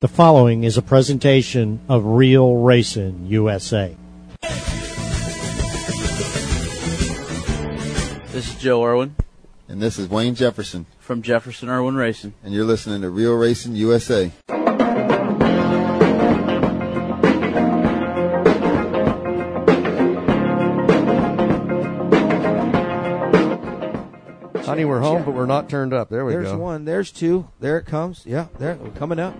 The following is a presentation of Real Racing USA. This is Joe Irwin And this is Wayne Jefferson, from Jefferson Irwin Racing. and you're listening to Real Racing USA. Honey, we're home, but we're not turned up. There we There's go. one. There's two. There it comes. Yeah, there we're coming up.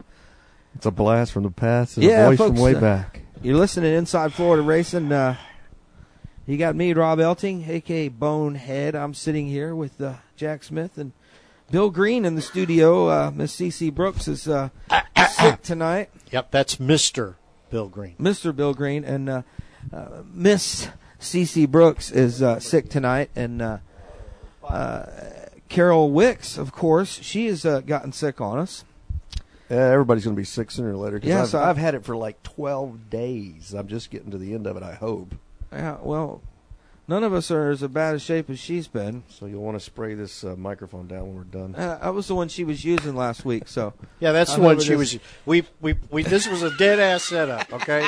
It's a blast from the past and Yeah, a voice folks, from way uh, back. You're listening to Inside Florida Racing. Uh, you got me, Rob Elting, aka Bonehead. I'm sitting here with uh, Jack Smith and Bill Green in the studio. Uh, Miss Cece Brooks is uh, sick tonight. Yep, that's Mr. Bill Green. Mr. Bill Green and uh, uh, Miss Cece Brooks is uh, sick tonight, and uh, uh, Carol Wicks, of course, she has uh, gotten sick on us. Yeah, Uh, everybody's going to be sick sooner or later. 'cause Yeah, I've, so- I've had it for like 12 days. I'm just getting to the end of it, I hope. Yeah, well, none of us are as bad a shape as she's been. So you'll want to spray this uh, microphone down when we're done. Uh, that was the one she was using last week, so Yeah, that's I the one know it she is. was. We, we, we, this was a dead ass setup, okay?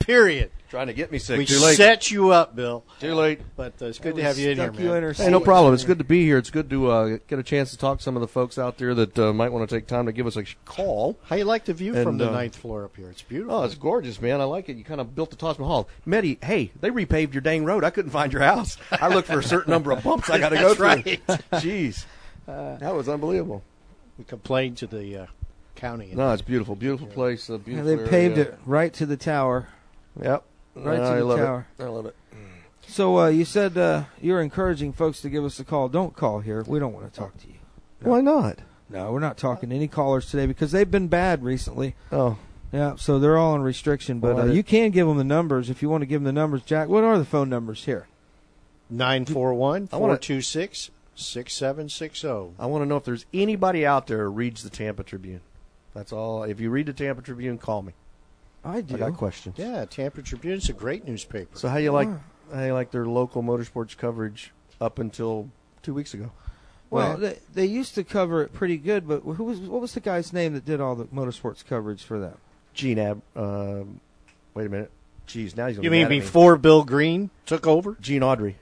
Period. Trying to get me sick. We Too late. set you up, Bill, Too late. but uh, it's good to have you in here. stuck you man. in her Hey, no seat. problem. It's good to be here. It's good to uh, get a chance to talk to some of the folks out there that uh, might want to take time to give us a sh- call. How you like the view from And, the uh, ninth floor up here? It's beautiful. Oh, it's gorgeous, man. I like it. You kind of built the Taj Mahal. Mehdi, hey, they repaved your dang road. I couldn't find your house. I looked for a certain number of bumps I got to go That's through. right. Uh, Jeez. that was unbelievable. we complained to the uh, county. No, it's beautiful. Beautiful place. A Yeah, beautiful they area. paved it right to the tower. Yep. Right to I the love tower. It. I love it. So uh, you said uh, you're encouraging folks to give us a call. Don't call here. We don't want to talk to you. Why not? No, we're not talking to any callers today because they've been bad recently. Oh, Yeah, so they're all on restriction. But uh, Well, I- you can give them the numbers if you want to give them the numbers. Jack, what are the phone numbers here? 941 I wanna- 426 6760. I want to know if there's anybody out there who reads the Tampa Tribune. That's all. If you read the Tampa Tribune, call me. I do. I got questions. Yeah, Tampa Tribune's a great newspaper. So how you like how you like their local motorsports coverage up until two weeks ago? Well, Right. they, they used to cover it pretty good, but who was what was the guy's name that did all the motorsports coverage for them? Gene Ab. Um, wait a minute. Jeez, now he's. gonna you be mean mad at me. before Bill Green took over? Gene Audrey?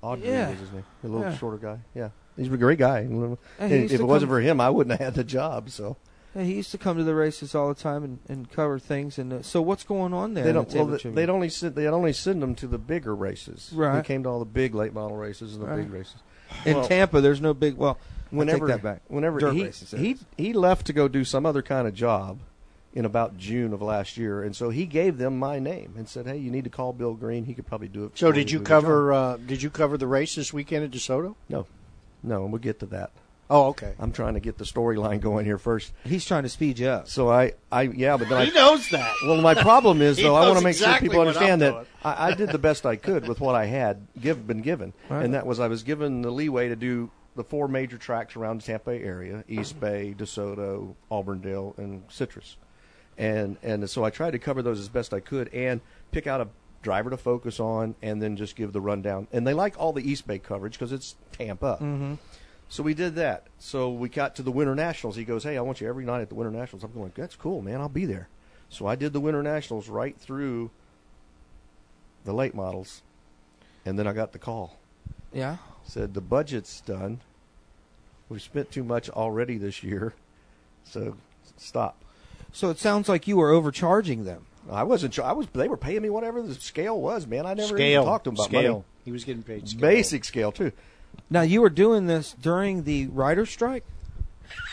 Audrey Yeah. was his name. A little Yeah. shorter guy. Yeah, he's a great guy. And And he if used it to wasn't come- for him, I wouldn't have had the job. So Yeah, he used to come to the races all the time and, and cover things. And uh, so, what's going on there? they in the don't. Well, Tampa they, Tribune? they'd only send. They'd only send them to the bigger races. They Right. came to all the big late model races and the big Right. races. in well, Tampa. There's no big. Well, I Whenever take that back. Whenever Dirt he races, that he is. he left to go do some other kind of job in about June of last year, and so he gave them my name and said, "Hey, you need to call Bill Green. He could probably do it." So for did you with the job." cover uh, did you cover the race this weekend at DeSoto? No, no, and we'll get to that. Oh, okay. I'm trying to get the storyline going here first. he's trying to speed you up. So I, I yeah, but then I He knows that. Well, my problem is He though I knows want to make exactly sure people what I'm understand doing. that I, I did the best I could with what I had give, been given, Right. and that was I was given the leeway to do the four major tracks around the Tampa Bay area: East Bay, DeSoto, Auburndale, and Citrus. And and so I tried to cover those as best I could and pick out a driver to focus on, and then just give the rundown. And they like all the East Bay coverage because it's Tampa. Mm-hmm. So we did that. So we got to the Winter Nationals. He goes, "Hey, I want you every night at the Winter Nationals." I'm going, "That's cool, man. I'll be there." So I did the Winter Nationals right through the late models, and then I got the call. Yeah. Said the budget's done. We've spent too much already this year, so stop. So it sounds like you were overcharging them. I wasn't. sure. I was. They were paying me whatever the scale was, man. I never scale. even talked to them about scale. money. He was getting paid scale. Basic scale too. Now you were doing this during the rider strike.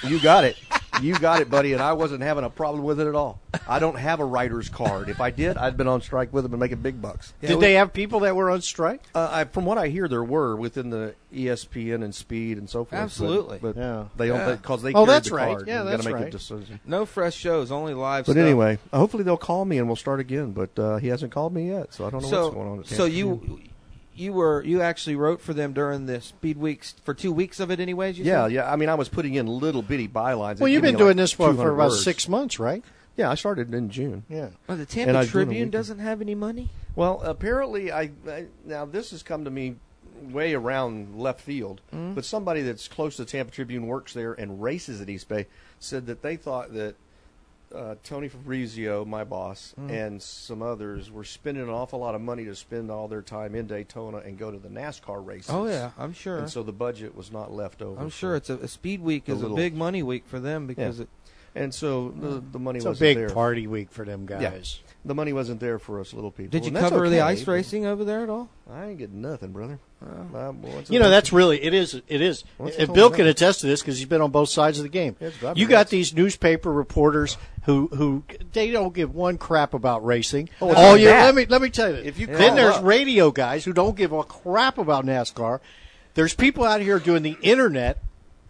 You got it. You got it, buddy. And I wasn't having a problem with it at all. I don't have a writer's card. If I did, I'd been on strike with them and making big bucks. Did they have people that were on strike? Uh, I, from what I hear, there were within the E ESPN and Speed and so forth. but- Absolutely. but Yeah. they don't Yeah. because they Oh, carried that's the right. card. Yeah, You that's gotta make right. a decision. No fresh shows, only live. But stuff. anyway, uh, hopefully they'll call me and we'll start again. But uh, he hasn't called me yet, so I don't know so what's going on. at so Tampa. you you were you actually wrote for them during the speed weeks for two weeks of it, anyways. You Yeah, said? yeah. I mean, I was putting in little bitty bylines. Well, It you've been gave me like doing this for, 200 for about words. six months, right? Yeah, I started in June. Yeah. Well, oh, the And I Tampa was doing a Tribune weekend. doesn't have any money. Well, apparently, I, I now this has come to me way around left field, Mm-hmm. but somebody that's close to the Tampa Tribune works there and races at East Bay said that they thought that uh, Tony Fabrizio, my boss, Mm. and some others were spending an awful lot of money to spend all their time in Daytona and go to the NASCAR races. Oh yeah, I'm sure. And so the budget was not left over. I'm for- sure it's a, a speed week A is a, little- big money week for them because it, And so the, the money It's a wasn't big there. party week for them guys. The money wasn't there for us little people. did you And that's cover the okay, ice but racing over there at all? I ain't getting nothing, brother. My boy, it's You know, okay. that's really it is it is. What's and going Bill on? can attest to this because he's been on both sides of the game. Yeah, it's driving You got nuts. these newspaper reporters who who they don't give one crap about racing. Oh, it's All like year. that. Let me let me tell you. this. If you then call there's up- radio guys who don't give a crap about NASCAR. There's people out here doing the internet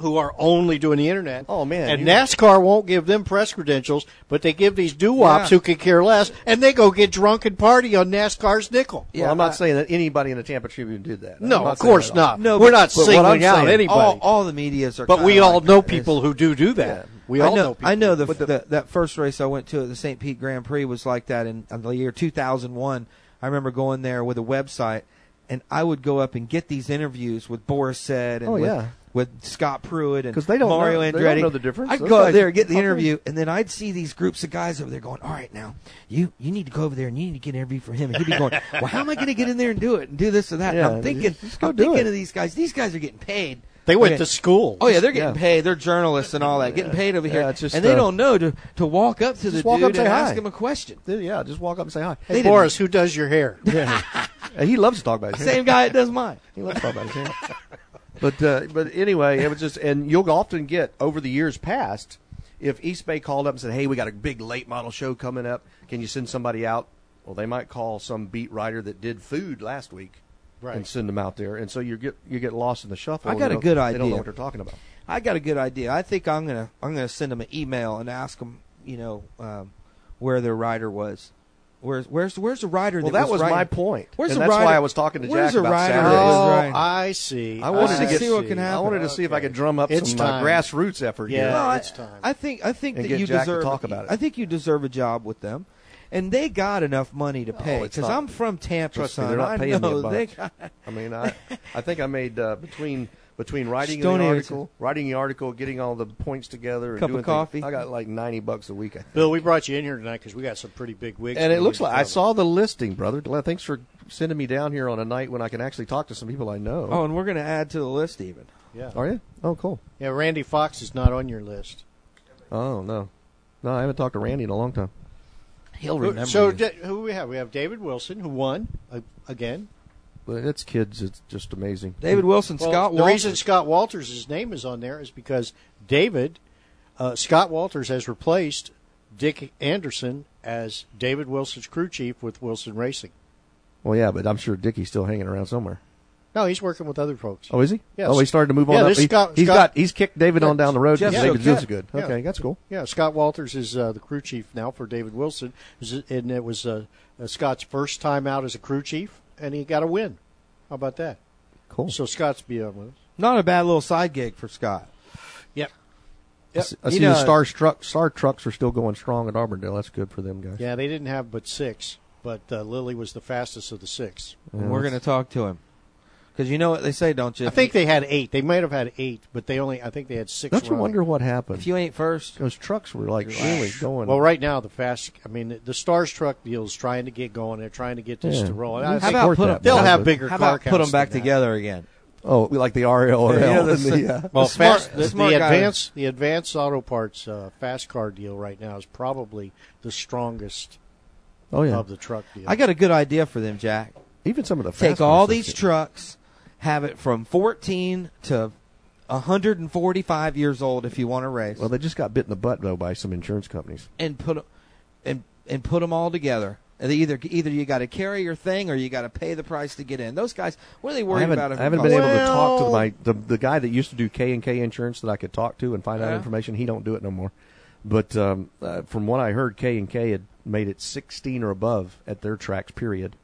who are only doing the internet. Oh, man, And you- NASCAR won't give them press credentials, but they give these doo-wops Yeah. who could care less, and they go get drunk and party on NASCAR's nickel. Well, Yeah, I'm not I- saying that anybody in the Tampa Tribune did that. I'm No, not of saying course that at all. not. We're not but what I'm singling out saying, anybody. All, all the media's are. but kinda we all like know that. people who do do that. Yeah. We I all know, know, people. I know the, the- that first race I went to at the St. Pete Grand Prix was like that in, in the year 2001. I remember going there with a website, and I would go up and get these interviews with Boris Said and Oh, with, yeah. with Scott Pruitt and 'Cause they don't Mario know- they Andretti. don't know the difference. I'd Those go up guys- there and get the Okay. interview, and then I'd see these groups of guys over there going, "All right, now you you need to go over there and you need to get an interview for him." And he'd be going, "Well, how am I going to get in there and do it and do this or that?" Yeah, and I'm thinking, just go I'm do thinking it. of these guys. These guys are getting paid. they went Okay. to school. Oh yeah, they're getting Yeah. paid. They're journalists and all that, getting paid over here, Yeah, it's just, and they uh, don't know to to walk up to the walk dude up, and say ask hi. him a question. Yeah, just walk up and say hi. hey, Boris, who does your hair? Yeah. he loves to talk about his hair. Same guy that does mine. He loves to talk about his hair. But uh, but anyway, it was just, and you'll often get over the years past, if East Bay called up and said, "Hey, we got a big late model show coming up. Can you send somebody out?" Well, they might call some beat writer that did food last week, Right. and send them out there, and so you get you get lost in the shuffle. I and got they a don't- good They don't idea. know what they're talking about. I got a good idea. I think I'm gonna I'm gonna send them an email and ask them, you know, um, where their rider was. Where's where's where's the rider? Well, that, that was writing- my point, Where's and the that's rider? why I was talking to where's Jack the about rider Saturday. that was Oh, riding? I see. I wanted to get- see what can happen. I wanted to see if I Okay. could drum up It's some uh, time. grassroots effort. Yeah. here. Well, I, it's time. I think I think And that get you Jack to deserve. talk about it. I think you deserve a job with them, and they got enough money to pay. Oh, it's Because not- I'm from Tampa, Trust son. me, they're not I paying me know a bunch. they got- I mean, I, I think I made uh, between between writing Stone the Ayrton. article, writing the article, getting all the points together, and Cup of doing things, coffee. I got like ninety bucks a week. I think. Bill, we brought you in here tonight because we got some pretty big wigs. And we it looks need like to I cover. saw the listing, brother. Glad- Thanks for sending me down here on a night when I can actually talk to some people I know. Oh, and we're going to add to the list even. Yeah. are you? Oh, cool. yeah, Randy Fox is not on your list. Oh no, no, I haven't talked to Randy in a long time. He'll so da- who we have? We have David Wilson who won uh, again. But it's kids. It's just amazing. David Wilson, Well, Scott the Walters. reason Scott Walters' his name is on there is because David uh, Scott Walters has replaced Dick Anderson as David Wilson's crew chief with Wilson Racing. Well, yeah, but I'm sure Dickie's still hanging around somewhere. No, he's working with other folks. Oh, is he? Yes. Oh, he started to move Yeah, on. this up. He, Scott- he's Scott- got. He's kicked David on down the road. Jeff because David Choquette. Jeff's good. Okay, Yeah. that's cool. Yeah, Scott Walters is uh, the crew chief now for David Wilson, and it was uh, uh, Scott's first time out as a crew chief, and he got a win. How about that? Cool. So Scott's be on with us. Not a bad little side gig for Scott. Yep. I see- I You see know- the star truck star trucks are still going strong at Auburndale. That's good for them guys. Yeah, they didn't have but six, but uh, Lily was the fastest of the six. and we're going to talk to him. Because you know what they say, don't you? I think they had eight. They might have had eight, but they only I think they had 6 Don't you running. wonder what happened? if you ain't first, Those trucks were like really going. Well, right now the fast. I mean, the Stars truck deal is trying to get going. They're trying to get this Yeah. to roll. I How how think about put them? that, They'll have bigger How car about put them counts back than that. together again? Oh, we like the RL. Yeah, and that's the, it. uh, Well, The smart- fast, the the, smart the guy- advanced the advanced auto parts uh, fast car deal right now is probably the strongest oh yeah. of the truck deal. I got a good idea for them, Jack. Even some of the Take fast all cars these that- trucks, have it from 14 to 145 years old if you want to race, Well, they just got bit in the butt though by some insurance companies. and put 'em- and and put them all together. And they either either you got to carry your thing or you got to pay the price to get in. Those guys, what are they I worried haven't, about? if I you haven't call been them? able to talk to Well- my the, the guy that used to do K and K insurance that I could talk to and find out Yeah. information. He don't do it no more. But um, uh, from what I heard, K and K had made it 16 or above at their tracks. Period.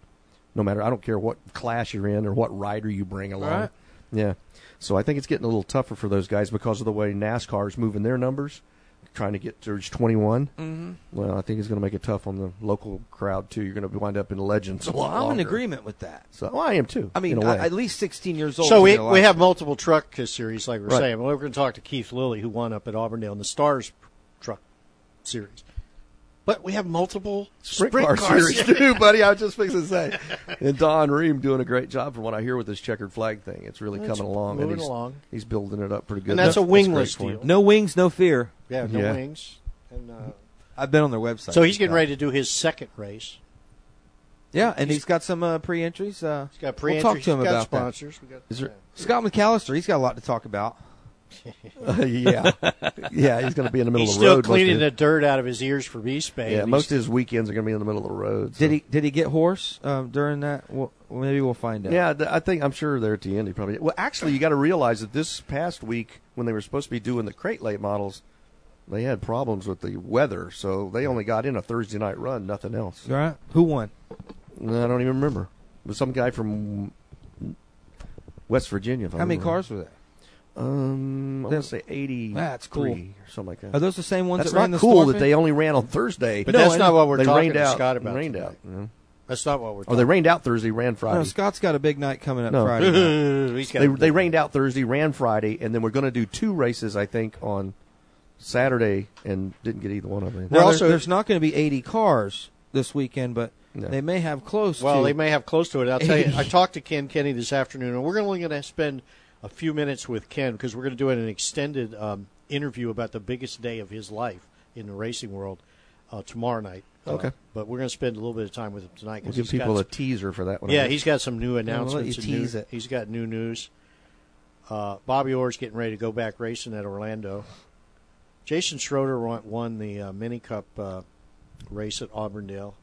No matter, I don't care what class you're in or what rider you bring along. Right. Yeah. So I think it's getting a little tougher for those guys because of the way NASCAR is moving their numbers, trying to get to reach 21. Mm-hmm. Well, I think it's going to make it tough on the local crowd too. You're going to wind up in legends a Well, lot. I'm in longer. agreement with that. So well, I am too. I mean, in a way. a- at least 16 years old. so is we, their we have life. multiple truck series, like we we're Right. saying. Well, we're going to talk to Keith Lilly, who won up at Auburndale in the Stars truck series. But we have multiple sprint, car, series too, buddy. I was just fixing to say. And Don Ream doing a great job from what I hear with this checkered flag thing. It's really It's coming along. and moving he's, along. He's building it up pretty good. And that's a great wingless for him. deal. No wings, no fear. Yeah, no Yeah. wings. And, uh, I've been on their website. so he's getting ready to do his second race. Yeah, and he's got some uh, pre-entries. Uh, He's got we'll pre-entries. talk to him he's got about sponsors. We got Is there- that. Scott McAllister, he's got a lot to talk about. Uh, yeah, yeah. He's going to be in the middle He's of the road. still most cleaning of the his- dirt out of his ears from East Bay. Yeah, He's- most of his weekends are going to be in the middle of the road. so- Did he did he get horse um, during that? Well, maybe we'll find out. Yeah, th- I think I'm sure there at the end he probably. Well, actually, you got to realize that this past week when they were supposed to be doing the crate late models, they had problems with the weather, so they only got in a Thursday night run, nothing else. All right. Who won? I don't even remember. It was some guy from West Virginia. If I How many remember. cars were there? Uh. Um, I want to say eighty. That's cool. or something like that. Are those the same ones That's that ran not the cool Storm that Fin? they only ran on Thursday. But that's not what we're they talking rained to out, Scott about Rained tonight. out. you know. That's not what we're Or talking they rained out Thursday, ran Friday. No, Scott's got a big night coming up No. Friday. night. about. He's got they to- they rained out Thursday, ran Friday, and then we're going to do two races, I think, on Saturday, and didn't get either one of them. Now, We're there- also- there's not going to be 80 cars this weekend, but No. they may have close. Well, to. they may have close to it. I'll tell you. I talked to Ken Kenny this afternoon, and we're only going to spend a few minutes with Ken because we're going to do an extended um, interview about the biggest day of his life in the racing world uh, tomorrow night. Uh, Okay. but we're going to spend a little bit of time with him tonight. We'll 'cause give he's got people a some- teaser for that one. yeah, he's got some new we'll let announcements. you and new- tease it. He's got new news. Uh, Bobby Orr's getting ready to go back racing at Orlando. Jason Schroeder won, won the uh, Mini Cup uh, race at Auburndale,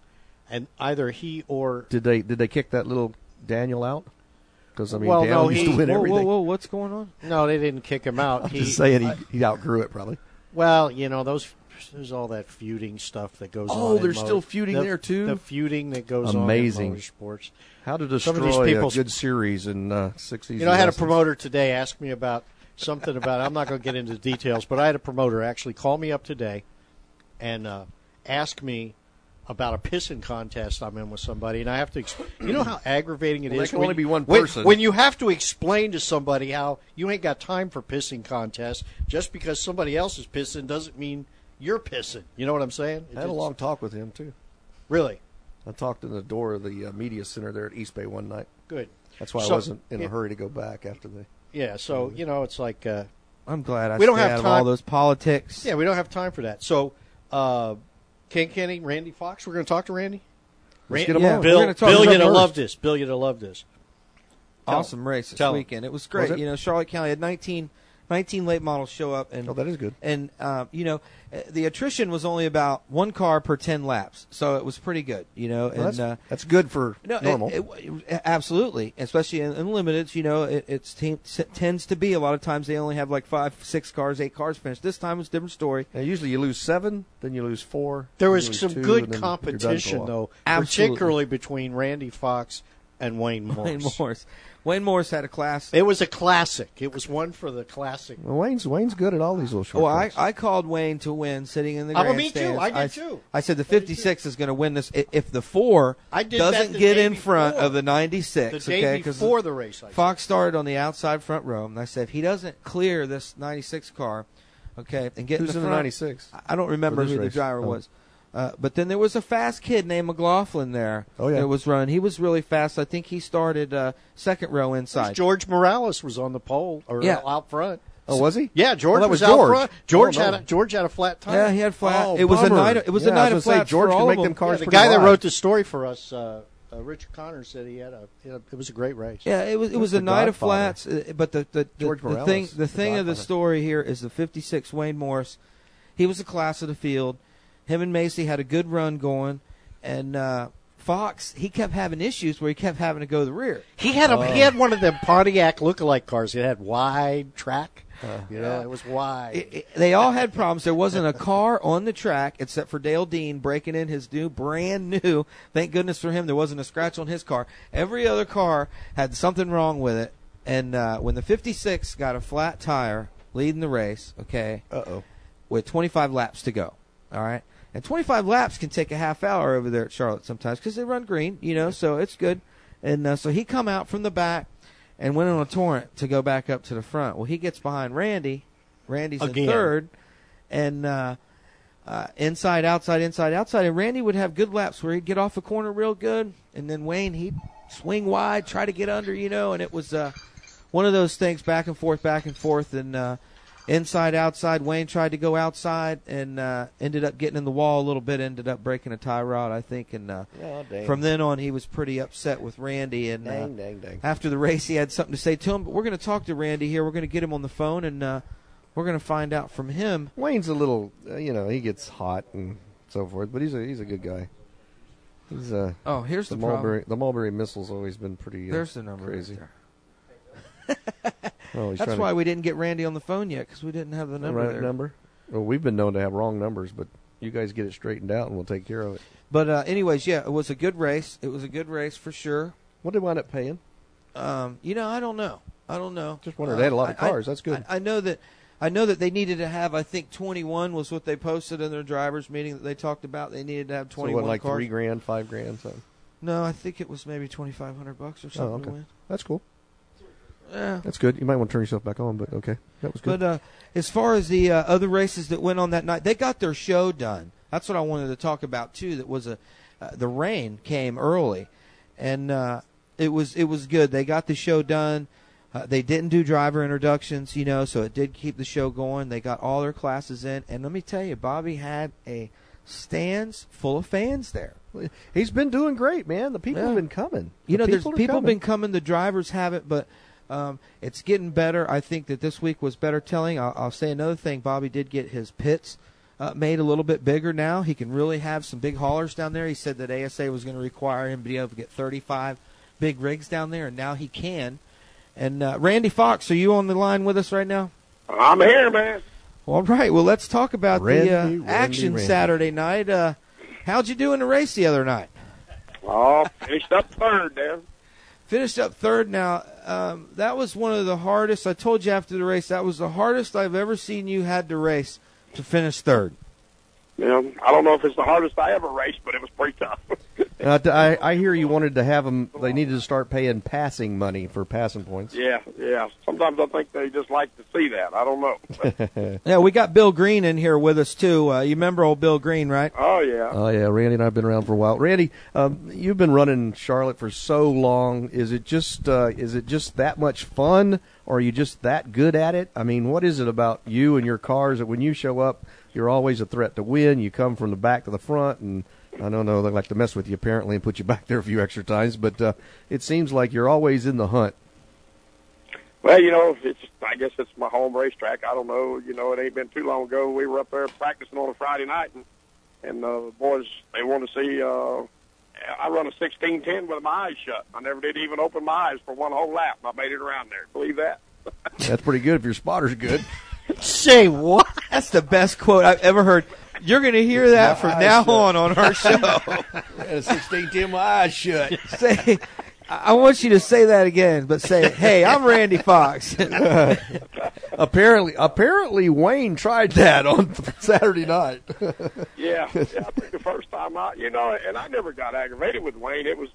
and either he or Did they did they kick that little Daniel out? Because I mean, Well, Daniel no, used he- to win whoa, everything. whoa, whoa! What's going on? No, they didn't kick him out. I'm he, just saying he, he outgrew it probably. Well, you know those. There's all that feuding stuff that goes on. Oh, in there's mo- still feuding the- there, too? The feuding that goes on Amazing. in motorsports. How to Some destroy of these a people's- good series in uh, sixties. You know, I had a promoter today ask me about something about. I'm not going to get into the details, but I had a promoter actually call me up today and uh, ask me about a pissing contest I'm in with somebody, and I have to. Exp- you know how aggravating it is. Well, there can when only you- be one when- person. When, you have to explain to somebody how you ain't got time for pissing contests, just because somebody else is pissing doesn't mean you're pissing. You know what I'm saying? I had a It's- long talk with him too. Really I talked in the door of the uh, media center there at East Bay one night. good. That's why So- I wasn't in yeah. a hurry to go back after the. Yeah. So you know, it's like. Uh, Mm-hmm. I'm glad I We don't stay have out of time- all those politics. Yeah, we don't have time for that. So, uh, Ken Kenny, Randy Fox, we're going to talk to Randy. Randy get 'em Yeah, on. we're Bill, gonna Bill, talk to you're him going to first. love this. Bill, you're going to love this. awesome race this Tell 'em. weekend. It was Was great. it? You know, Charlotte County had 19, 19 late models show up, and Oh, that is good. And uh, you know, uh, the attrition was only about one car per ten laps, so it was pretty good. You know, Well, and that's, uh, that's good for no, normal. it- it- it- absolutely, especially in, in limiteds. You know, it it's te- s- tends to be a lot of times they only have like five, six cars, eight cars finished. This time was a different story. Now, usually you lose seven, then you lose four. There then was you lose some two, good and then you're done for a competition, while. though, Absolutely. particularly between Randy Fox and Wayne Morse. Wayne Morris, Wayne Morris had a class. It was a classic. It was one for the classic. Well, Wayne's Wayne's good at all these little short. Well, Oh, I, tracks. I called Wayne to win sitting in the Oh, well, me grandstands. too. I did s- too. I said the 56 is going to win this i- if the 4 I did that doesn't the get day in front before. of the 96, The okay? day 'Cause before the race, I Fox started on the outside front row and I said if he doesn't clear this 96 car, okay, and get Who's in the in the front- 96? I- I don't remember For this who the race. driver Oh. was. Uh, but then there was a fast kid named McLaughlin there Oh, yeah. that was running. He was really fast. I think he started uh, second row inside. George Morales was on the pole or Yeah. out front. oh, was he? Yeah, George Well, that was out George. front. George Oh, no. had a, George had a flat tire. Yeah, he had flat. Oh, it was bummer. a night. It was Yeah, a I night was of gonna say, flat. George for can all make of them them. cars Yeah, the pretty guy that wide. wrote the story for us, uh, uh, Richard Connor, said he had a. It, it was a great race. Yeah, it was it was the a night of flats, Godfather. uh, but the the, the, George the Morales, thing the the thing of the Godfather. story here is the 56 Wayne Morris. He was the class of the field. Him and Macy had a good run going, and uh, Fox he kept having issues where he kept having to go to the rear. He had a Oh. he had one of them Pontiac lookalike cars. It had wide track. Uh, you know, it was wide. It- it- they all had problems. There wasn't a car on the track except for Dale Dean breaking in his new, brand new. Thank goodness for him, there wasn't a scratch on his car. Every other car had something wrong with it. And uh, when the 56 got a flat tire leading the race, okay, Uh oh. with 25 laps to go, all right? And 25 laps can take a half hour over there at Charlotte sometimes because they run green, you know, so it's good. And uh, so he come out from the back and went on a torrent to go back up to the front. Well, he gets behind Randy. Randy's Again. in third, and uh, uh, inside, outside, inside, outside. And Randy would have good laps where he'd get off a corner real good, and then Wayne he'd swing wide, try to get under, you know. And it was uh, one of those things, back and forth, back and forth, and uh, inside, outside. Wayne tried to go outside and uh, ended up getting in the wall a little bit, ended up breaking a tie rod, I think. And uh, Oh, dang. from then on, he was pretty upset with Randy. And uh, dang, dang, dang. after the race, he had something to say to him. But we're going to talk to Randy here. We're going to get him on the phone, and uh, we're going to find out from him. Wayne's a little, uh, you know, he gets hot and so forth, but he's a he's a good guy. He's uh, Oh, here's the the, problem. Mulberry the Mulberry missile's always been pretty. Uh, There's the number. right crazy. there. Oh, he's That's trying why to, we didn't get Randy on the phone yet because we didn't have the number right there. number. Well, we've been known to have wrong numbers, but you guys get it straightened out, and we'll take care of it. But uh, anyways, yeah, it was a good race. It was a good race for sure. What did they wind up paying? Um, you know, I don't know. I don't know. Uh, Just wondering. They had a lot of I- I- cars. That's good. I, I know that. I know that they needed to have. I think 21 was what they posted in their drivers' meeting that they talked about. They needed to have So 21 what, like cars. three grand, five grand, something. No, I think it was maybe 2,500 bucks or something. to Oh, okay. win. That's cool. Yeah. That's good. You might want to turn yourself back on, but okay, that was good. But uh, as far as the uh, other races that went on that night, they got their show done. That's what I wanted to talk about too. That was a uh, the rain came early, and uh, it was it was good. They got the show done. Uh, they didn't do driver introductions, you know, so it did keep the show going. They got all their classes in, and let me tell you, Bobby had a stands full of fans there. He's been doing great, man. The people Yeah. have been coming. You The know, there's are people coming. been coming. The drivers haven't, but um, it's getting better. I think that this week was better telling. I'll, I'll say another thing. Bobby did get his pits uh, made a little bit bigger now. He can really have some big haulers down there. He said that ASA was going to require him to be able to get 35 big rigs down there, and now he can. And uh, Randy Fox, are you on the line with us right now? I'm here, man. All right. Well, let's talk about Randy, the uh, Randy, action Randy. Saturday night. Uh, how'd you do in the race the other night? Oh, finished up third then. finished up third now um, that was one of the hardest i told you after the race that was the hardest i've ever seen you had to race to finish third You know, I don't know if it's the hardest I ever raced, but it was pretty tough. Uh, t- I, I hear you wanted to have them. They needed to start paying passing money for passing points. yeah, yeah. Sometimes I think they just like to see that. I don't know. yeah we got bill green in here with us too uh, you remember old bill green right oh yeah. Oh yeah, Randy and I've been around for a while. Randy, um, you've been running Charlotte for so long. Is it just uh, is it just that much fun, or are you just that good at it? I mean, what is it about you and your cars that when you show up, you're always a threat to win? You come from the back to the front, and I don't know they like to mess with you apparently and put you back there a few extra times, but uh, it seems like you're always in the hunt. Well, you know, it's I guess it's my home racetrack. I don't know. You know, it ain't been too long ago. We were up there practicing on a Friday night, and and uh, the boys they want to see. uh I run a sixteen ten with my eyes shut. I never did even open my eyes for one whole lap. I made it around there. Believe that? That's pretty good if your spotter's good. Say what? that's the best quote i've ever heard you're going to hear that from now on on our show And a 16 10 my eyes shut. say I I want you to say that again, but say, it. "Hey, I'm Randy Fox." Apparently, apparently Wayne tried that on Saturday night. Yeah, yeah. I think the first time out, you know, and I never got aggravated with Wayne. It was,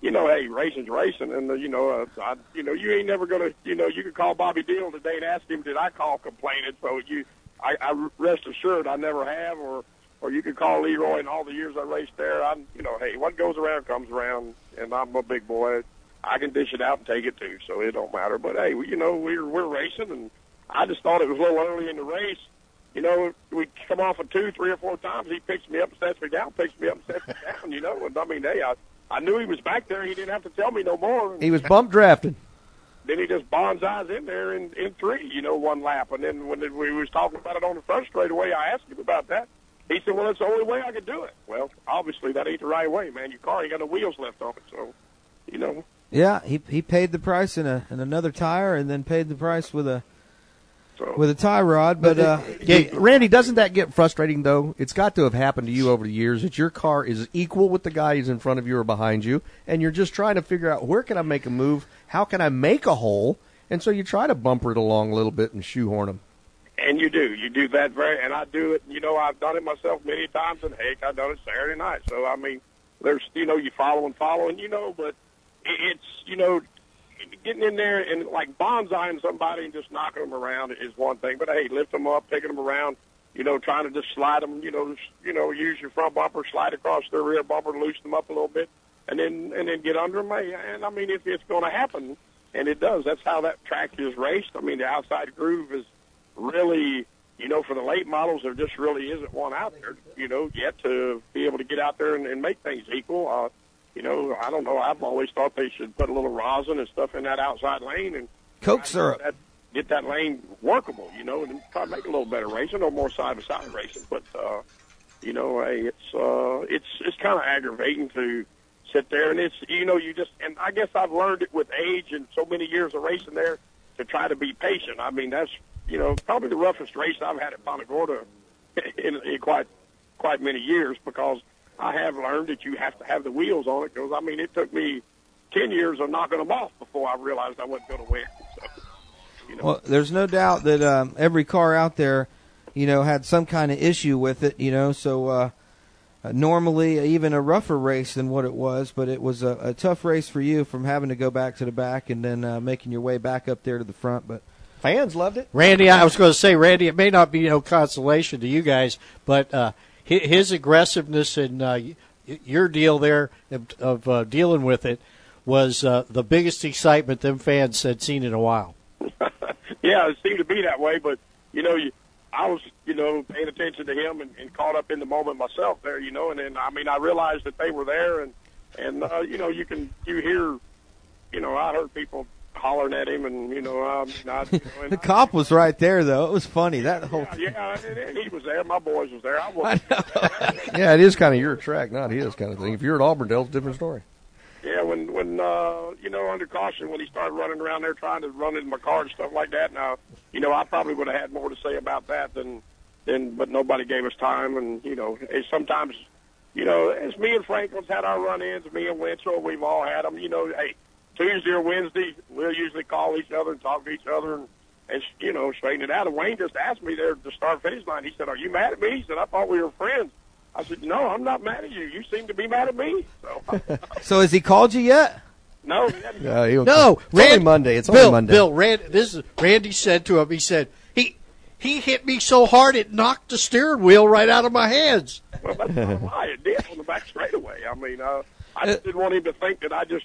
you know, hey, racing's racing, and uh, you know, uh, I, you know, you ain't never gonna, you know, you could call Bobby Deal today and ask him, did I call complaining? So you, I, I rest assured, I never have, or, or you could call Leroy. And all the years I raced there, I'm, you know, hey, what goes around comes around, and I'm a big boy. I can dish it out and take it too, so it don't matter. But hey, we- you know, we're we're racing, and I just thought it was a little early in the race you know, we come off of two, three or four times. He picks me up and sets me down, picks me up and sets me down, you know. And I mean, hey, I, I knew he was back there. He didn't have to tell me no more. And He was bump drafted. then he just bonsais in there in, in three, you know, one lap. And then when we was talking about it on the front straightaway, I asked him about that. He said, well, that's the only way I could do it. Well, obviously, that ain't the right way, man. Your car ain't got no wheels left on it. So, you know, yeah, he he paid the price in a in another tire, and then paid the price with a so. with a tie rod. But uh, Yeah, Randy, doesn't that get frustrating though? It's got to have happened to you over the years that your car is equal with the guy who's in front of you or behind you, and you're just trying to figure out where can I make a move, how can I make a hole, and so you try to bumper it along a little bit and shoehorn him. And you do. You do that very, and I do it. You know, I've done it myself many times, and heck, I've done it Saturday night. So, I mean, there's, you know, you follow and follow, and you know, but it- it's, you know, getting in there and like bonsaing somebody and just knocking them around is one thing. But hey, lift them up, picking them around, you know, trying to just slide them, you know, s- you know, use your front bumper, slide across their rear bumper, loosen them up a little bit, and then and then get under them. And I mean, if it's going to happen, and it does, that's how that track is raced. I mean, the outside groove is really, you know, for the late models, there just really isn't one out there, you know, yet to be able to get out there and, and make things equal. Uh, you know, I don't know. I've always thought they should put a little rosin and stuff in that outside lane and Coke try to syrup. Get that, get that lane workable, you know, and try to make a little better racing, no more side to side racing. But uh, you know, hey, it's uh, it's it's kind of aggravating to sit there and it's you know you just and I guess I've learned it with age and so many years of racing there to try to be patient. I mean, that's you know probably the roughest race I've had at Bonagorda in, in quite quite many years because I have learned that you have to have the wheels on it. Because I mean, it took me ten years of knocking them off before I realized I wasn't going to win. So. Well, there's no doubt that um, every car out there, you know, had some kind of issue with it, you know. So uh, uh, normally, even a rougher race than what it was, but it was a, a tough race for you from having to go back to the back and then uh, making your way back up there to the front. But Fans loved it. Randy, I was going to say, Randy, it may not be no consolation to you guys, but uh, hi- his aggressiveness and uh, y- your deal there of, of uh, dealing with it was uh, the biggest excitement them fans had seen in a while. yeah, it seemed to be that way. But you know, you, I was you know paying attention to him and, and caught up in the moment myself there. You know, and then I mean I realized that they were there, and and uh, you know you can you hear, you know I heard people hollering at him, and you know um, I, you know, and the I, cop was right there, though. It was funny that whole. yeah, yeah, and, and he was there. My boys was there. I was. Yeah, it is kind of your track, not his kind of thing. If you're at Auburndale, it's a different story. Yeah, when when uh, you know under caution when he started running around there trying to run into my car and stuff like that. Now, you know, I probably would have had more to say about that than than, but nobody gave us time. And you know, it's sometimes, you know, as me and Franklin's had our run-ins, me and Winchell, we've all had them. You know, hey, Tuesday or Wednesday, we'll usually call each other and talk to each other and. And you know, straighten it out. And Wayne just asked me there at the start finish line. He said, "Are you mad at me?" He said, "I thought we were friends." I said, "No, I'm not mad at you. You seem to be mad at me." So So has he called you yet? No, he hadn't. Yeah, he'll- No, it's only Rand- Monday. It's Bill, only Monday. Bill, Rand, this is Randy said to him. He said he he hit me so hard it knocked the steering wheel right out of my hands. Well, that's not a lie. It did on the back straightaway. I mean, uh, I just didn't want him to think that I just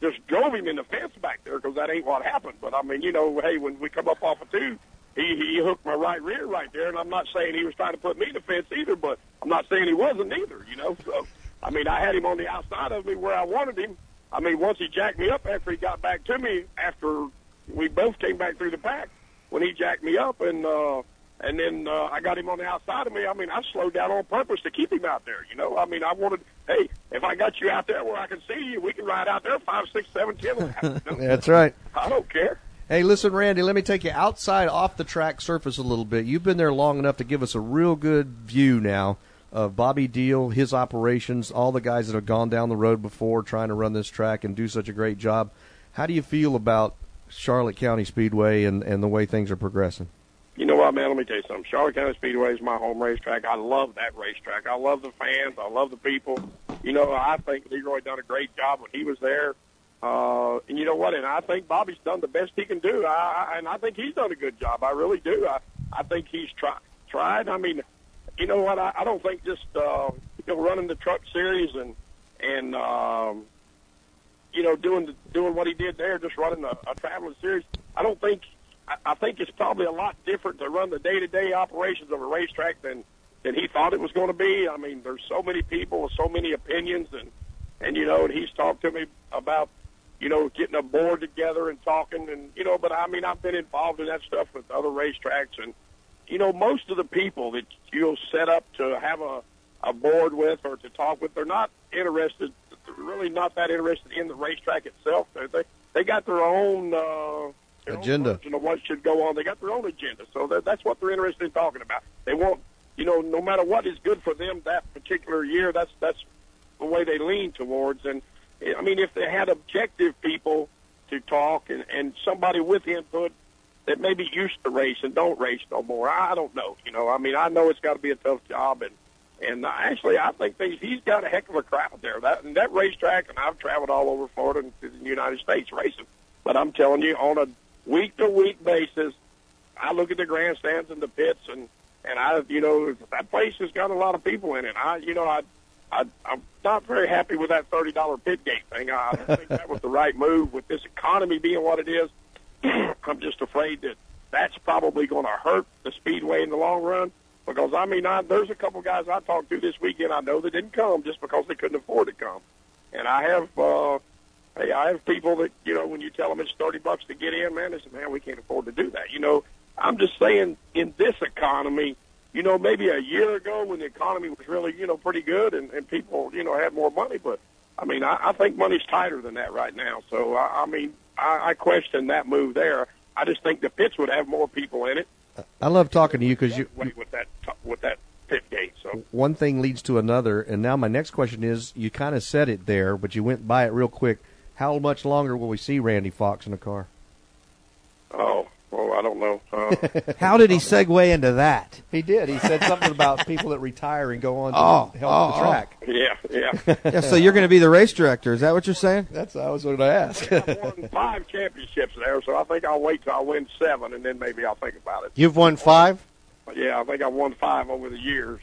just drove him in the fence back there because that ain't what happened. But I mean, you know, hey, when we come up off of two, he he hooked my right rear right there, and I'm not saying he was trying to put me in the fence either, but I'm not saying he wasn't either. You know, so I mean, I had him on the outside of me where I wanted him. I mean, once he jacked me up after he got back to me after we both came back through the pack when he jacked me up and uh and then uh, I got him on the outside of me. I mean, I slowed down on purpose to keep him out there. You know, I mean, I wanted, hey, if I got you out there where I can see you, we can ride out there five, six, seven, ten laps. You know? That's right. I don't care. Hey, listen, Randy, let me take you outside off the track surface a little bit. You've been there long enough to give us a real good view now of Bobby Deal, his operations, all the guys that have gone down the road before trying to run this track and do such a great job. How do you feel about Charlotte County Speedway and, and the way things are progressing? You know what, man? Let me tell you something. Charlotte County Speedway is my home racetrack. I love that racetrack. I love the fans. I love the people. You know, I think Leroy done a great job when he was there. Uh, and you know what? And I think Bobby's done the best he can do. I, I and I think he's done a good job. I really do. I I think he's tried. Tried. I mean, you know what? I, I don't think just uh, you know running the truck series and and um, you know, doing the, doing what he did there, just running a, a traveling series. I don't think I, I think it's probably a lot different to run the day to day operations of a racetrack than than he thought it was going to be. I mean, there's so many people with so many opinions, and and you know, and he's talked to me about you know getting a board together and talking, and you know, but I mean, I've been involved in that stuff with other racetracks and you know, most of the people that you'll set up to have a, a board with or to talk with, they're not interested, really not that interested in the racetrack itself. They they, they got their own uh, their own Agenda. version of what should go on. They got their own agenda, so that, that's what they're interested in talking about. They want, you know, no matter what is good for them that particular year, that's that's the way they lean towards. And I mean, if they had objective people to talk and, and somebody with input that maybe used to race and don't race no more. I don't know. You know, I mean, I know it's got to be a tough job, and and actually, I think they, he's got a heck of a crowd there. That and that racetrack, and I've traveled all over Florida and to the United States racing, but I'm telling you, on a week to week basis, I look at the grandstands and the pits and. and I, you know, that place has got a lot of people in it. I, you know, I, I, I'm not very happy with that thirty dollar pit gate thing. I, I don't think that was the right move with this economy being what it is. I'm just afraid that that's probably going to hurt the speedway in the long run because I mean, I, there's a couple guys I talked to this weekend I know that didn't come just because they couldn't afford to come, and I have. uh Hey, I have people that you know when you tell them it's thirty bucks to get in, man, they say, man, we can't afford to do that. You know, I'm just saying in this economy, you know, maybe a year ago when the economy was really you know pretty good and, and people you know had more money, but I mean, I, I think money's tighter than that right now. So I, I mean, I, I question that move there. I just think the pits would have more people in it. I love talking to you because you, Wait with that with that pit gate. So one thing leads to another. And now my next question is: you kind of said it there, but you went by it real quick. How much longer will we see Randy Fox in a car? oh. Well, I don't know. Uh, How did he segue into that? He did. He said something about people that retire and go on to Oh, help oh, the oh. track. yeah, yeah. Yeah, so you're going to be the race director. Is that what you're saying? That's what I was going to ask. I've won five championships there, so I think I'll wait till I win seven, and then maybe I'll think about it. You've won five. But yeah, I think I won five over the years,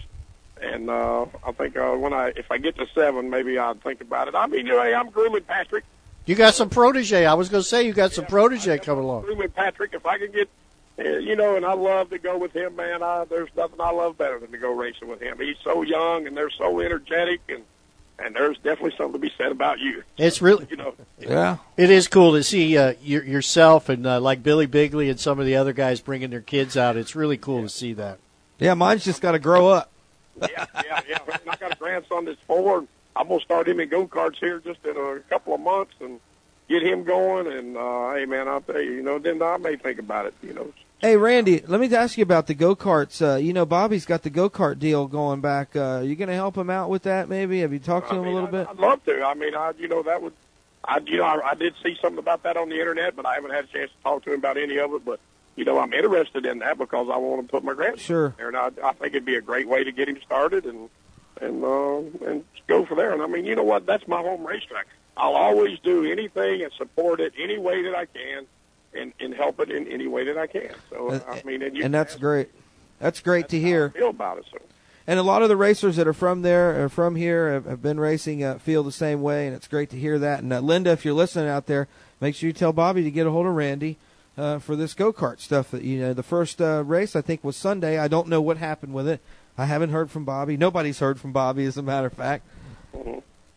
and uh, I think uh, when I if I get to seven, maybe I'll think about it. I mean, anyway, I'm grooming Patrick. You got some protege. I was going to say you got some protege I- coming along. Grooming Patrick. If I can get, uh, you know, and I love to go with him, man. I, there's nothing I love better than to go racing with him. He's so young, and they're so energetic, and and there's definitely something to be said about you. It's really You know, Yeah. It is cool to see uh, your, yourself and uh, like Billy Bigley and some of the other guys bringing their kids out. It's really cool to see that. Yeah, mine's just got to grow up. yeah, yeah, yeah. And I got a grandson that's four. And I'm gonna start him in go karts here just in a couple of months and get him going. And uh, hey, man, I'll tell you, you know, then I may think about it. You know, Hey, Randy, let me ask you about the go karts. Uh, you know, Bobby's got the go kart deal going back. Uh, are you going to help him out with that, maybe? Have you talked to I him mean, a little I'd, bit? I'd love to. I mean, I, you know, that would. I, you know, I, I did see something about that on the internet, but I haven't had a chance to talk to him about any of it. But you know, I'm interested in that because I want to put my grandson Sure. there, and I, I think it'd be a great way to get him started and and uh, and go for there. And I mean, you know what? That's my home racetrack. I'll always do anything and support it any way that I can, and and help it in any way that I can. So Uh, I mean, and you and that's ask great. That's great to how I hear. feel about it. So And a lot of the racers that are from there or from here have, have been racing uh, feel the same way, and it's great to hear that. And uh, Linda, if you're listening out there, make sure you tell Bobby to get a hold of Randy uh, for this go kart stuff. That you know, the first uh, race I think was Sunday. I don't know what happened with it. I haven't heard from Bobby. Nobody's heard from Bobby, as a matter of fact.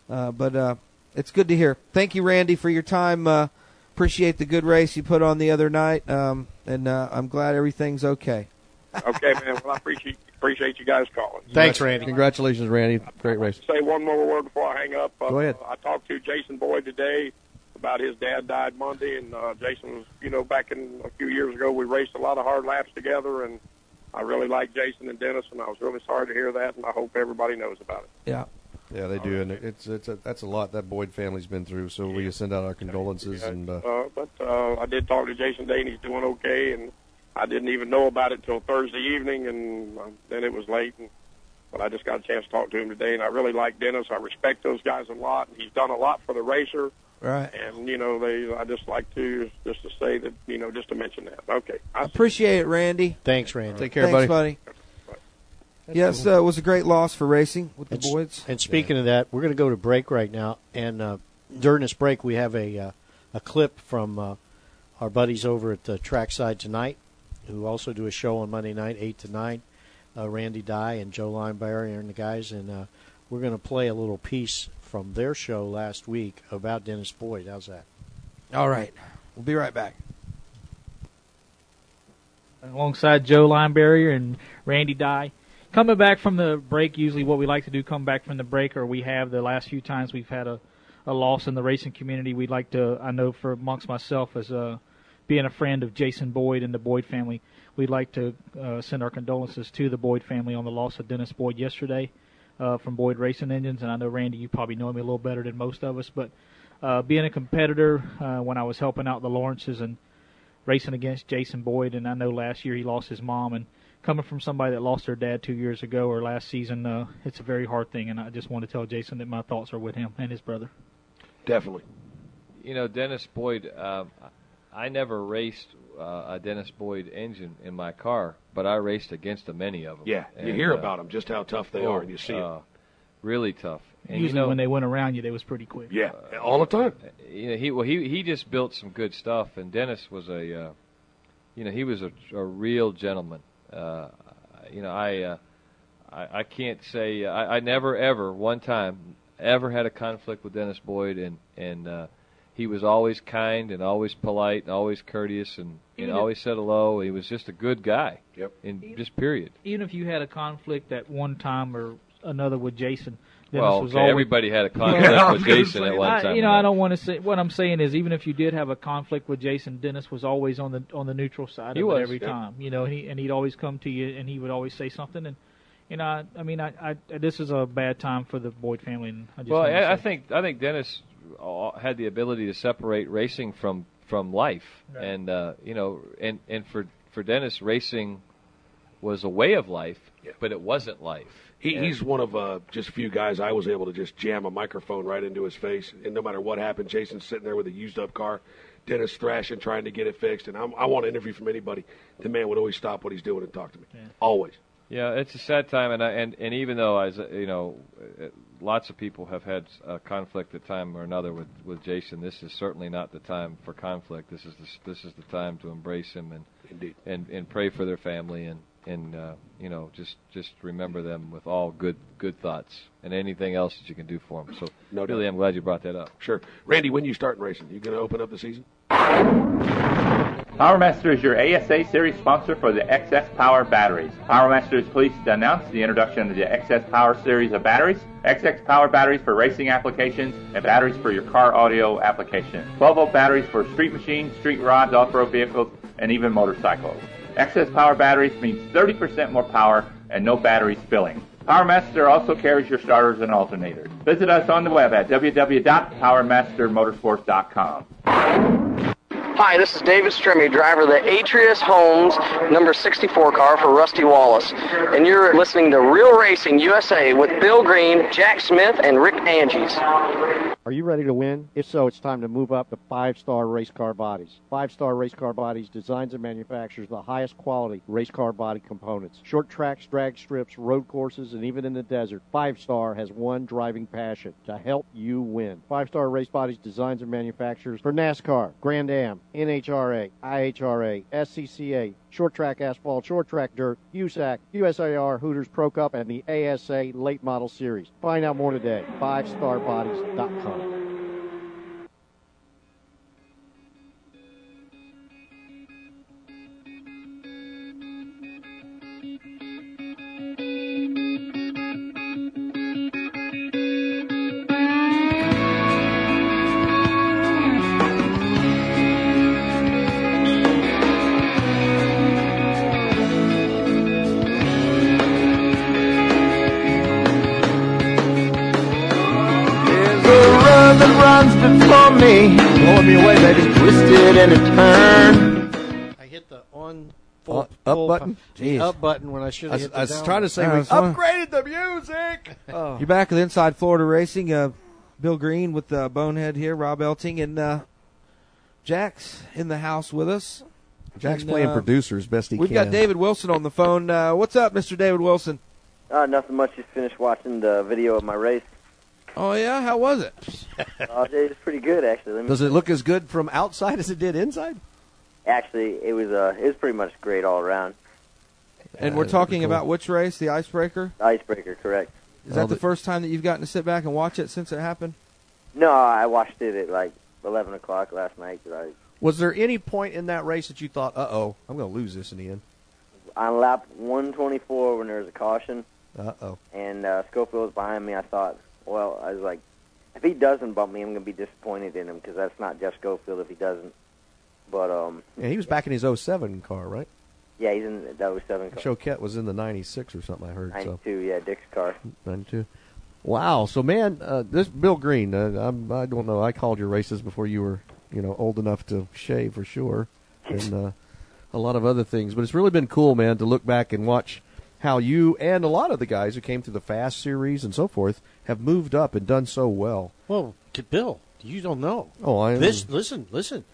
Uh, but uh, it's good to hear. Thank you, Randy, for your time. Uh, appreciate the good race you put on the other night, um, and uh, I'm glad everything's okay. okay, man. Well, I appreciate appreciate you guys calling. Thanks, Randy. Congratulations, Randy. Great race. say one more word before I hang up. Uh, Go ahead. I talked to Jason Boyd today about his dad died Monday, and uh, Jason was, you know, back in a few years ago, we raced a lot of hard laps together, and I really like Jason and Dennis, and I was really sorry to hear that, and I hope everybody knows about it. Yeah. Yeah, they do, and it's it's a, that's a lot that Boyd family's been through. So we send out our condolences and uh, Uh, but uh, I did talk to Jason Day, and he's doing okay, and I didn't even know about it till Thursday evening, and um, then it was late. And, but I just got a chance to talk to him today, and I really like Dennis. I respect those guys a lot, and he's done a lot for the racer. Right. and you know they i just like to just to say that you know just to mention that okay I I, appreciate it, Randy. Thanks, Randy. take care, Thanks, buddy. buddy. yes, uh, it was a great loss for racing with the And s- boys. And speaking of that, we're going to go to break right now. And uh, during this break, we have a uh, a clip from uh, our buddies over at uh, Trackside Tonight, who also do a show on Monday night, eight to nine. Uh, Randy Dye and Joe Lineberry and the guys, and uh, we're going to play a little piece from their show last week about Dennis Boyd. How's that? All right, we'll be right back. alongside Joe Linebarrier and Randy Dye. Coming back from the break, usually what we like to do, come back from the break, or we have the last few times we've had a, a loss in the racing community. We'd like to, I know for amongst myself as uh, being a friend of Jason Boyd and the Boyd family, we'd like to uh, send our condolences to the Boyd family on the loss of Dennis Boyd yesterday uh, from Boyd Racing Engines. And I know Randy, you probably know me a little better than most of us, but uh, being a competitor uh, when I was helping out the Lawrences and racing against Jason Boyd, and I know last year he lost his mom. And coming from somebody that lost their dad two years ago or last season, uh, it's a very hard thing. And I just want to tell Jason that my thoughts are with him and his brother. Definitely. You know, Dennis uh, Boyd. Um, I never raced uh, a Dennis Boyd engine in my car, but I raced against many of them. Yeah, you And, hear uh, about them, just how tough they oh, are, and you see it. uh, Really tough. And Usually you know, when they went around you, they was pretty quick. Yeah, all the time. Uh, you know, he well he he just built some good stuff, and Dennis was a, uh, you know, he was a, a real gentleman. Uh, you know, I, uh, I I can't say I, I never ever one time ever had a conflict with Dennis Boyd, and and uh, he was always kind and always polite and always courteous and, and Even- always said hello. He was just a good guy. Yep. In Even- just period. Even if you had a conflict at one time or another with Jason, Dennis well, was okay, always everybody had a conflict I was with gonna Jason say at one I- time. you know, or I another. don't want to say. What I'm saying is, even if you did have a conflict with Jason, Dennis was always on the on the neutral side He of was, it every yeah. time. You know, and he and he'd always come to you, and he would always say something. And and I, I mean, I, I this is a bad time for the Boyd family. And I just Well, wanna I, I say- think I think Dennis uh, had the ability to separate racing from from life, Right. and uh, you know, and and for for Dennis, racing was a way of life, Yeah. but it wasn't life. He, And- He's one of uh, just few guys I was able to just jam a microphone right into his face, and no matter what happened, Jason's sitting there with a used up car, Dennis thrashing, trying to get it fixed, and I'm, I want an interview from anybody. The man would always stop what he's doing and talk to me, always. Yeah, it's a sad time, and I, and and even though I, was, uh, you know, uh, lots of people have had a conflict at time or another with with Jason. This is certainly not the time for conflict. This is the, s- this is the time to embrace him and Indeed. and and pray for their family and and uh, you know just just remember them with all good good thoughts and anything else that you can do for them. So No doubt. really, I'm glad you brought that up. Sure, Randy, when you starting racing, you going to open up the season? PowerMaster is your ASA series sponsor for the XS Power batteries. PowerMaster is pleased to announce the introduction of the XS Power series of batteries, XS Power batteries for racing applications, and batteries for your car audio application. 12 volt batteries for street machines, street rods, off road vehicles, and even motorcycles. XS Power batteries means 30% more power and no battery spilling. PowerMaster also carries your starters and alternators. Visit us on the web at www.powermastermotorsports.com. Hi, this is David Strimme, driver of the Atreus Holmes number 64 car for Rusty Wallace. And you're listening to Real Racing USA with Bill Green, Jack Smith, and Rick Angies. Are you ready to win? If so, it's time to move up to Five Star Race Car Bodies. Five Star Race Car Bodies designs and manufactures the highest quality race car body components. Short tracks, drag strips, road courses, and even in the desert, Five Star has one driving passion to help you win. Five Star Race Bodies designs and manufactures for NASCAR, Grand Am, NHRA, IHRA, SCCA, Short Track Asphalt, Short Track Dirt, USAC, USAR, Hooters Pro Cup, and the ASA Late Model Series. Find out more today. FiveStarBodies.com. There's a road that runs before me, blowing me away, baby. Twisted and it turned. I hit the on Uh, full, up full button? the Jeez. up button when I should I have was, hit the I was down trying to say Uh, we it's fun. upgraded the music. You're back with Inside Florida Racing. Uh, Bill Green with uh, Bonehead here, Rob Elting, and uh, Jack's in the house with us. Jack's And, playing uh, producer as best he We've can. got David Wilson on the phone. Uh, what's up, Mr. David Wilson? Uh, nothing much. Just finished watching the video of my race. Oh yeah, how was it? Uh, it was pretty good, actually. Let me, Does it look as good from outside as it did inside? actually, it was uh, it was pretty much great all around. And Uh, we're talking cool. about which race, the Icebreaker. Icebreaker, correct? Is Well, that Uh, the the- first time that you've gotten to sit back and watch it since it happened? No, I watched it at like 11 o'clock last night. Like, Was there any point in that race that you thought, uh oh, I'm going to lose this in the end? on lap 124 when there was a caution, Uh oh. and uh, Schofield was behind me. I thought, well, I was like, if he doesn't bump me, I'm going to be disappointed in him because that's not Jeff Schofield if he doesn't. But um, Yeah, he was back in his 07 car, right? yeah, he's in the 07 car, Choquette was in the 96 or something, I heard. So 92, yeah, Dick's car. 92. Wow. So, man, uh, this Bill Green, uh, I'm, I don't know. I called your races before you were, you know, old enough to shave for sure, and uh, a lot of other things. But it's really been cool, man, to look back and watch how you and a lot of the guys who came through the Fast series and so forth have moved up and done so well. Well, to Bill, you don't know. Oh, I This listen, listen.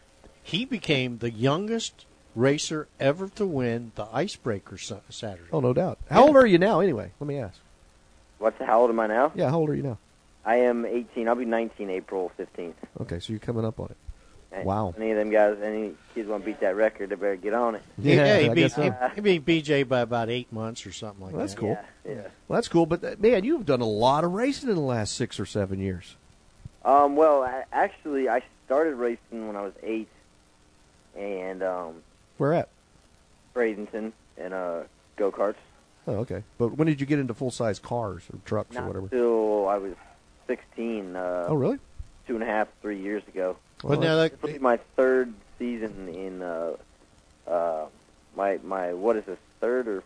He became the youngest racer ever to win the Icebreaker Sa- Saturday. Oh, no doubt. How old are you now, anyway? Let me ask. What's how old am I now? Yeah, how old are you now? I am 18. I'll be 19 April 15th. Okay, so you're coming up on it. And Wow. Any of them guys, any kids want to beat that record, they better get on it. Yeah, he, beat, he beat BJ by about eight months or something like Well, that. that's cool. Yeah, yeah. Well, that's cool. But that, man, you've done a lot of racing in the last six or seven years. Um, well, I, actually, I started racing when I was eight, and um, Where at? Bradenton and uh, go karts. Oh, okay. But when did you get into full size cars or trucks or Not whatever? till I was sixteen. Uh, Oh, really? Two and a half, three years ago. But now this will be my third season in uh, uh, my my what is this third or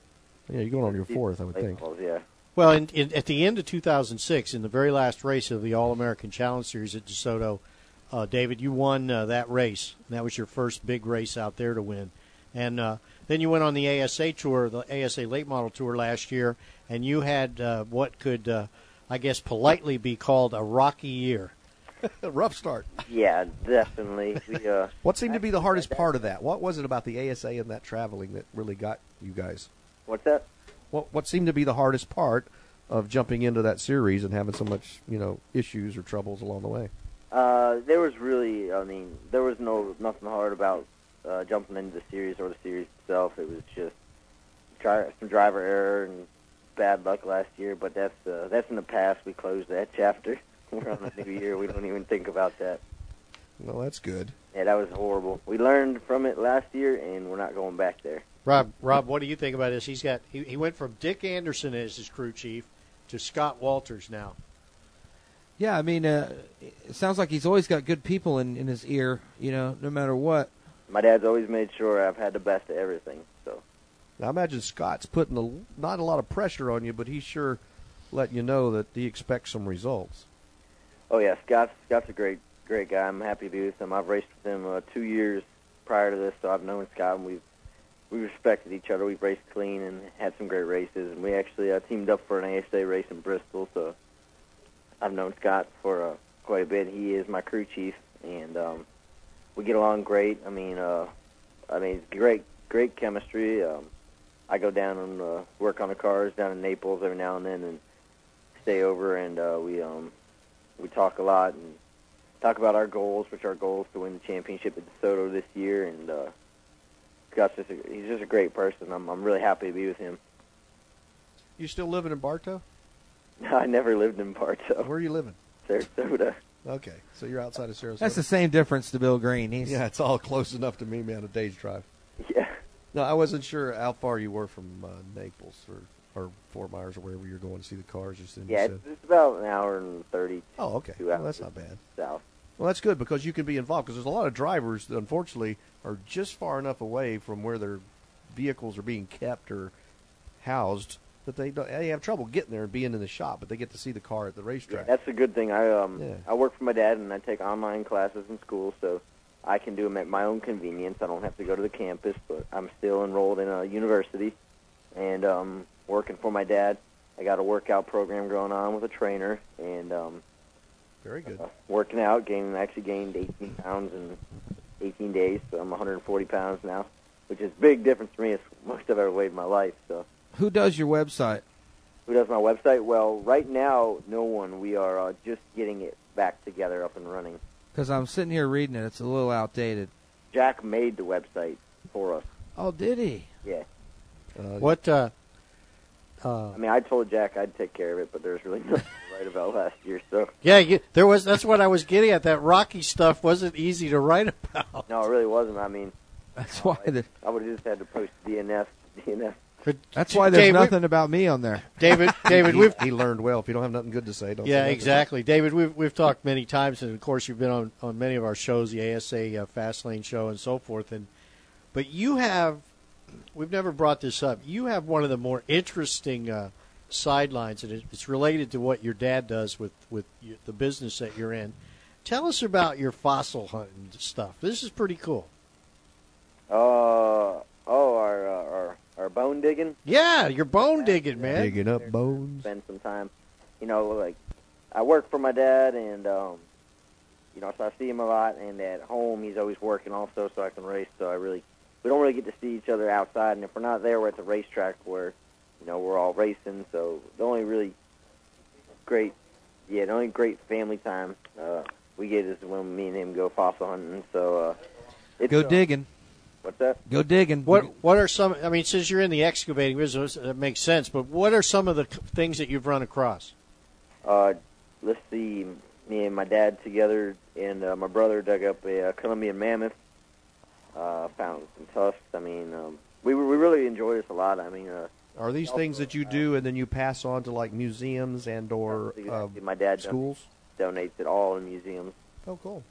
Yeah, you're going on your fourth, I would think. Balls, yeah. Well, in, in, at the end of 2006, in the very last race of the All American Challenge Series at DeSoto, uh, David, you won uh, that race. And that was your first big race out there to win. And uh, then you went on the ASA tour, the ASA Late Model Tour last year, and you had uh, what could, uh, I guess, politely be called a rocky year. Rough start. Yeah, definitely. We, uh, What seemed to be the hardest part of that? What was it about the ASA and that traveling that really got you guys? What's that? What What seemed to be the hardest part of jumping into that series and having so much you know issues or troubles along the way? Uh, there was really, I mean, there was no nothing hard about uh, jumping into the series or the series itself. It was just try, some driver error and bad luck last year, but that's uh, that's in the past. We closed that chapter. We're on a new year. We don't even think about that. Well, that's good. Yeah, that was horrible. We learned from it last year, and we're not going back there. Rob, Rob, what do you think about this? He's got he, he went from Dick Anderson as his crew chief to Scott Walters now. Yeah, I mean, uh, it sounds like he's always got good people in, in his ear, you know, no matter what. My dad's always made sure I've had the best of everything. So Now, I imagine Scott's putting a, not a lot of pressure on you, but he's sure letting you know that he expects some results. Oh yeah, Scott's Scott's a great great guy. I'm happy to be with him. I've raced with him uh, two years prior to this, so I've known Scott and we've we respected each other. We've raced clean and had some great races, and we actually uh, teamed up for an ASA race in Bristol. So I've known Scott for uh, quite a bit. He is my crew chief, and um, we get along great. I mean, uh, I mean, it's great great chemistry. Um, I go down and uh, work on the cars down in Naples every now and then, and stay over, and uh, we um, we talk a lot and talk about our goals, which our goals to win the championship at DeSoto this year. And uh, Gus, just a, he's just a great person. I'm I'm really happy to be with him. You still living in Bartow? I never lived in Bartow. Where are you living? Sarasota. Okay, so you're outside of Sarasota. That's the same difference to Bill Green. He's, yeah, it's all close enough to me, man. A day's drive. Yeah. No, I wasn't sure how far you were from uh, Naples or or Fort Myers or wherever you're going to see the cars. You said. you Yeah, said. it's, it's about an hour and thirty. Oh, okay. Two Well, hours that's not bad. South. Well, that's good because you can be involved. Because there's a lot of drivers that unfortunately are just far enough away from where their vehicles are being kept or housed that they don't, they have trouble getting there and being in the shop, but they get to see the car at the racetrack. That's a good thing. I um Yeah. I work for my dad and I take online classes in school, so I can do them at my own convenience. I don't have to go to the campus, but I'm still enrolled in a university and um working for my dad. I got a workout program going on with a trainer and um Very good. working out, gaining I actually gained 18 pounds in 18 days, so I'm 140 pounds now, which is a big difference for me. It's the most I've ever weighed in my life, so Who does your website? who does my website? Well, right now, no one. We are uh, just getting it back together, up and running. Because I'm sitting here reading it. It's a little outdated. Jack made the website for us. Oh, did he? Yeah. What? Uh, uh, I mean, I told Jack I'd take care of it, but there's really nothing to write about last year, so yeah, you, there was. That's what I was getting at. That Rocky stuff wasn't easy to write about. no, it really wasn't. I mean, That's why. The, I would have just had to post DNF, DNF. that's why there's Dave, we- nothing about me on there. David, David, he, we've he learned well. If you don't have nothing good to say, don't. say yeah, nothing. exactly, David. We've we've talked many times, and of course, you've been on, on many of our shows, the ASA uh, Fastlane show, and so forth. And but you have, we've never brought this up. You have one of the more interesting uh, sidelines, and it, it's related to what your dad does with with you, the business that you're in. Tell us about your fossil hunting stuff. This is pretty cool. Uh, oh, our, uh, our, our bone digging. Yeah, you're bone digging, man. Digging up bones. spend some time. You know, like I work for my dad, and um, you know, so I see him a lot. And at home, he's always working also, so I can race. So I really we don't really get to see each other outside. And if we're not there, we're at the racetrack where, you know, we're all racing. So the only really great, yeah, the only great family time uh, we get is when me and him go fossil hunting. So uh, it's, Go uh, digging. What's that? Go digging. What What are some? I mean, since you're in the excavating business, uh, that makes sense. But what are some of the c- things that you've run across? Uh, let's see, me and my dad together and uh, my brother dug up a uh, Colombian mammoth. Uh, found some tusks. I mean, um, we we really enjoyed this a lot. I mean, uh, Are these things that you do and then you pass on to like museums and or uh, my dad don- schools? donates it all in museums. Oh, cool.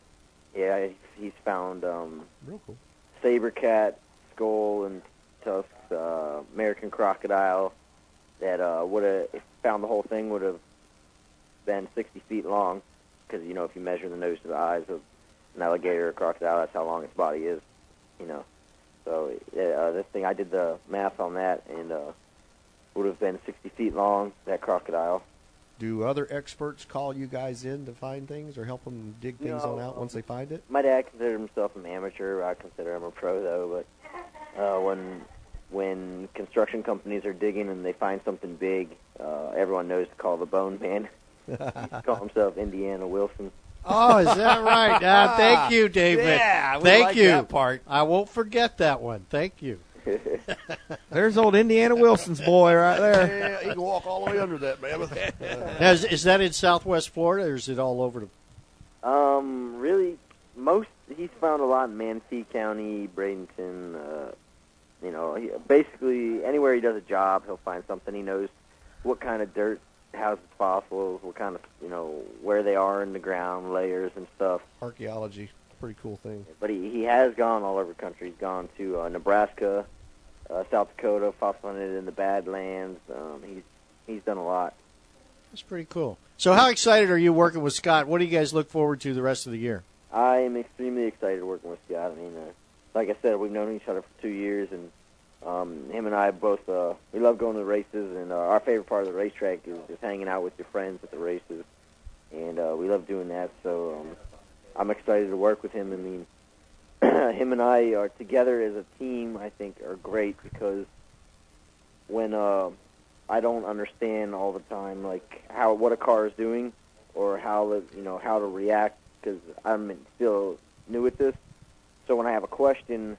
Yeah, he's found um, Real cool. saber cat, skull and tusks, uh, American crocodile. That uh, would have found the whole thing would have been 60 feet long, because you know if you measure the nose to the eyes of an alligator or crocodile, that's how long its body is. You know, so yeah, uh, this thing I did the math on that, and uh, would have been 60 feet long. That crocodile. Do other experts call you guys in to find things or help them dig things No. on out once they find it? My dad considered himself an amateur. I consider him a pro, though. But uh, when when construction companies are digging and they find something big, uh, everyone knows to call the bone man. He's called himself Indiana Wilson. Oh, is that right? Ah, thank you, David. Yeah, we thank like you. that part. I won't forget that one. Thank you. There's old Indiana Wilson's boy right there. Yeah, he can walk all the way under that mammoth. Now, is, is that in Southwest Florida, or is it all over? The, Um, really, most he's found a lot in Manatee County, Bradenton. Uh, you know, he, basically anywhere he does a job, he'll find something. He knows what kind of dirt houses fossils, what kind of you know where they are in the ground, layers and stuff. Archaeology, pretty cool thing. But he, he has gone all over the country. He's gone to uh, Nebraska, uh, South Dakota, fossil hunted in the Badlands. Um, he's he's done a lot. that's pretty cool. So, how excited are you working with Scott? What do you guys look forward to the rest of the year? I am extremely excited working with Scott. I mean, uh, like I said, we've known each other for two years, and um, him and I both uh, we love going to the races, and uh, our favorite part of the racetrack is just hanging out with your friends at the races, and uh, we love doing that. So um, I'm excited to work with him. I mean, him and I are together as a team. I think are great because when uh, I don't understand all the time like how what a car is doing or how the you know how to react because I'm still new at this. So when I have a question,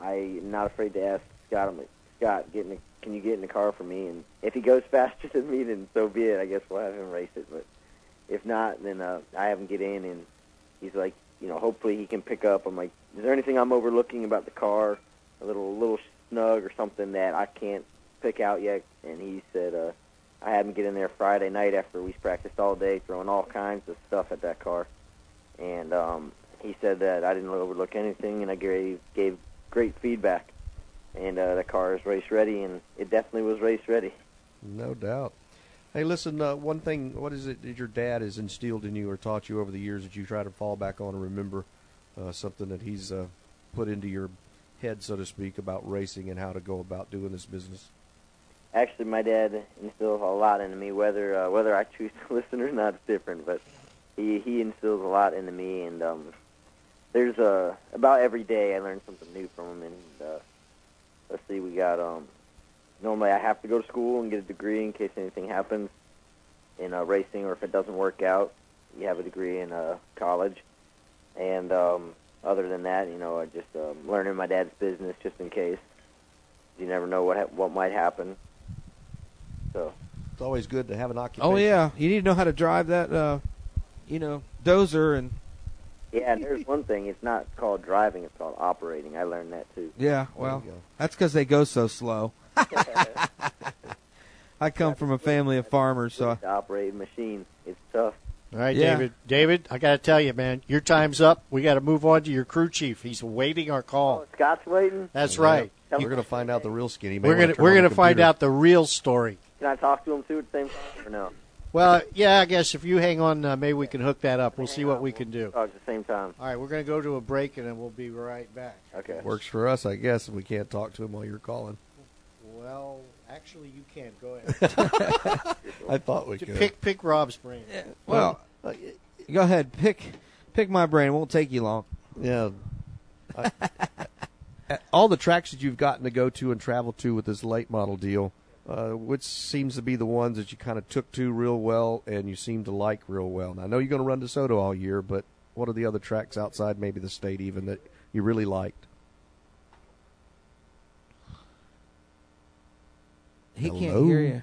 I'm not afraid to ask Scott. I'm like, Scott, get in the, can you get in the car for me? And if he goes faster than me, then so be it. I guess we'll have him race it. But if not, then uh, I have him get in, and he's like, you know, hopefully he can pick up. I'm like, is there anything I'm overlooking about the car? A little a little snug or something that I can't pick out yet? And he said, uh, I had him get in there Friday night after we practiced all day, throwing all kinds of stuff at that car. And um, he said that I didn't overlook anything, and I gave gave great feedback. And uh, the car is race ready, and it definitely was race ready. No doubt. Hey, listen. Uh, one thing, what is it that your dad has instilled in you or taught you over the years that you try to fall back on and remember uh, something that he's uh, put into your head, so to speak, about racing and how to go about doing this business? Actually, my dad instills a lot into me. Whether uh, whether I choose to listen or not is different, but he he instills a lot into me. And um, there's uh, about every day I learn something new from him. And uh, let's see, we got um, normally I have to go to school and get a degree in case anything happens in uh, racing, or if it doesn't work out, you have a degree in uh, college. And um, other than that, you know, I just um, learning my dad's business just in case. You never know what ha- what might happen. So It's always good to have an occupation. Oh yeah, you need to know how to drive that. Uh, you know, dozer and yeah, and there's one thing. It's not called driving. It's called operating. I learned that too. yeah. Well, that's because they go so slow. I come from a family of farmers, so I, To operate a machine, it's tough. All right, Yeah. David. David, I got to tell you, man, your time's up. We got to move on to your crew chief. He's waiting our call. Oh, Scott's waiting. That's right. We're going to find out the real skinny. We're gonna we're gonna find out the real story. Can I talk to him too at the same time or no? Well, yeah, I guess if you hang on, uh, maybe we can hook that up. We'll see what we can do. Talk at the same time. All right, we're going to go to a break and then we'll be right back. Okay. Works for us, I guess. If we can't talk to him while you're calling, Well, actually, you can go ahead. I thought we To could. pick pick Rob's brain. uh, well, go ahead, pick pick my brain. It won't take you long. Yeah. I, at all the tracks that you've gotten to go to and travel to with this late model deal, uh, which seems to be the ones that you kind of took to real well and you seem to like real well. And I know you're going to run DeSoto all year, but what are the other tracks outside maybe the state even that you really liked? He can't Hello? hear you.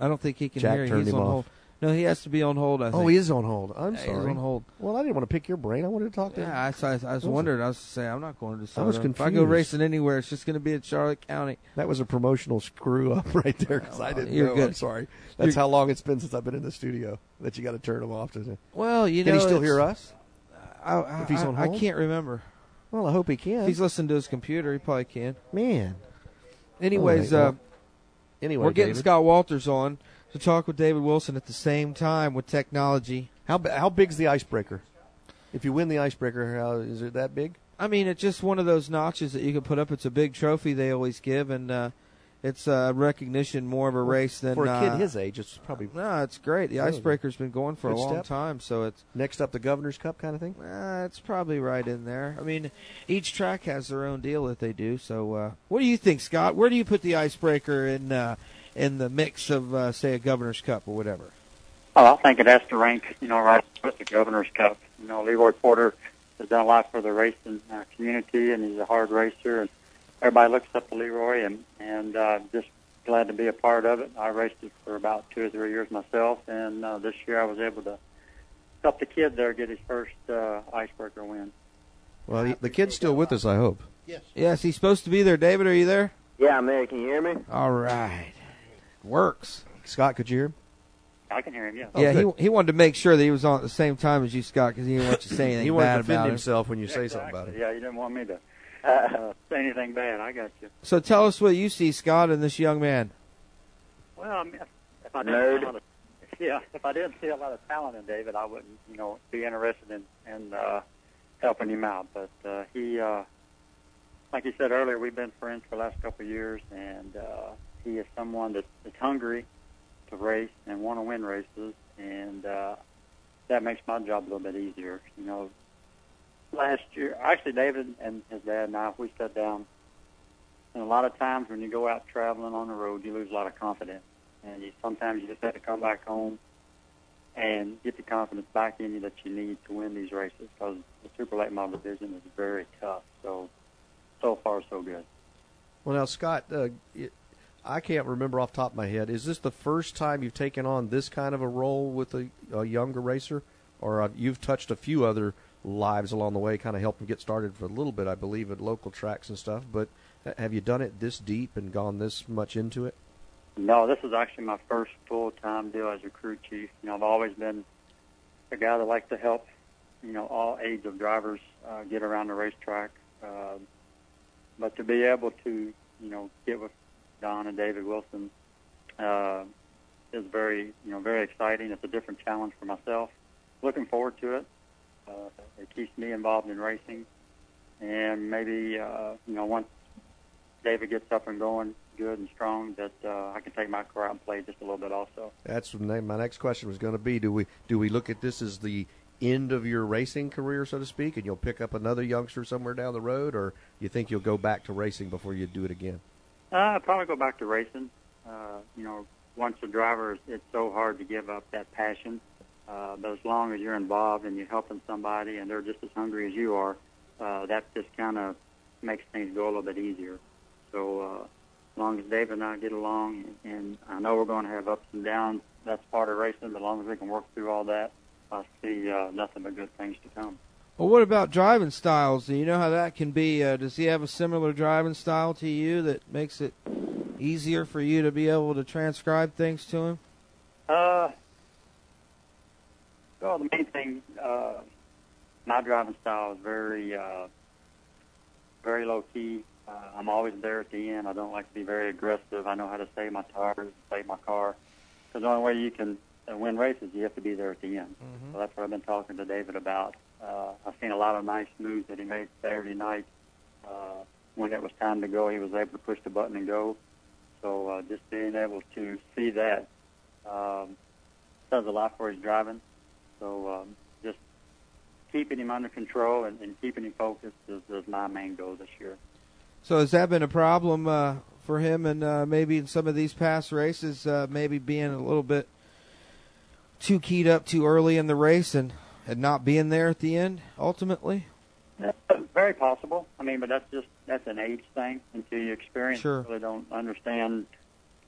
I don't think he can Jack hear you. turned He's him on off. hold. No, he has to be on hold. I Oh, think. he is on hold. I'm Yeah, sorry. He's on hold. Well, I didn't want to pick your brain. I wanted to talk to him. Yeah, I, I, I was What wondering. I was saying, I'm not going to. DeSoto. was If I go confused. racing anywhere, it's just going to be at Charlotte County. Oh, That was a promotional screw up right there because I didn't You're know. good. I'm sorry. That's You're- how long it's been since I've been in the studio that you got to turn him off. To Well, you can know, he still it's- hear us? I, I, If he's on I- I hold? can't remember. Well, I hope he can. If he's listening to his computer, he probably can. Man. Anyways, All right, uh, well, anyway, we're getting David. Scott Walters on to talk with David Wilson at the same time with technology. How b- how big's the icebreaker? If you win the icebreaker, how is it that big? I mean, it's just one of those notches that you can put up. It's a big trophy they always give, and uh, it's uh, recognition more of a race than for a kid uh, his age. It's probably No, it's great. The Really? icebreaker's been going for Good a long step. time, so it's next up the Governor's Cup kind of thing. uh, it's probably right in there. I mean, each track has their own deal that they do. So, uh, what do you think, Scott? Where do you put the icebreaker in uh, in the mix of uh, say a Governor's Cup or whatever? Oh, I think it has to rank, you know, right with the Governor's Cup. You know, Leroy Porter has done a lot for the racing uh, community, and he's a hard racer, and everybody looks up to Leroy, and and uh, just glad to be a part of it. I raced it for about two or three years myself, and uh, this year I was able to help the kid there get his first uh, icebreaker win. Well, the, the kid's still with us, I hope. Yes. Yes, he's supposed to be there. David, are you there? Yeah, I'm there. Can you hear me? All right. Works. Scott, could you hear him? Oh, I can hear him. Yeah. yeah, he he wanted to make sure that he was on at the same time as you, Scott, because he didn't want you to say anything He wanted to bad defend about him. himself when you say something about Yeah, you didn't want me to uh, say anything bad. I got you. So tell us what you see, Scott, in this young man. Well, I mean, if- if I didn't see a lot of, yeah, if I didn't see a lot of talent in David, I wouldn't, you know, be interested in in uh, helping him out. But uh, he, uh, like you said earlier, we've been friends for the last couple of years, and uh, he is someone that is hungry to race and want to win races, and uh, that makes my job a little bit easier. You know, last year, actually, David and his dad and I, we sat down. And a lot of times when you go out traveling on the road, you lose a lot of confidence and you sometimes you just have to come back home and get the confidence back in you that you need to win these races because the super late model division is very tough. So so far so good. Well, now Scott, uh, it, I can't remember off the top of my head. Is this the first time you've taken on this kind of a role with a, a younger racer, or uh, you've touched a few other lives along the way, kind of helped them get started for a little bit, I believe, at local tracks and stuff. But ha- have you done it this deep and gone this much into it? No, this is actually my first full time deal as a crew chief. You know, I've always been a guy that likes to help, you know, all age of drivers uh, get around the racetrack. Uh, but to be able to, you know, get with Don and David Wilson uh, is very, you know, very exciting. It's a different challenge for myself. Looking forward to it. Uh, it keeps me involved in racing, and maybe, uh, you know, once David gets up and going good and strong, that uh, I can take my car out and play just a little bit also. That's what my my next question was going to be. Do we do we look at this as the end of your racing career, so to speak, and you'll pick up another youngster somewhere down the road, or you think you'll go back to racing before you do it again? Uh, I'd probably go back to racing. Uh, you know, once a driver, it's- it's so hard to give up that passion. Uh, but as long as you're involved and you're helping somebody and they're just as hungry as you are, uh, that just kind of makes things go a little bit easier. So uh, as long as David and I get along, and I know we're going to have ups and downs, that's part of racing. But as long as we can work through all that, I see uh, nothing but good things to come. Well, what about driving styles? Do you know how that can be? Uh, does he have a similar driving style to you that makes it easier for you to be able to transcribe things to him? Uh, well, the main thing, uh, my driving style is very, uh, very low key. Uh, I'm always there at the end. I don't like to be very aggressive. I know how to save my tires, save my car. Because the only way you can uh, win races, you have to be there at the end. So that's what I've been talking to David about. Uh, I've seen a lot of nice moves that he made Saturday night. Uh, when it was time to go, he was able to push the button and go. So uh, just being able to see that um, does a lot for his driving. So um, just keeping him under control and, and keeping him focused is, is my main goal this year. So has that been a problem uh, for him, and uh, maybe in some of these past races, uh, maybe being a little bit too keyed up too early in the race and, and not being there at the end ultimately? That's very possible. I mean, but that's just that's an age thing. Until you experience, Sure. you really don't understand,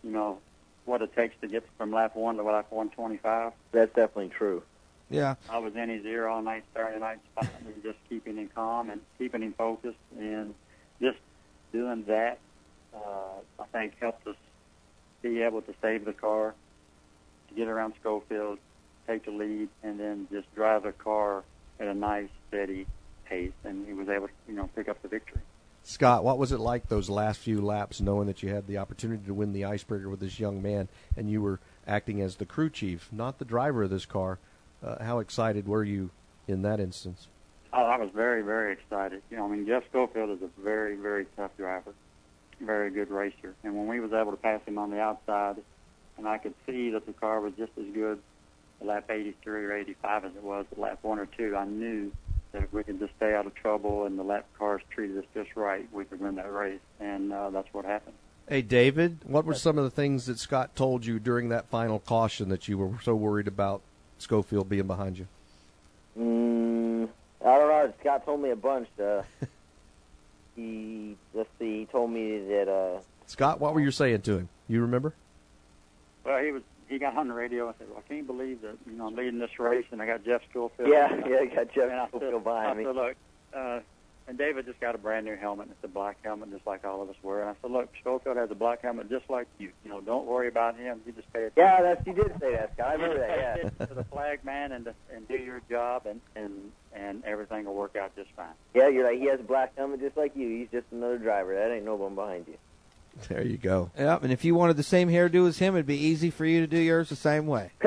you know, what it takes to get from lap one to lap one twenty-five. That's definitely true. Yeah. I was in his ear all night Saturday night, spotting him, just keeping him calm and keeping him focused, and just doing that. Uh, I think helped us be able to save the car, to get around Schofield, take the lead, and then just drive the car at a nice steady pace, and he was able to, you know, pick up the victory. Scott, what was it like those last few laps, knowing that you had the opportunity to win the icebreaker with this young man, and you were acting as the crew chief, not the driver of this car? Uh, how excited were you in that instance? Oh, I, I was very, very excited. You know, I mean, Jeff Schofield is a very, very tough driver, very good racer. And when we was able to pass him on the outside, and I could see that the car was just as good at lap 83 or 85 as it was at lap one or two, I knew that if we could just stay out of trouble and the lap cars treated us just right, we could win that race. And uh, that's what happened. Hey, David, what were some of the things that Scott told you during that final caution that you were so worried about Schofield being behind you? Mm, I don't know. Scott told me a bunch. Uh, he let's see. He told me that uh, Scott, what were you saying to him? You remember? Well, he was he got on the radio and said, well, "I can't believe that you know I'm leading this race, and I got Jeff Schofield." Yeah, yeah, I got Jeff and I Schofield said, behind I me. said, "Look," uh, and David just got a brand new helmet. It's a black helmet, just like all of us wear. And I said, "Look, Schofield has a black helmet just like you. You know, don't worry about him. You just pay attention." yeah, that's he did say that. Scott, I remember that. Pay Yeah. attention to the flag man and and do your job and and and everything will work out just fine. Yeah, you're like he has a black helmet just like you. He's just another driver. That ain't no one behind you. There you go. Yep, and if you wanted the same hairdo as him, it'd be easy for you to do yours the same way.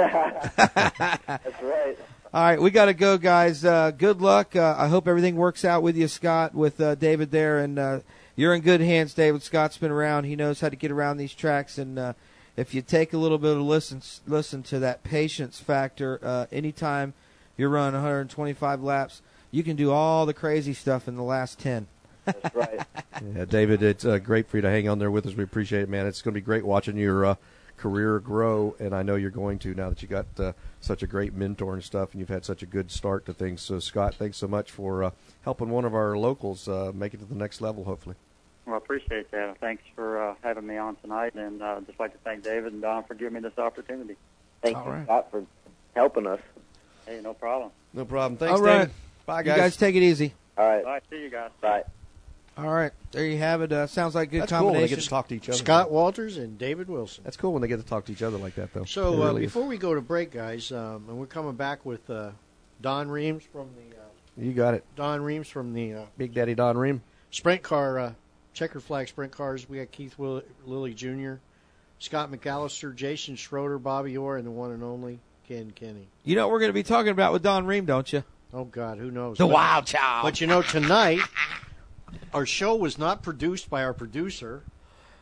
That's right. All right, we got to go, guys. Uh, good luck. Uh, I hope everything works out with you, Scott, with uh, David there, and uh, you're in good hands, David. Scott's been around; he knows how to get around these tracks, and uh, if you take a little bit of listen, listen to that patience factor. Uh, anytime you run 125 laps, you can do all the crazy stuff in the last 10. That's right. Yeah, David, it's uh, great for you to hang on there with us. We appreciate it, man. It's going to be great watching your uh, career grow, and I know you're going to now that you got uh, such a great mentor and stuff, and you've had such a good start to things. So, Scott, thanks so much for uh, helping one of our locals uh, make it to the next level, hopefully. Well, I appreciate that. Thanks for uh, having me on tonight, and uh, just like to thank David and Don for giving me this opportunity. Thank you, Scott, for helping us. Hey, no problem. No problem. Thanks, All right. David. Bye, You guys. guys take it easy. All right. All right. See you guys. Bye. All right, there you have it. Uh, sounds like a good That's cool combination. when they get to talk to each other. Scott Walters and David Wilson. That's cool when they get to talk to each other like that, though. So It uh, really is. before we go to break, guys, um, and we're coming back with uh, Don Reams from the uh, you got it, Don Reams from the uh, Big Daddy Don Ream. Sprint Car uh, Checkered Flag Sprint Cars. We got Keith Will- Lilly Jr., Scott McAllister, Jason Schroeder, Bobby Orr, and the one and only Ken Kenny. You know what we're going to be talking about with Don Ream, don't you? Oh God, who knows? The But- Wild Child. But you know, tonight our show was not produced by our producer.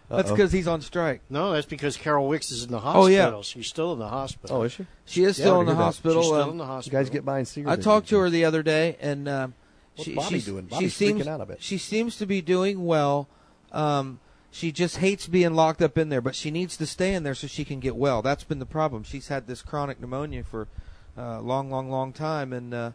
That's Uh-oh. because he's on strike. No, that's because Carol Wicks is in the hospital. Oh, yeah. she's still in the hospital. Oh, is she? She is Yeah, still I in the heard that. hospital. She's still um, in the hospital. guys get by and see her I then. talked to her the other day, and um, What's she, Bobby she's- doing? she Bobby's seems freaking out a bit. she seems to be doing well. Um, she just hates being locked up in there, but she needs to stay in there so she can get well. That's been the problem. She's had this chronic pneumonia for uh, a long, long, long time, and uh,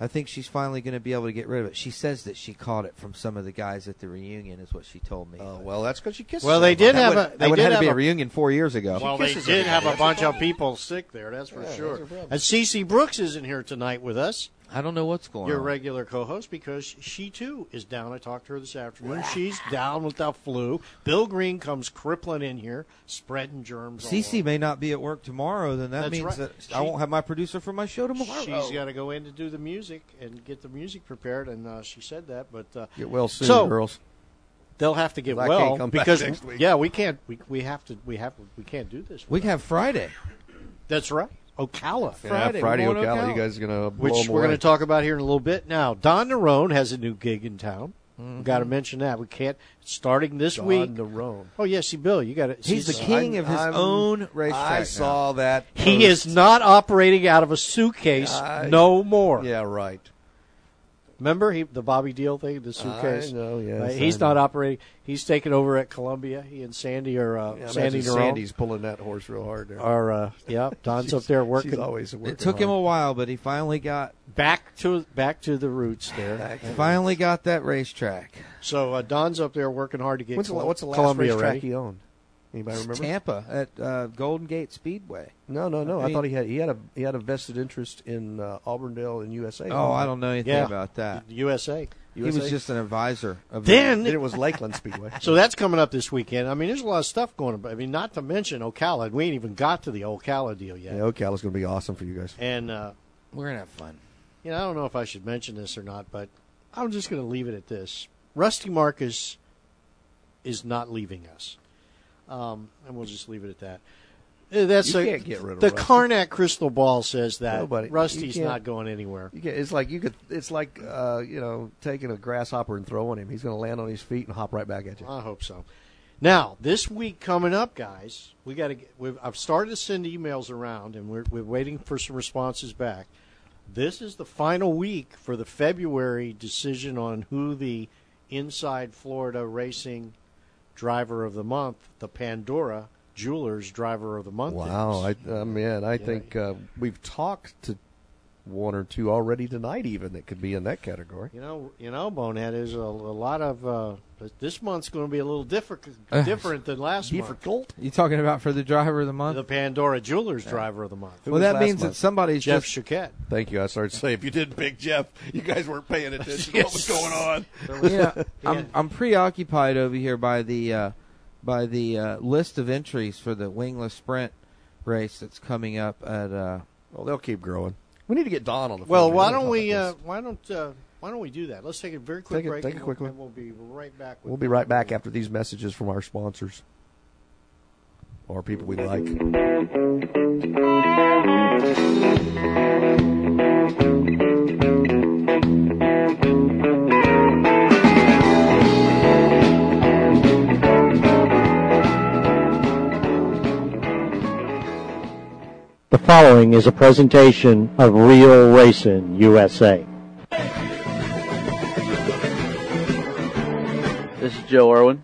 I think she's finally going to be able to get rid of it. She says that she caught it from some of the guys at the reunion, is what she told me. Oh well, that's because she kissed. Well, they did have a- they that would did have had to have be a, a- reunion four years ago. Well, they Kisses did her. have a That's bunch the of people sick there. That's for Yeah, that's sure. the problem. and Cece Brooks isn't here tonight with us. I don't know what's going your on. regular co-host because she too is down. I talked to her this afternoon. She's down with the flu. Bill Green comes crippling in here, spreading germs. all Cece may not be at work tomorrow, then that That's means right. that She- I won't have my producer for my show tomorrow. She's got to go in to do the music and get the music prepared, and uh, she said that. But uh, Get well soon, so girls. They'll have to get I can't well come back because next week. yeah, we can't. We, we have to. We have. We can't do this. We can have Friday. That's right. Ocala. Yeah, Friday, Friday, we're going to Ocala. Ocala. You guys are gonna blow which 'em we're away. to talk about here in a little bit. Now, Don Narone has a new gig in town. Mhm. We've got to mention that. We can't starting this Don week. Narone. Oh yes, see, Bill, you got it. He's the king of his I'm- own Oh. racetrack. I now. saw that. He is post. not operating out of a suitcase I- no more. Yeah, right. Remember he, the Bobby Deal thing, the suitcase. know, yes, Right? I He's know. not operating. He's taking over at Columbia. He and Sandy are uh, Yeah, I Sandy imagine Nerone Sandy's pulling that horse real hard there. Are uh, yeah, Don's up there working. She's always working. It took him a while, but he finally got back to back to the roots there. Finally got that racetrack. So uh, Don's up there working hard to get. What's the- Col- what's the last Columbia racetrack ready. he owned? Anybody remember? Tampa at uh, Golden Gate Speedway. No, no, no. I, mean- thought he had he had a he had a vested interest in uh, Auburndale and USA. Oh, I don't know anything Yeah. about that. USA. He was just an advisor. Of Then- the, Then it was Lakeland Speedway. So that's coming up this weekend. I mean, there's a lot of stuff going. on. I mean, not to mention Ocala. We ain't even got to the Ocala deal yet. Yeah, Ocala's going to be awesome for you guys. And uh, we're gonna have fun. You know, I don't know if I should mention this or not, but I'm just going to leave it at this. Rusty Marcus is not leaving us, um, and we'll just leave it at that. Uh, That's You a- can't get rid of the Rusty. Karnak crystal ball says that Nobody- you Rusty's can't- not going anywhere. You get, it's like you could. It's like uh, you know taking a grasshopper and throwing him. He's going to land on his feet and hop right back at you. I hope so. Now, this week coming up, guys, we got to. We've, I've started to send emails around, and we're, we're waiting for some responses back. This is the final week for the February decision on who the Inside Florida Racing Driver of the Month, the Pandora Jewelers Driver of the Month. Wow, is. I, I uh, man, I think uh, we've talked to one or two already tonight, even that could be in that category. You know, you know, Bonehead is a, a lot of. Uh, this month's going to be a little different, Uh, different than last month. You talking about for the driver of the month? The Pandora Jewelers Driver of the Month. Well, that means that somebody's Jeff just Chiquette. Thank you. I started to say if you didn't pick Jeff, you guys weren't paying attention to what was going on. yeah, I'm, I'm preoccupied over here by the uh, by the uh, list of entries for the wingless sprint race that's coming up at. Uh, well, they'll keep growing. We need to get Don on the Well, phone. why We gotta don't talk we? about Uh, why don't uh, Why don't we do that? Let's take a very quick Take a- break. take and a quick we'll, and one. we'll be right back. With We'll be right back after these messages from our sponsors or people we like. The following is a presentation of Real Racing USA. This is Joe Irwin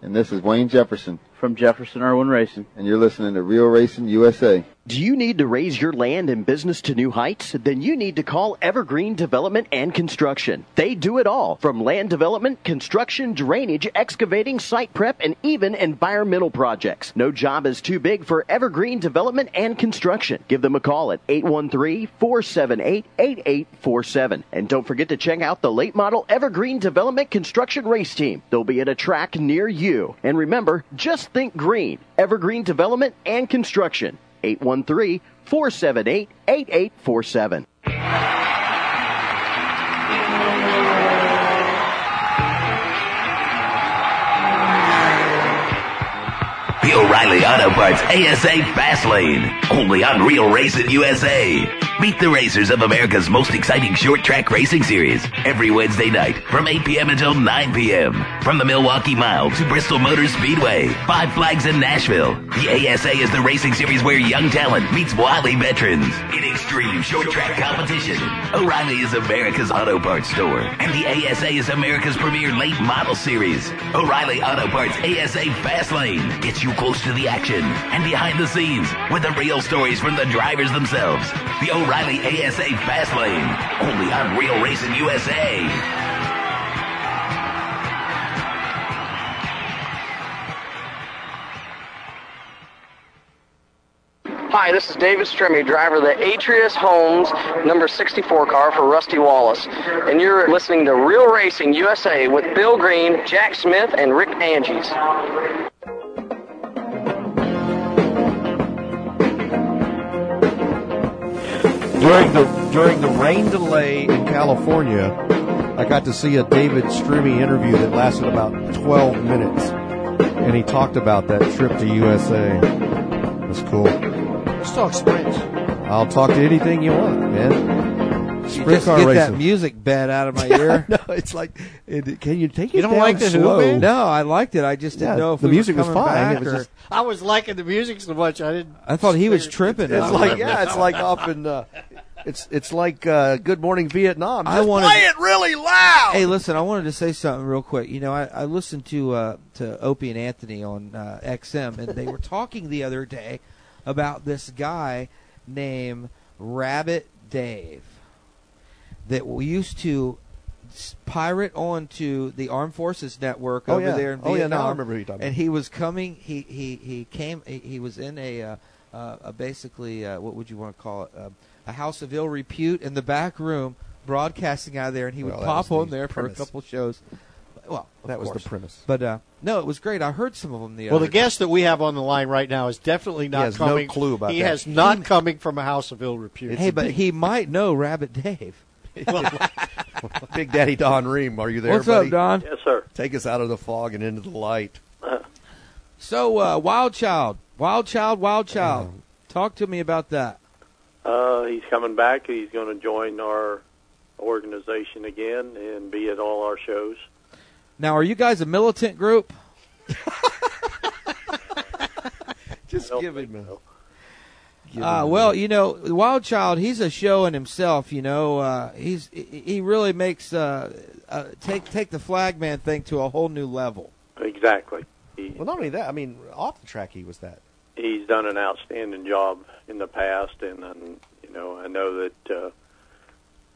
And this is Wayne Jefferson. from Jefferson Irwin Racing. And you're listening to Real Racing USA. Do you need to raise your land and business to new heights? Then you need to call Evergreen Development and Construction. They do it all from land development, construction, drainage, excavating, site prep, and even environmental projects. No job is too big for Evergreen Development and Construction. Give them a call at 813 478 8847. And don't forget to check out the late model Evergreen Development Construction Race Team. They'll be at a track near you. And remember, just think green. Evergreen Development and Construction. 813 478 8847. The O'Reilly Auto Parts ASA Fastlane. Only on Real Racing USA. Meet the racers of America's most exciting short track racing series every Wednesday night from 8 p.m. until 9 p.m. From the Milwaukee Mile to Bristol Motor Speedway, Five Flags in Nashville, the ASA is the racing series where young talent meets wily veterans in extreme short track competition. O'Reilly is America's auto parts store, and the ASA is America's premier late model series. O'Reilly Auto Parts ASA Fastlane gets you close to the action and behind the scenes with the real stories from the drivers themselves. The O'Reilly ASA Fastlane, only on Real Racing USA. Hi, this is David Strimme, driver of the Atreus Holmes number 64 car for Rusty Wallace. And you're listening to Real Racing USA with Bill Green, Jack Smith, and Rick Angies. During the during the rain delay in California, I got to see a David Strumi interview that lasted about 12 minutes, and he talked about that trip to USA. It was cool. Let's talk sprints. I'll talk to anything you want, man. you just get that music bed out of my ear. no, it's like, it, can you take it You don't down like the Who slow? band? No, I liked it. I just didn't know if the we were music was coming fine. back it was or- just I was liking the music so much I didn't. I thought he was tripping. It's like yeah, it's like up in uh, It's it's like uh, Good Morning Vietnam. I Just wanted- play it really loud. Hey, listen, I wanted to say something real quick. You know, I, I listened to uh, to Opie and Anthony on uh, XM, and they were talking the other day about this guy named Rabbit Dave that we used to s- pirate onto the Armed Forces Network Oh, over yeah. there in Oh, Vietnam. yeah, now I remember who you're talking about. And he was coming. He he he came. He, he was in a. Uh, uh, a basically, uh, what would you want to call it? Um a house of ill repute in the back room, broadcasting out of there, and he Well, would that pop was on the there premise. for a couple shows. Well, of That was the course. premise. But uh, no, it was great. I heard some of them the Well, other the guest that we have on the line right now is definitely not has no coming. clue about he that. has not coming from a house of ill repute. Hey, but he might know Rabbit Dave. Big Daddy Don Ream, are you there? What's up, buddy? Don? Yes, sir. Uh, Take us out of the fog and into the light. So, uh, Wild Child, Wild Child, Wild Child. Uh-huh. Talk to me about that. Uh, he's coming back. He's going to join our organization again and be at all our shows. Now, are you guys a militant group? Just give him a. Uh, well, you know, Wild Child, he's a show in himself. You know, uh, he's he he really makes uh, uh, take take the flagman thing to a whole new level. Exactly. Well, not only that, I mean, off the track he was that. He's done an outstanding job in the past, and, and you know, I know that uh,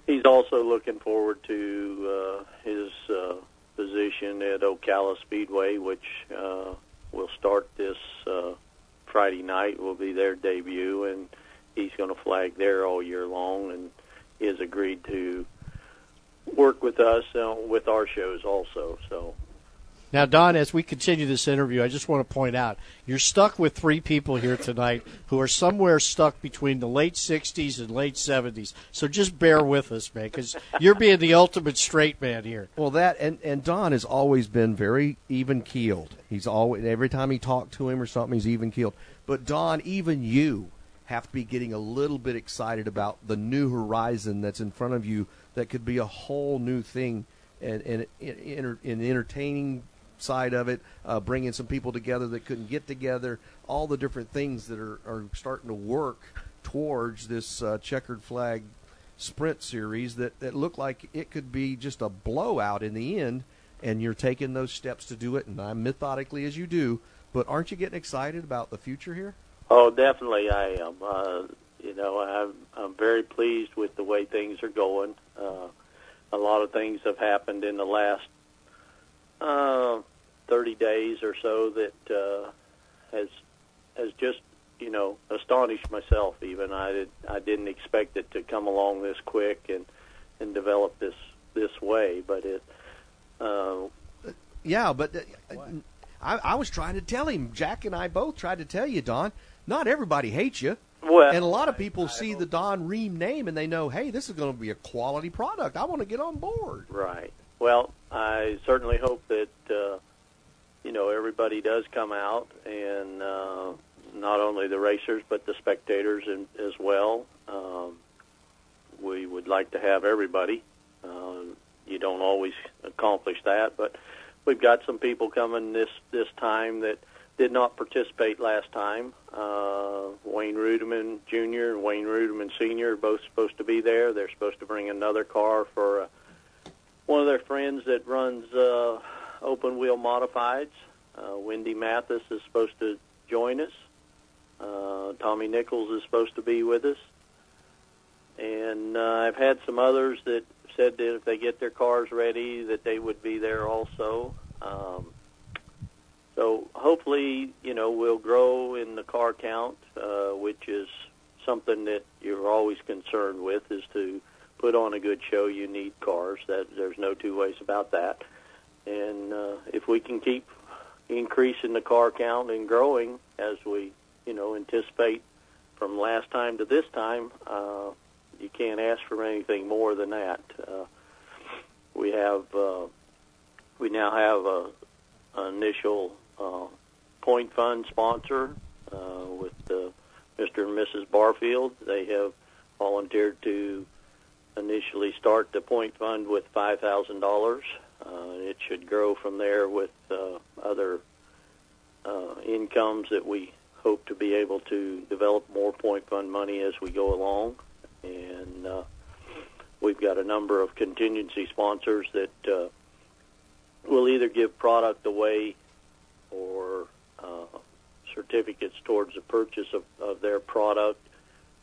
he's also looking forward to uh, his uh, position at Ocala Speedway, which uh, will start this uh, Friday night. Will be their debut, and he's going to flag there all year long, and he has agreed to work with us uh, with our shows also. So. Now, Don, as we continue this interview, I just want to point out you're stuck with three people here tonight who are somewhere stuck between the late 60s and late 70s. So just bear with us, man, because you're being the ultimate straight man here. Well, that and and Don has always been very even keeled. He's always every time he talked to him or something, he's even keeled. But Don, even you have to be getting a little bit excited about the new horizon that's in front of you. That could be a whole new thing, and and in, in, in the entertaining side of it, uh, bringing some people together that couldn't get together. All the different things that are are starting to work towards this uh, checkered flag sprint series that, that looked like it could be just a blowout in the end, and you're taking those steps to do it, and I'm methodically as you do. But aren't you getting excited about the future here? Oh, definitely I am. Uh, you know, I'm, I'm very pleased with the way things are going. Uh, a lot of things have happened in the last uh, 30 days or so that uh, has has just you know astonished myself. Even I did, I didn't expect it to come along this quick and and develop this this way, but it. Uh, Yeah, but uh, I, I was trying to tell him. Jack and I both tried to tell you, Don. Not everybody hates you. Well, and a lot of people see the Don Ream name and they know, hey, this is going to be a quality product. I want to get on board. Right. Well, I certainly hope that uh, you know everybody does come out, and uh, not only the racers but the spectators in, as well. Um, we would like to have everybody. Um, you don't always accomplish that, but we've got some people coming this this time that did not participate last time. Uh, Wayne Rudiman Jr. and Wayne Rudiman Sr. are both supposed to be there. They're supposed to bring another car for. Uh, one of their friends that runs uh, open wheel modifieds. Uh, Wendy Mathis is supposed to join us. Uh, Tommy Nichols is supposed to be with us. And uh, I've had some others that said that if they get their cars ready, that they would be there also. Um, so hopefully, you know, we'll grow in the car count, uh, which is something that you're always concerned with, is to put on a good show, you need cars. That there's no two ways about that. And uh, if we can keep increasing the car count and growing as we, you know, anticipate from last time to this time, uh, you can't ask for anything more than that. Uh, we have uh, we now have a, an initial uh, point fund sponsor uh, with uh, Mr. and Mrs. Barfield. They have volunteered to initially start the point fund with five thousand dollars. Uh, it should grow from there with uh, other uh, incomes that we hope to be able to develop more point fund money as we go along. and uh, we've got a number of contingency sponsors that uh, will either give product away or uh, certificates towards the purchase of, of their product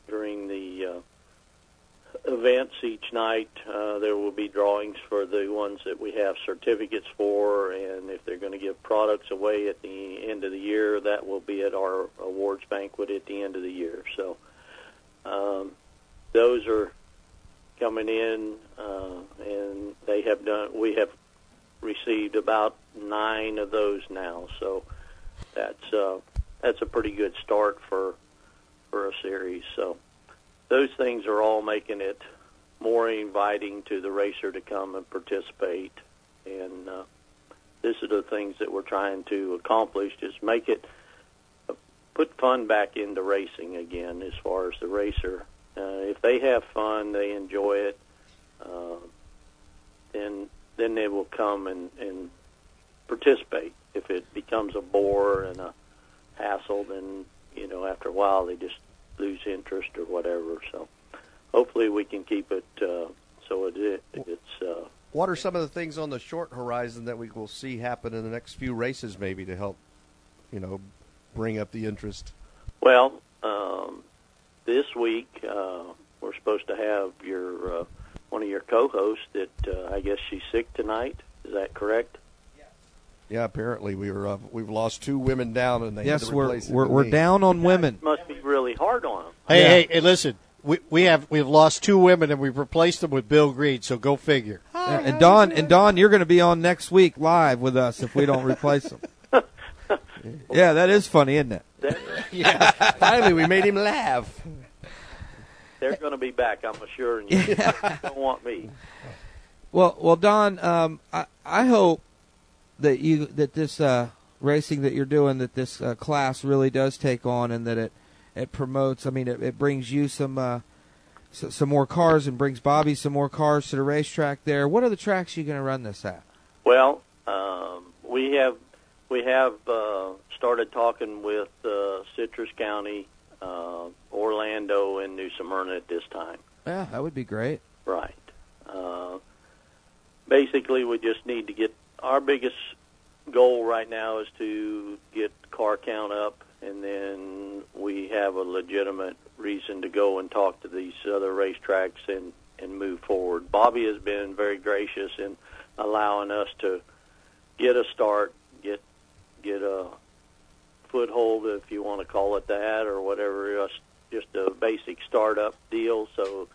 during the uh, events each night. Uh, there will be drawings for the ones that we have certificates for, and if they're going to give products away at the end of the year, that will be at our awards banquet at the end of the year. So um, those are coming in, uh, and they have done. We have received about nine of those now, so that's uh, that's a pretty good start for for a series. So those things are all making it more inviting to the racer to come and participate. And uh, this is the things that we're trying to accomplish: is make it uh, put fun back into racing again, as far as the racer. Uh, if they have fun, they enjoy it. Uh, then then they will come and, and participate. If it becomes a bore and a hassle, then you know after a while they just lose interest or whatever. So hopefully we can keep it uh, so it, it it's uh, What are some of the things on the short horizon that we will see happen in the next few races, maybe to help, you know, bring up the interest? well. Um, this week uh, we're supposed to have your uh, one of your co-hosts that uh, I guess she's sick tonight. Is that correct? Yeah, apparently we were uh, we've lost two women down, and they had Yes, to we're replace it we're, with we're me. down on women. Must be really hard on them. Hey, hey, hey, listen. We, we have we have lost two women and we've replaced them with Bill Green, so go figure. Uh, and Don and Don, you're going to be on next week live with us if we don't replace him. yeah, that is funny, isn't it? yeah, finally we made him laugh. They're going to be back, I'm assuring you. They don't want me. Well, well, Don, um, I I hope that you that this uh, racing that you're doing that this uh, class really does take on and that it it promotes. I mean, it, it brings you some uh, s- some more cars and brings Bobby some more cars to the racetrack. There, what are the tracks you going to run this at? Well, um, we have we have uh, started talking with uh, Citrus County, uh, Orlando, and New Smyrna at this time. Yeah, that would be great. Right. Uh, basically, we just need to get our biggest goal right now is to get car count up, and then we have a legitimate reason to go and talk to these other racetracks and and move forward. Bobby has been very gracious in allowing us to get a start, get get a foothold, if you want to call it that, or whatever else. Just a basic startup deal. So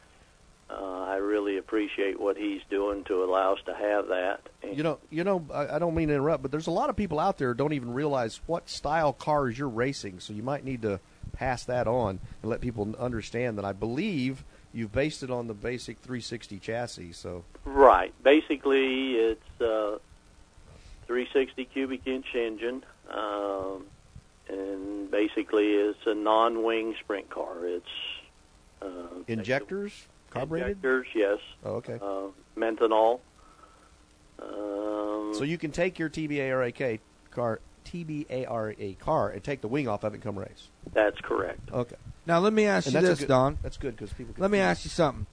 uh, I really appreciate what he's doing to allow us to have that. You know, you know, I, I don't mean to interrupt, but there's a lot of people out there who don't even realize what style cars you're racing. So you might need to pass that on and let people understand that. I believe you've based it on the basic 360 chassis. So Right. Basically, it's uh, 360 cubic inch engine, um, and basically it's a non-wing sprint car. It's uh, injectors, carbureted. injectors, yes, Oh, okay. uh, menthanol. Um, So you can take your TBARAK car, TBARA car, and take the wing off of it and come race. That's correct. Okay. Now let me ask And you that's a this, good- Don. That's good because people. Can Let me ask you something.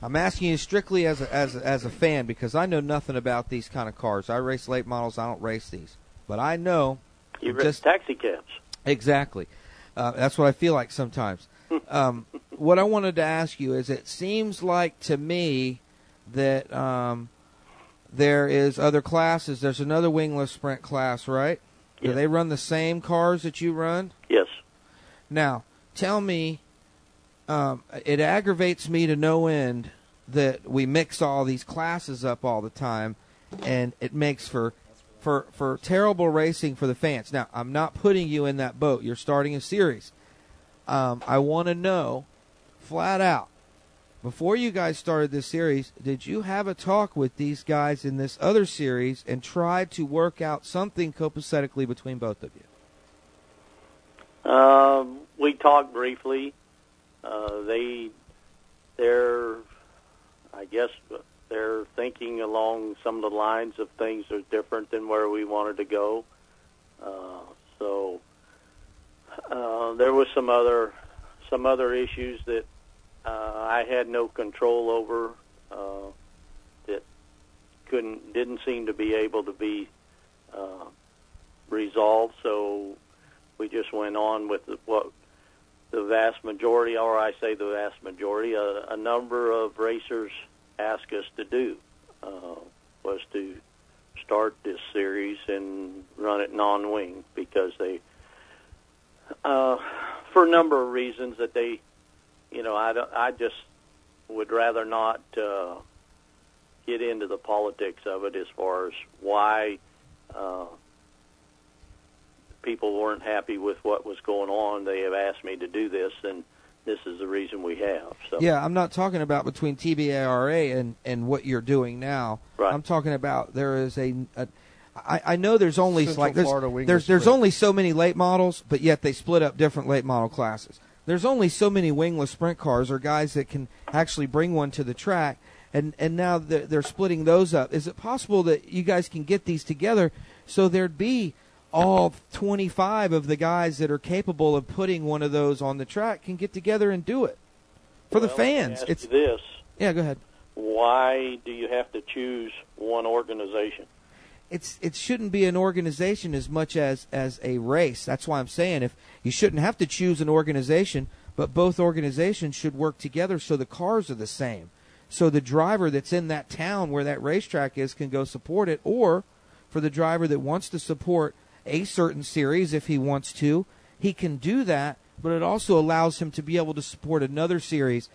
I'm asking you strictly as a, as a, as a fan because I know nothing about these kind of cars. I race late models. I don't race these, but I know you just just taxi cabs. Exactly. Uh, that's what I feel like sometimes. Um, what I wanted to ask you is it seems like to me that um, there is other classes. There's another wingless sprint class, right? Do they run the same cars that you run? Yes. Now, tell me, um, it aggravates me to no end that we mix all these classes up all the time, and it makes for for for terrible racing for the fans. Now, I'm not putting you in that boat. You're starting a series. Um, I want to know, flat out, before you guys started this series, did you have a talk with these guys in this other series and try to work out something copacetically between both of you? Um, we talked briefly. Uh, they, they're, I guess, they're thinking along some of the lines of things that are different than where we wanted to go. Uh, so uh, there was some other, some other issues that uh, I had no control over uh, that couldn't didn't seem to be able to be uh, resolved. So we just went on with the, what the vast majority, or I say the vast majority, a, a number of racers asked us to do uh, was to start this series and run it non-wing because they, uh, for a number of reasons that they, you know, I, don't- I just would rather not uh, get into the politics of it as far as why uh, people weren't happy with what was going on. They have asked me to do this, and this is the reason we have. So Yeah, I'm not talking about between TBARA and, and what you're doing now. Right. I'm talking about there is a. a I, I know there's only Central like there's Florida wing there's, is there's split. only so many late models, but yet they split up different late model classes. There's only so many wingless sprint cars or guys that can actually bring one to the track, and and now they're, they're splitting those up. Is it possible that you guys can get these together so there'd be all 25 of the guys that are capable of putting one of those on the track can get together and do it for the Well, let me fans? ask It's you this: yeah, go ahead. Why do you have to choose one organization? It's it shouldn't be an organization as much as as a race. That's why I'm saying if you shouldn't have to choose an organization, but both organizations should work together so the cars are the same. So the driver that's in that town where that racetrack is can go support it or for the driver that wants to support a certain series if he wants to, he can do that, but it also allows him to be able to support another series.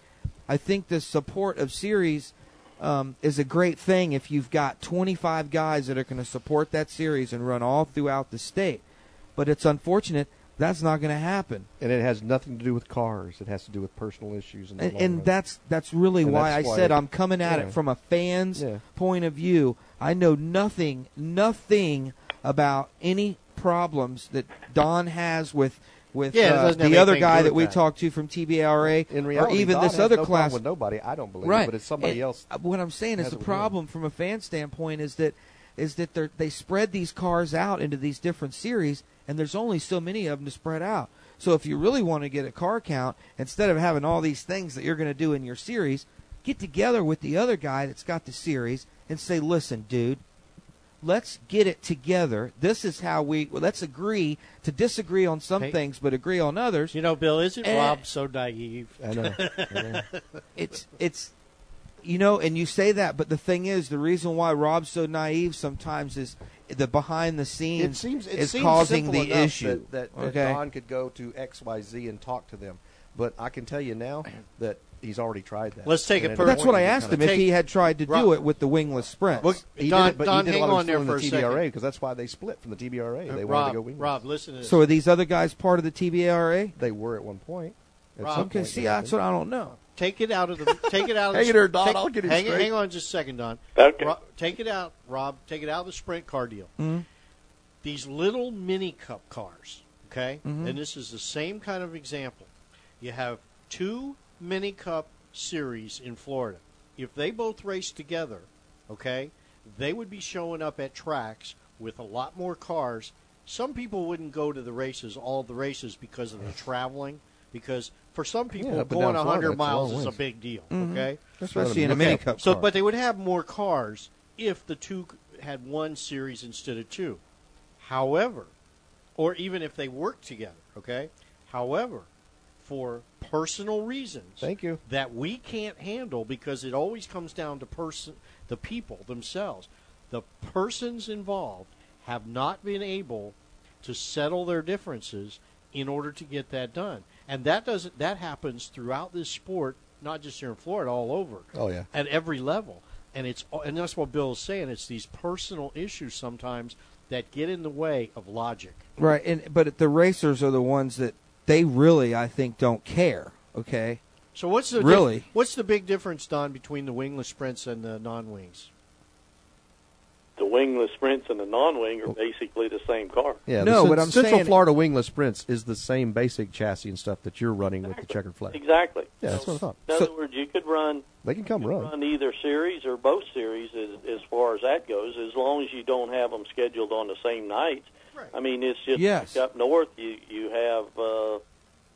I think the support of series um, is a great thing if you've got 25 guys that are going to support that series and run all throughout the state. But it's unfortunate that's not going to happen, and it has nothing to do with cars. It has to do with personal issues. In the and, long and run. that's that's really And why that's I why said it- I'm coming at yeah. it from a fan's Yeah. point of view. I know nothing, nothing about any problems that Don has with with Yeah, it uh, doesn't have the other anything to guy do that with we that. talked to from TBRA, in or reality, even God this has other no problem class with nobody. I don't believe, right. but it's somebody And else. What I'm saying is has the it with. problem from a fan standpoint is that is that they they spread these cars out into these different series, and there's only so many of them to spread out. So if you really want to get a car count, instead of having all these things that you're going to do in your series, get together with the other guy that's got the series and say, "Listen, dude, let's get it together. This is how we well, let's agree to disagree on some Hey. things, but agree on others." You know, Bill, isn't And- Rob so naive? I know. I it's it's you know, and you say that, but the thing is, the reason why Rob's so naive sometimes is the behind the It scenes seems it is seems causing simple the enough issue. that, that, that okay, Don could go to X Y Z and talk to them. But I can tell you now that he's already tried that. Let's take it And at per- that that's what point, I he asked kinda- him if he had tried to do it with the wingless sprints. He Don- did it, but Don, he did hang a lot on of there stuff in for a the second. TBRA because that's why they split from the TBRA. Uh, They wanted Rob, to go wing. Rob, listen to this. so are these other guys part of the TBRA? They were at one point. At Rob, some Okay, point, see, they that's were. what I don't know. Take it out of the. Take it out of. Hang the, it there, Don, take- I'll get it hang, straight. hang on just a second, Don. Okay. Ro- take it out, Rob. Take it out of the sprint car deal. Mhm. These little mini cup cars. Okay, Mhm. and this is the same kind of example. You have two mini cup series in Florida. If they both race together, okay, they would be showing up at tracks with a lot more cars. Some people wouldn't go to the races, all the races, because of the traveling. Because for some people, Yeah, up and going down Florida, hundred it's a long miles is a ways. big deal. Mhm. Okay, Especially in a mini cup So, car. but they would have more cars if the two c- had one series instead of two. However, or even if they worked together. Okay. However, for personal reasons, Thank you. that we can't handle because it always comes down to person the people themselves the persons involved have not been able to settle their differences in order to get that done and that doesn't that happens throughout this sport not just here in Florida all over Oh, yeah. at every level and it's and that's what Bill is saying it's these personal issues sometimes that get in the way of logic Right, and but the racers are the ones that they really, I think, don't care. Okay, so what's the Really? what's the big difference Don between the wingless sprints and the non-wings The wingless sprints and the non-wing are basically the same car. Yeah, No, the, what Cen- I'm Central saying- Florida wingless sprints is the same basic chassis and stuff that you're running with the checkered flag. Exactly. Yeah, that's what I thought. In other words, you could run They can come run. run either series or both series as, as far as that goes, as long as you don't have them scheduled on the same night. I mean, it's just Yes. up north. You you have uh,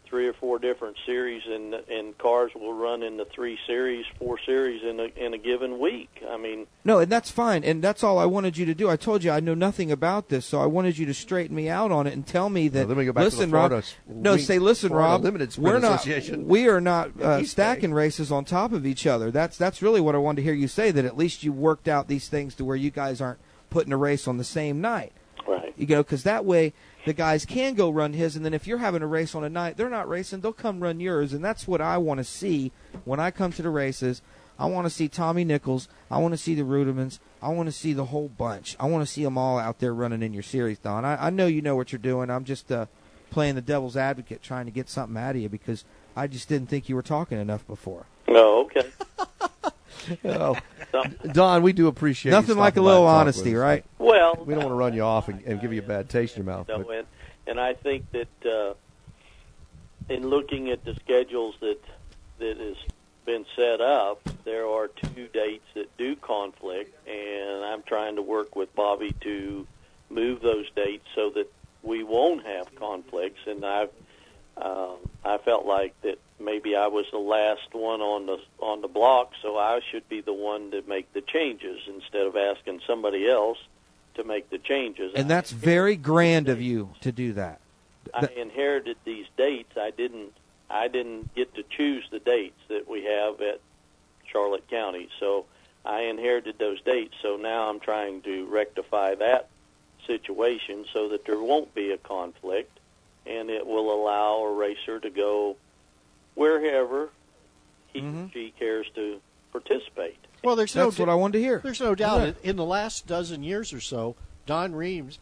three or four different series, and and cars will run in the three series, four series in a in a given week. I mean, No, and that's fine, and that's all I wanted you to do. I told you I know nothing about this, so I wanted you to straighten me out on it and tell me that. let me go back to the listen, Rob. Florida s- No, we- say listen, Florida Rob. Limited Sprint we're not. Association. We are not Yeah, uh, East Bay. stacking races on top of each other. That's that's really what I wanted to hear you say. That at least you worked out these things to where you guys aren't putting a race on the same night. Right. You know, because that way the guys can go run his, and then if you're having a race on a night they're not racing, they'll come run yours, and that's what I want to see when I come to the races. I want to see Tommy Nichols. I want to see the Rudimans. I want to see the whole bunch. I want to see them all out there running in your series, Don. I, I know you know what you're doing. I'm just uh, playing the devil's advocate, trying to get something out of you because I just didn't think you were talking enough before. no, okay. Oh, Don, we do appreciate you Nothing stopping like a by little and talking honesty, with us. right? Well- we don't want to run you off and, and give you a bad taste in your mouth. No, but- and, and I think that uh, in looking at the schedules that that has been set up, there are two dates that do conflict, and I'm trying to work with Bobby to move those dates so that we won't have conflicts. And I um, I felt like that maybe I was the last one on the on the block, so I should be the one to make the changes instead of asking somebody else to make the changes. And that's very grand of you to do that. I inherited these dates. I didn't. I didn't get to choose the dates that we have at Charlotte County. So I inherited those dates. So now I'm trying to rectify that situation so that there won't be a conflict, and it will allow a racer to go wherever he or she cares to participate. Well, there's Mm-hmm. Eh, That's no, what I wanted to hear. There's no doubt Yeah. that in the last dozen years or so, Don Reams,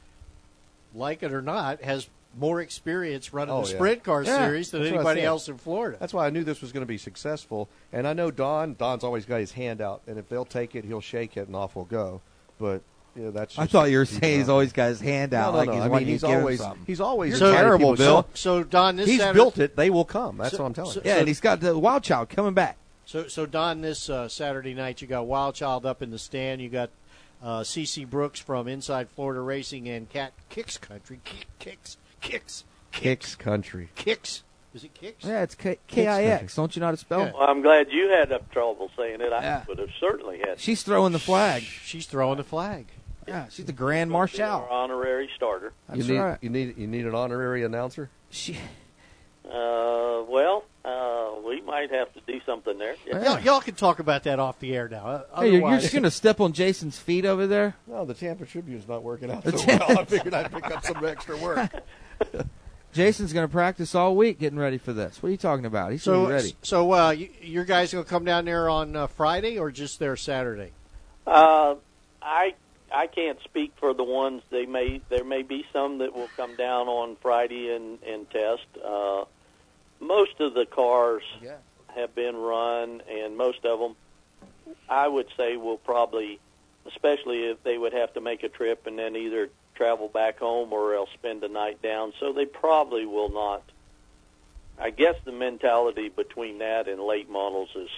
like it or not, has more experience running Oh, the yeah. sprint car Yeah, series than that's what I anybody said. else in Florida. That's why I knew this was going to be successful. And I know Don. Don's always got his hand out, and if they'll take it, he'll shake it, and off we'll go. But yeah, that's. I just- thought you were saying he's always got his hand No, out, no, like no. he's I mean, wanting you he's to give him always something. he's always So- invited terrible, people. Bill. So, Don, this he's Saturday- built it. They will come. That's So- what I'm telling. so- you. yeah, and he's got the Wild Child coming back. So, so Don, this uh, Saturday night, you got Wild Child up in the stand. You got uh, CC Brooks from Inside Florida Racing and Cat Kicks Country. Kick, kicks, kicks, Kicks country. kicks. Is it kicks? Yeah, it's K- country. KIX. Don't you know how to spell? it? Well, I'm glad you had enough trouble saying it. I would have certainly had. She's throwing the flag. She's throwing the flag. Yeah, she's the grand marshal. Our honorary starter. you need you need you need an honorary announcer. She, Uh, well, uh, we might have to do something there. Y'all, y'all can talk about that off the air now. Uh, Hey, you're, you're otherwise- just gonna step on Jason's feet over there. No, the Tampa Tribune's not working out so well. I figured I'd pick up some extra work. Jason's gonna practice all week getting ready for this. What are you talking about? He's So, gonna be ready. so uh, you, your guys gonna come down there on uh, Friday or just there Saturday? Uh, I I can't speak for the ones they may there may be some that will come down on Friday and and test. Uh, most of the cars have been run, and most of them, I would say, will probably, especially if they would have to make a trip and then either travel back home or else spend the night down. So they probably will not. I guess the mentality between that and late models is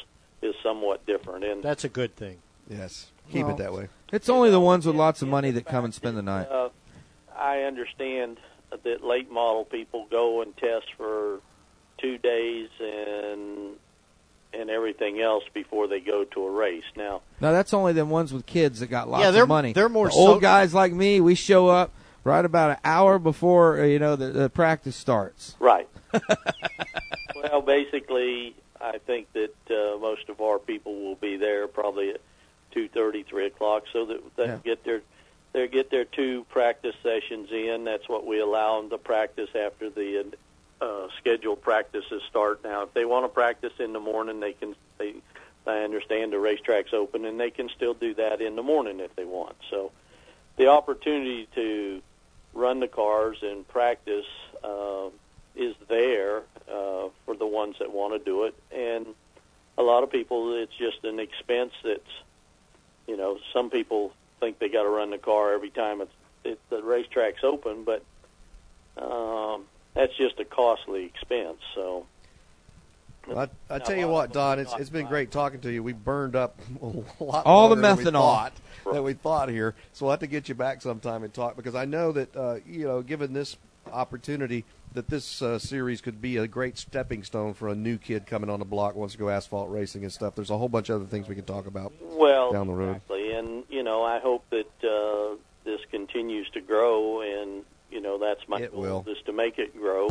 is somewhat different, and That's a good thing. Yes, keep it Well, that way. It's only the ones with lots of money that come and spend the night. Uh, I understand that late model people go and test for two days and and everything else before they go to a race. Now, No, that's only the ones with kids that got lots Yeah, they're- of money. they're more The old so- guys like me. We show up right about an hour before uh, you know the, the practice starts. right? well, basically, I think that uh, most of our people will be there probably at two thirty, three o'clock, so that they Yeah. get their they get their two practice sessions in. That's what we allow them to practice after the uh, scheduled practices start. Now, if they want to practice in the morning, they can. They, I understand the racetrack's open, and they can still do that in the morning if they want. So, the opportunity to run the cars and practice uh, is there uh, for the ones that want to do it, and a lot of people, it's just an expense that's, you know, some people think they got to run the car every time it's, it, the racetrack's open, but um, that's just a costly expense. So, Well, I, I tell you what, Don, it's, it's been great talking to you. We burned up a lot All more the than we methanol. thought, that we thought here. So we'll have to get you back sometime and talk because I know that uh, you know, given this opportunity that this uh, series could be a great stepping stone for a new kid coming on the block wants to go asphalt racing and stuff. There's a whole bunch of other things we can talk about well down the road. exactly. and you know i hope that uh, this continues to grow and you know that's my It goal will. is to make it grow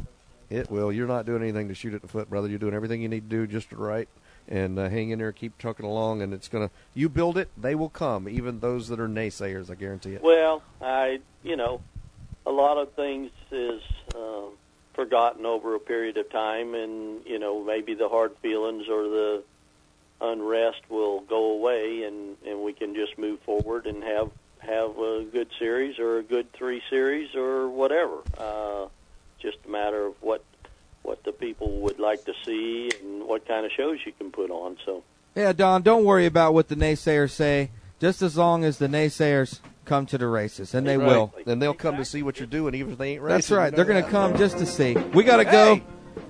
It will. You're not doing anything to shoot at the foot, brother. You're doing everything you need to do just right, and uh, hang in there, keep trucking along, and it's gonna. You build it, they will come. Even those that are naysayers, I guarantee it. Well, I, you know, a lot of things is um forgotten over a period of time, and you know, maybe the hard feelings or the unrest will go away, and and we can just move forward and have have a good series or a good three series or whatever. Uh, just a matter of what what the people would like to see and what kind of shows you can put on. So. Yeah, Don, don't worry about what the naysayers say. Just as long as the naysayers come to the races, and they Right. will. And they'll come to see what you're doing, even if they ain't racing. That's right. you know They're going that. to come just to see. We got to go.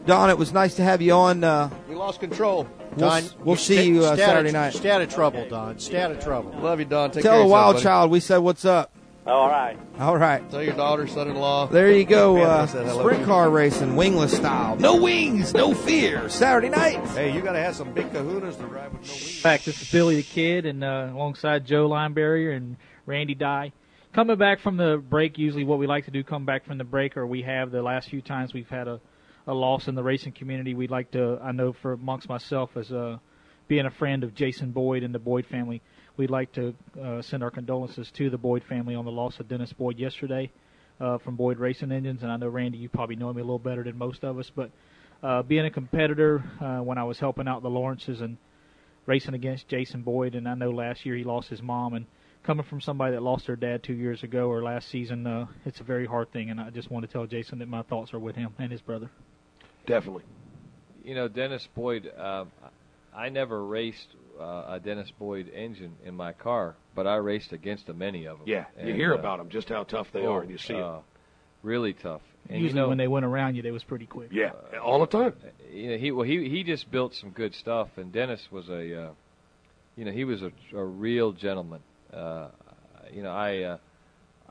Don, it was nice to have you on. Uh, We lost control. We'll s- we'll see you, uh, Saturday night. Stay out of trouble, Don. Stay out of trouble. Love you, Don. Take tell care the of yourself, wild buddy. child we said what's up. All right. All right. Tell your daughter, son-in-law. There you go. Panther, I Uh, said hello. sprint car racing, wingless style. No wings, no fear. Saturday night. Hey, you got to have some big kahunas to ride with. No- back. This is Billy the Kid, and uh, alongside Joe Lineberry and Randy Dye. Coming back from the break, usually what we like to do, come back from the break, or we have the last few times we've had a, a loss in the racing community. We'd like to, I know for amongst myself as uh, being a friend of Jason Boyd and the Boyd family, we'd like to uh, send our condolences to the Boyd family on the loss of Dennis Boyd yesterday uh, from Boyd Racing Engines. And I know Randy, you probably know me a little better than most of us, but uh, being a competitor uh, when I was helping out the Lawrences and racing against Jason Boyd, and I know last year he lost his mom. And coming from somebody that lost their dad two years ago or last season, uh, it's a very hard thing. And I just want to tell Jason that my thoughts are with him and his brother. Definitely. You know, Dennis Boyd. Um, I never raced uh, a Dennis Boyd engine in my car, but I raced against a many of them. uh, oh, Yeah, you hear about 'em, just how tough they are, and you see 'em. really tough. And Usually, you know, when they went around you, they was pretty quick. Yeah, all the time. uh, You know, he well, he he just built some good stuff, and Dennis was a, uh, you know, he was a, a real gentleman. Uh, you know, I, uh,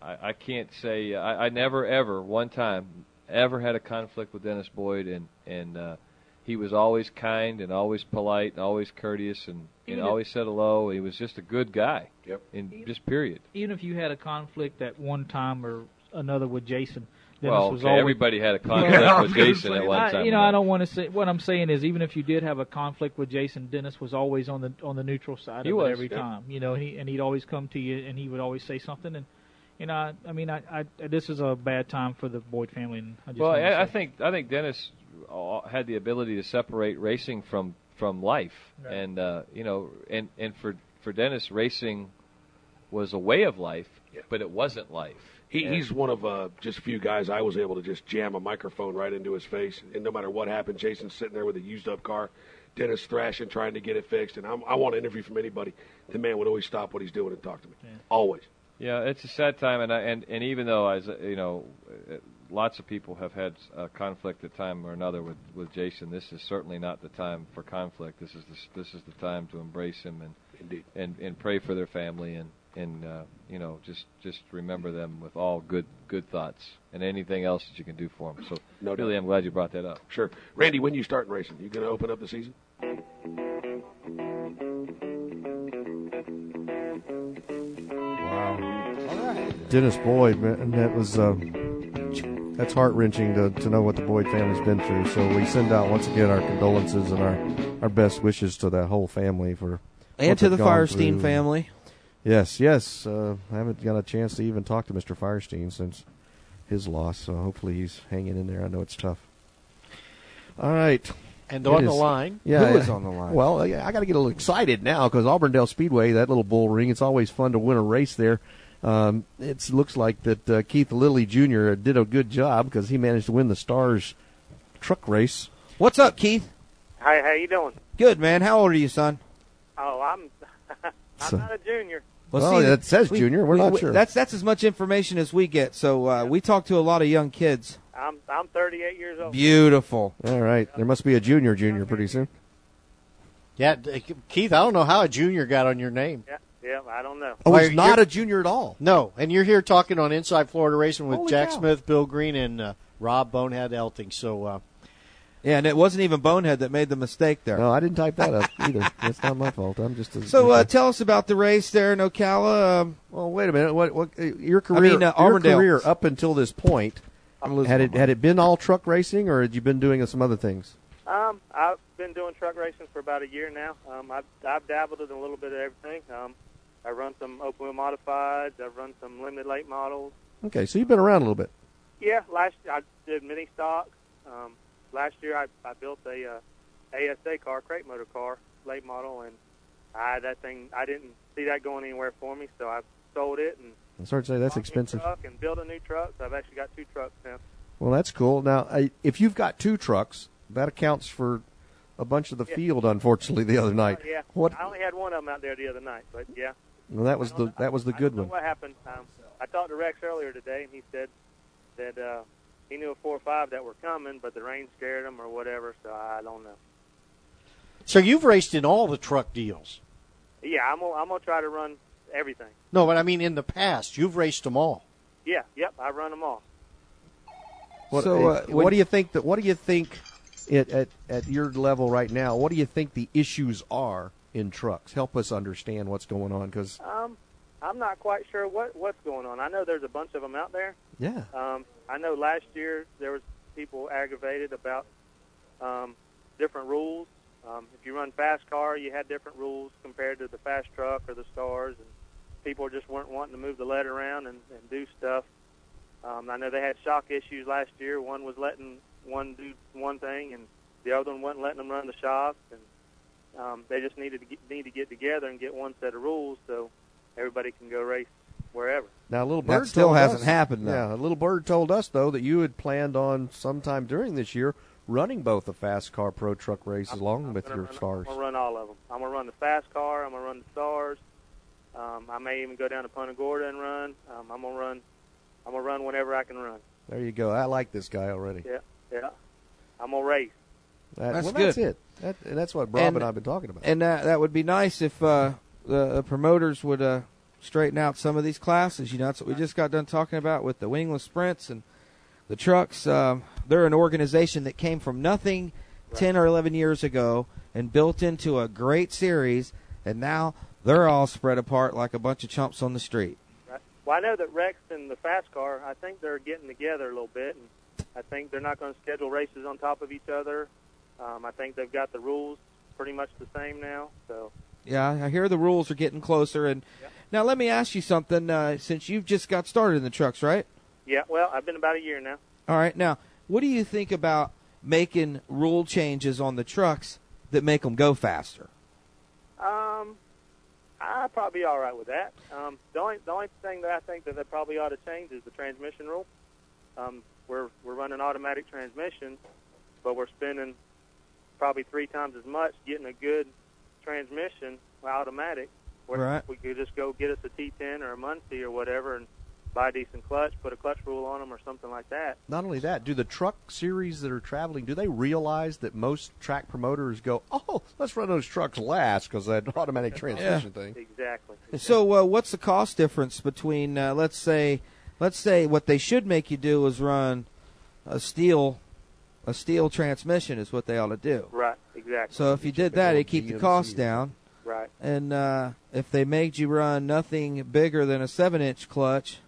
I I can't say I, I never ever one time ever had a conflict with Dennis Boyd, and and uh, he was always kind and always polite and always courteous and, and Even if- always said hello. He was just a good guy. Yep. And just period. Even if you had a conflict at one time or another with Jason, Dennis well, was okay, always everybody had a conflict Yeah, I was with gonna Jason say at one that. time. You know, I don't want to say what I'm saying is even if you did have a conflict with Jason, Dennis was always on the on the neutral side He of was, it every yeah. time. You know, and he and he'd always come to you and he would always say something and you know, I, I mean, I, I this is a bad time for the Boyd family. And I just well, wanna I, I say- think I think Dennis uh, had the ability to separate racing from from life, and uh, you know, and and for for Dennis, racing was a way of life, but it wasn't life. He, And- he's one of uh, just few guys I was able to just jam a microphone right into his face, and no matter what happened, Jason's sitting there with a used up car, Dennis thrashing, trying to get it fixed, and I'm, I want an interview from anybody. The man would always stop what he's doing and talk to me, always. Yeah, it's a sad time, and I, and and even though I, was, uh, you know, uh, lots of people have had a conflict at time or another with with Jason. This is certainly not the time for conflict. This is the, this is the time to embrace him and Indeed. and and pray for their family and and uh, you know just just remember them with all good good thoughts and anything else that you can do for them. So No doubt. really, I'm glad you brought that up. Sure, Randy, when you starting racing? You gonna open up the season? Dennis Boyd, man, that was um, that's heart wrenching to, to know what the Boyd family's been through. So we send out once again our condolences and our, our best wishes to that whole family for And what to they've the gone Firestein through. family. Yes, yes. Uh, I haven't got a chance to even talk to Mr. Firestein since his loss. So hopefully he's hanging in there. I know it's tough. All right. And on It the is- line? Yeah, Who yeah. is on the line? Well, yeah, I got to get a little excited now because Auburndale Speedway, that little bull ring, it's always fun to win a race there. Um, it looks like that uh, Keith Lilly Jr. did a good job because he managed to win the Stars truck race. What's up, Keith? Hey, how you doing? Good, man. How old are you, son? Oh, I'm I'm not a junior. Well, it says junior. We're not sure. That's that's as much information as we get. So uh, we talk to a lot of young kids. I'm I'm 38 years old. Beautiful. All right. There must be a junior junior pretty soon. Yeah, d- Keith, I don't know how a junior got on your name. Yeah, yeah, I don't know. Oh, he's not a junior at all. No, and you're here talking on Inside Florida Racing with Jack Smith, Bill Green, and uh, Rob Bonehead Elting. So uh, Yeah, and it wasn't even Bonehead that made the mistake there. No, I didn't type that up either. That's not my fault. I'm just a, So uh, tell us about the race there in Ocala. Um, well, wait a minute. What? What? Your I career, mean, uh, your Auburndale. career up until this point, had it had it been all truck racing, or had you been doing some other things? Um, I've been doing truck racing for about a year now. Um, I've, I've dabbled in a little bit of everything. Um, I run some open wheel modifieds. I've run some limited late models. Okay, so you've been around a little bit. Yeah, last year I did mini stock. Um, last year I, I built a uh, ASA car, crate motor car, late model, and I that thing I didn't see that going anywhere for me, so I sold it and I'm sorry to say that's bought a new expensive. Truck and built a new truck. So I've actually got two trucks now. Well, that's cool. Now, I, if you've got two trucks, that accounts for a bunch of the Yeah. Oh, field. Unfortunately, the other night, Yeah, what? I only had one of them out there the other night, but yeah. Well, that was the that was the I good don't know one. What happened? Um, I talked to Rex earlier today, and he said that uh, he knew a four or five that were coming, but the rain scared him or whatever. So I don't know. so you've raced in all the truck deals. Yeah, I'm gonna, I'm gonna try to run everything. No, but I mean in the past you've raced them all. Yeah, yep, I run them all. What, So, so, uh, when- what do you think that? What do you think it, at at your level right now? What do you think the issues are in trucks? Help us understand what's going on, because Um, I'm not quite sure what what's going on. I know there's a bunch of them out there. yeah, Um, I know last year there was people aggravated about um, different rules. Um, if you run fast car, you had different rules compared to the fast truck or the stars, and people just weren't wanting to move the lead around and, and do stuff. Um, I know they had shock issues last year. One was letting one do one thing, and the other one wasn't letting them run the shop, and um, they just needed to get, need to get together and get one set of rules so everybody can go race wherever. Now, a little That bird still told hasn't us- happened, though. Yeah, a little bird told us though that you had planned on sometime during this year running both the fast car pro truck race along with your stars. I'm gonna run all of them. I'm gonna run the fast car. I'm gonna run the stars. Um, I may even go down to Punta Gorda and run. Um, I'm gonna run. I'm gonna run whenever I can run. There you go. I like this guy already. Yeah, yeah. I'm gonna race. That- That's well, that's good. it. That, and that's what Rob and, And- I've been talking about. And that that would be nice if uh, the, the promoters would uh, straighten out some of these classes. You know, that's what we just got done talking about with the wingless sprints and the trucks. Um, they're an organization that came from nothing ten or eleven years ago and built into a great series, and now they're all spread apart like a bunch of chumps on the street. Right. Well, I know that Rex and the fast car. I think they're getting together a little bit, and I think they're not gonna schedule races on top of each other. Um, I think they've got the rules pretty much the same now. So Yeah, I hear the rules are getting closer. And now let me ask you something. Uh, since you've just got started in the trucks, right? yeah. Well, I've been about a year now. All right. Now, what do you think about making rule changes on the trucks that make them go faster? Um, I'd probably be all right with that. Um, the only the only thing that I think that they probably ought to change is the transmission rule. Um, we're we're running automatic transmission, but we're spending probably three times as much getting a good transmission automatic. Where Right. We could just go get us a T10 or a Muncie or whatever and buy a decent clutch, put a clutch rule on them or something like that. Not only that, do the truck series that are traveling, do they realize that most track promoters go, oh, let's run those trucks last because that automatic transmission thing? Exactly. So, uh, what's the cost difference between, uh, let's say, let's say what they should make you do is run a steel, a steel transmission is what they ought to do. Right. Exactly. So if you did that, it'd keep the cost down. Right. And uh, if they made you run nothing bigger than a seven-inch clutch,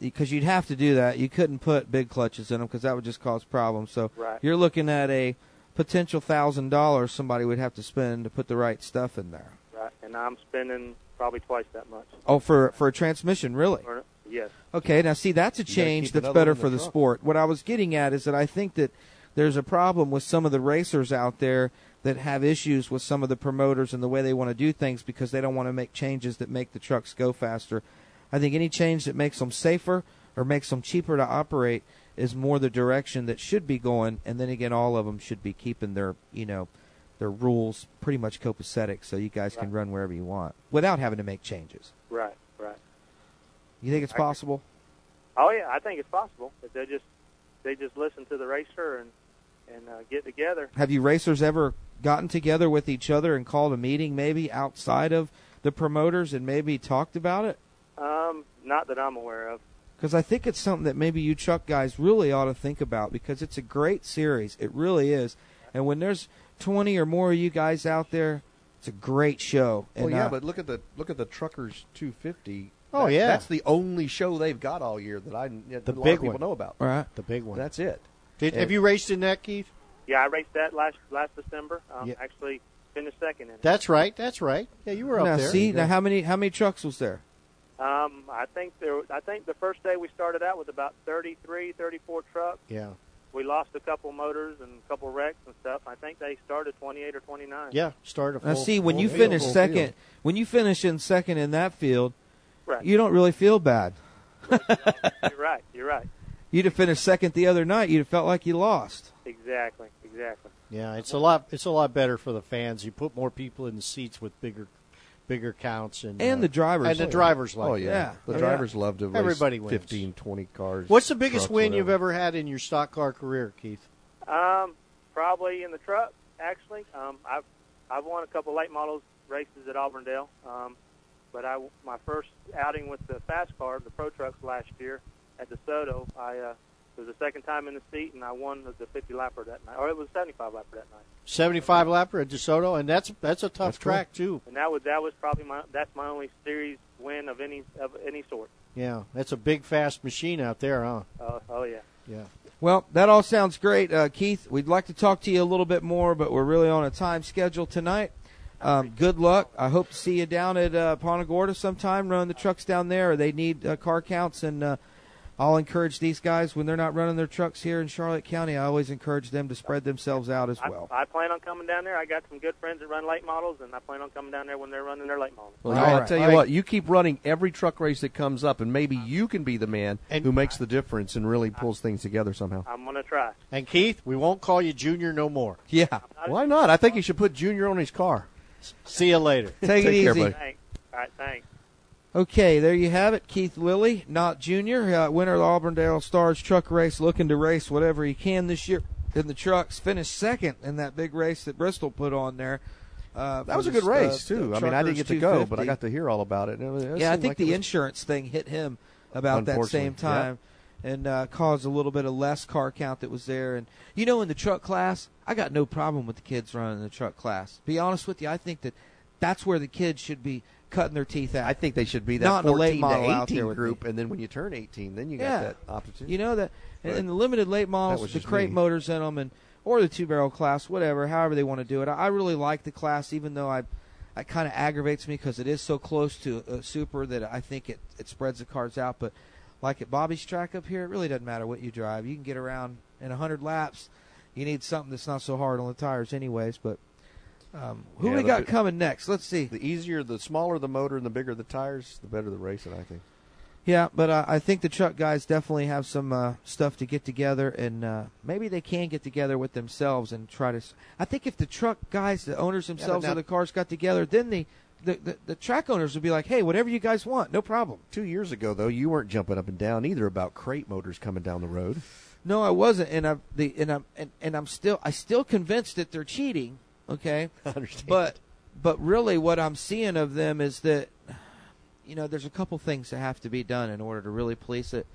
because you'd have to do that, you couldn't put big clutches in them because that would just cause problems. So Right. you're looking at a potential thousand dollars somebody would have to spend to put the right stuff in there. Right. And I'm spending probably twice that much. Oh, for for a transmission, really? Or- Yes. Okay, now see, that's a gotta change keep that's another better one in for the the truck. sport. What I was getting at is that I think that there's a problem with some of the racers out there that have issues with some of the promoters and the way they want to do things because they don't want to make changes that make the trucks go faster. I think any change that makes them safer or makes them cheaper to operate is more the direction that should be going. And then again, all of them should be keeping their, you know, their rules pretty much copacetic so you guys can run wherever you want without having to make changes. Right. Right. You think it's I agree. possible? Oh yeah, I think it's possible if they just they just listen to the racer and and uh, get together. Have you racers ever gotten together with each other and called a meeting maybe outside of the promoters and maybe talked about it? Um, not that I'm aware of. because I think it's something that maybe you Chuck guys really ought to think about because it's a great series. It really is. And when there's 20 or more of you guys out there, it's a great show. And Well, yeah, uh, but look at the look at the Truckers 250. Oh, That- yeah. that's the only show they've got all year that I that The a lot big of people one. know about. Right. The big one. That's it. Did, And- have you raced in that, Keith? Yeah, I raced that last last December. Um, Yeah. Actually, finished second in it. That's right. That's right. Yeah, you were up now there. see now how many how many trucks was there? Um, I think there. was- I think the first day we started out with about 33, 34 trucks. Yeah. We lost a couple motors and a couple wrecks and stuff. I think they started 28 or 29. Yeah, started. Now see when you finish second, when you finish in second in that field, Right. you don't really feel bad. You're right. You're right. You'd have finished second the other night, you'd have felt like you lost. Exactly. Exactly. Yeah, it's a lot. It's a lot better for the fans. You put more people in the seats with bigger, bigger counts, and And uh, the drivers. and the drivers like Oh it. yeah, the drivers love to race Everybody wins. 15, 20 cars. What's the biggest trucks, win whatever. you've ever had in your stock car career, Keith? Um, probably in the truck. Actually, um, I've I've won a couple late models races at Auburndale. Um, but I my first outing with the fast car, the pro trucks last year at DeSoto, I uh, it was the second time in the seat, and I won the 50 lapper that night, or it was 75 lapper that night. Seventy-five lapper at DeSoto, and that's that's a tough track too. And that was that was probably my that's my only series win of any of any sort. Yeah, that's a big fast machine out there, huh? Uh, oh yeah. Yeah. Well, that all sounds great, uh, Keith. We'd like to talk to you a little bit more, but we're really on a time schedule tonight. Um, good luck. I hope to see you down at uh, Ponta Gorda sometime. Running the trucks down there, or they need uh, car counts, and uh, I'll encourage these guys when they're not running their trucks here in Charlotte County. I always encourage them to spread themselves out as I, well. I plan on coming down there. I got some good friends that run late models, and I plan on coming down there when they're running their late models. Well, I'll tell you what, you keep running every truck race that comes up, and maybe you can be the man who makes the difference and really pulls things together somehow. I'm gonna try. And Keith, we won't call you Junior no more. Yeah, why not? I think you should put Junior on his car. See uh, you later. Take it easy. Thanks. All right, thanks. Okay, there you have it. Keith Lilly, not junior, uh, winner of the Auburndale Stars truck race, looking to race whatever he can this year in the trucks. Finished second in that big race that Bristol put on there. Uh, That for was a the, good race uh, too. I mean, I didn't get to Truckers go, but I 250. got to hear all about it. yeah, I think the insurance thing hit him about that Unfortunately, same yeah. time and uh, caused a little bit of less car count that was there. And you know, in the truck class, I got no problem with the kids running the truck class. Be honest with you, I think that that's where the kids should be cutting their teeth out. I think they should be that not in a 14 late model to 18 out there with group, and then when you turn 18, then you got Yeah. that opportunity. You know that in But in the limited late that models, was the just crate me. motors in them, and or the two barrel class, whatever, however they want to do it. I, I really like the class, even though I, it kind of aggravates me because it is so close to a super that I think it it spreads the cars out. But like at Bobby's track up here, it really doesn't matter what you drive. You can get around in hundred laps. You need something that's not so hard on the tires, anyways. But um, who Yeah, we the got bi- coming next? Let's see. The easier, the smaller the motor, and the bigger the tires, the better the racing. I think. Yeah, but uh, I think the truck guys definitely have some uh, stuff to get together, and uh, maybe they can get together with themselves and try to. s- I think if the truck guys, the owners themselves now- of the cars, got together, then the, the, the, the track owners would be like, "Hey, whatever you guys want, no problem." Two years ago, though, you weren't jumping up and down either about crate motors coming down the road. No, I wasn't, and I'm the and I'm and, and I'm still I still convinced that they're cheating. Okay, I understand. But but really, what I'm seeing of them is that you know there's a couple things that have to be done in order to really police it.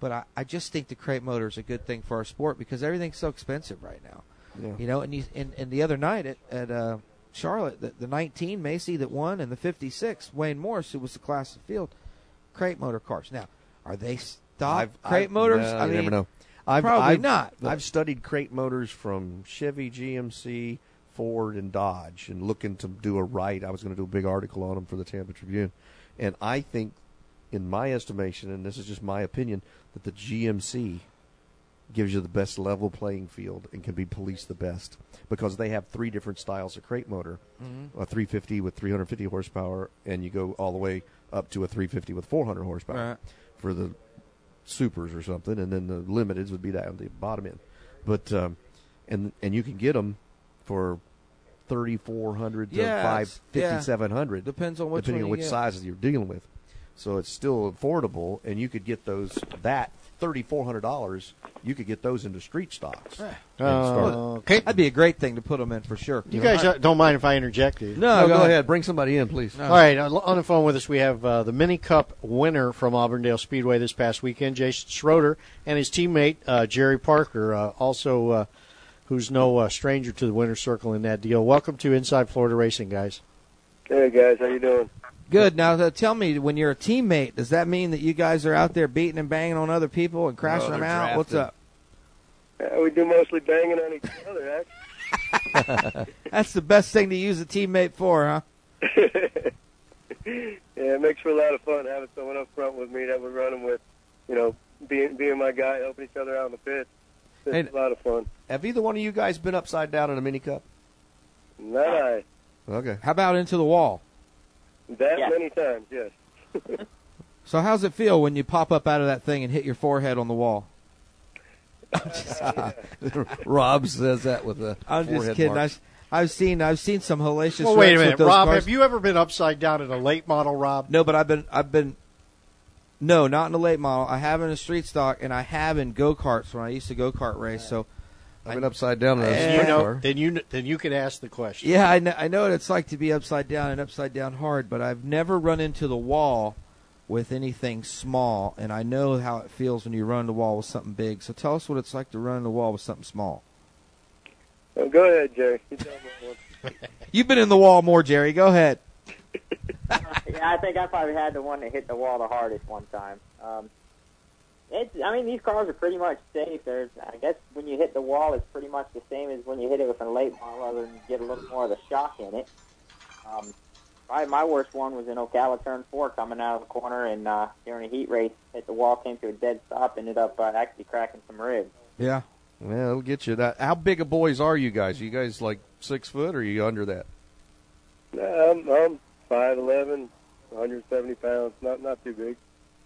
But I, I just think the crate motor is a good thing for our sport because everything's so expensive right now. Yeah. You know, and you and, and the other night at at uh, Charlotte, the, the 19 Macy that won and the 56 Wayne Morris, who was the class of the field, crate motor cars. Now, are they stopped? crate I've- motors? no, I you mean, never know. I've, probably I've- not. I've studied crate motors from Chevy, GMC, Ford, and Dodge, and looking to do a right. I was going to do a big article on them for the Tampa Tribune, and I think, in my estimation, and this is just my opinion, that the GMC gives you the best level playing field and can be policed the best because they have three different styles of crate motor Mhm. a 350 with 350 horsepower and you go all the way up to a 350 with 400 horsepower Right. for the supers or something and then the limiteds would be down at the bottom end but um, and and you can get them for 3400 to Yeah, five it's- yeah. 5700 Depends on which depending one on you which get. sizes you're dealing with so it's still affordable and you could get those that thirty four hundred dollars, you could get those into street stocks. and start- Oh, okay. That'd be a great thing to put them in for sure. You You guys uh, don't mind if I interject? Do you? No, No, go go ahead. Bring somebody in, please. All right. uh, On the phone with us, we have uh, the Mini Cup winner from Auburndale Speedway this past weekend, Jason Schroeder, and his teammate, uh, Jerry Parker, uh, also uh, who's no uh, stranger to the winner's circle in that deal. Welcome to Inside Florida Racing, guys. Hey guys, how you doing? Good. Now, uh, tell me, when you're a teammate, does that mean that you guys are out there beating and banging on other people and crashing Oh, they're them out? What's drafted. up? Uh, we do mostly banging on each other, actually. That's the best thing to use a teammate for, huh? yeah, it makes for a lot of fun having someone up front with me that we're running with. You know, being being my guy, helping each other out on the pit. It's And- a lot of fun. Have either one of you guys been upside down in a mini cup? Not I. Okay. How about into the wall? That many times, yes. So, how's it feel when you pop up out of that thing and hit your forehead on the wall? Rob says that with a. I'm just forehead kidding. mark. I've, I've seen I've seen some hellacious. Well, wait a wrecks with minute, those Rob. cars. Have you ever been upside down in a late model, Rob? No, but I've been I've been no, not in the late model. I have in a street stock, and I have in go karts when I used to go kart race. So I've been upside down in a Then Yeah. you know, then you then you can ask the question. Yeah, I know, I know what it's like to be upside down and upside down hard, but I've never run into the wall with anything small, and I know how it feels when you run the wall with something big. So tell us what it's like to run the wall with something small. Well, go ahead, Jerry. You tell me what one. You've been in the wall more, Jerry. Go ahead. yeah, I think I probably had the one that hit the wall the hardest one time. Um, it's, I mean, these cars are pretty much safe. There's, I guess when you hit the wall, it's pretty much the same as when you hit it with a late model, other than you get a little more of the shock in it. Um, probably my worst one was in Ocala Turn 4 coming out of the corner, and uh, during a heat race, hit the wall, came to a dead stop, ended up uh, actually cracking some ribs. Yeah. Yeah, it'll get you. That. How big of boys are you guys? you guys like six foot, or are you under that? No, I'm I'm Um, five eleven, 170 pounds. Not not too big.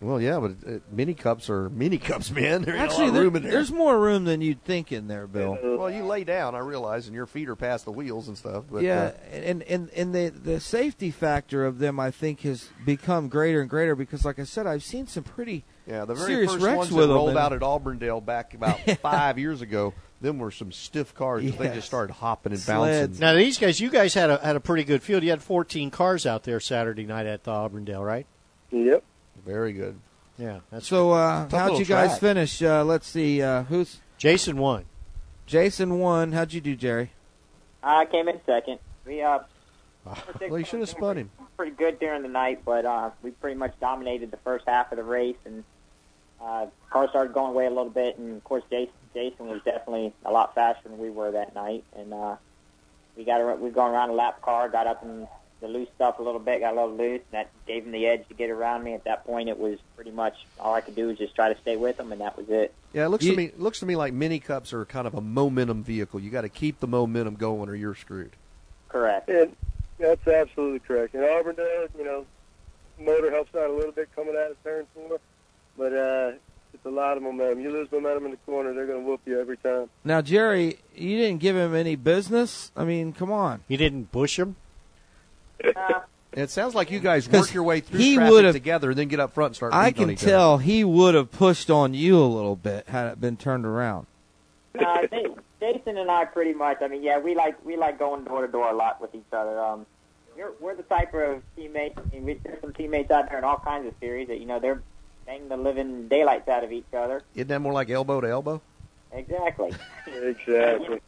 Well, yeah, but uh, mini cups are mini cups, man. There ain't a lot Actually, of there- room in there. there's more room than you'd think in there, Bill. Well, you lay down, I realize, and your feet are past the wheels and stuff. But, yeah, uh, and and and the the safety factor of them, I think, has become greater and greater because, like I said, I've seen some pretty yeah, the very serious first wrecks ones with that them, rolled and- out at Auburndale back about five years ago, them were some stiff cars. 'cause They Yes. just started hopping and bouncing. Now these guys, you guys had a had a pretty good field. You had 14 cars out there Saturday night at the Auburndale, right? Yep. Very good. Yeah. That's so. Uh, Tough how'd little you guys track. finish? Uh, let's see. Uh, who's Jason won? Jason won. How'd you do, Jerry? I came in second. We uh, well, you should have spun him. pretty good during the night, but uh, we pretty much dominated the first half of the race, and uh, car started going away a little bit. And of course, Jason, Jason was definitely a lot faster than we were that night, and uh, we got ar- we were going around a lap car, got up in the loose stuff a little bit, got a little loose, and that gave him the edge to get around me. At that point, it was pretty much all I could do was just try to stay with him, and that was it. Yeah, it looks You- to me it looks to me like mini cups are kind of a momentum vehicle. You got to keep the momentum going, or you're screwed. Correct. And that's absolutely correct. And Auburn does, you know, motor helps out a little bit coming out of turn four, but uh, it's a lot of momentum. You lose momentum in the corner, they're going to whoop you every time. Now, Jerry, you didn't give him any business. I mean, come on. You didn't bush him. It sounds like you guys work your way through he traffic would've- together, and then get up front and start. I beating on can each other. tell he would have pushed on you a little bit had it been turned around. uh, they, Jason and I pretty much. I mean, yeah, we like we like going door to door a lot with each other. Um, we're we're the type of teammates. I mean, we- there's some teammates out there in all kinds of series that you know they're banging the living daylights out of each other. Isn't that more like elbow to elbow? Exactly. Exactly.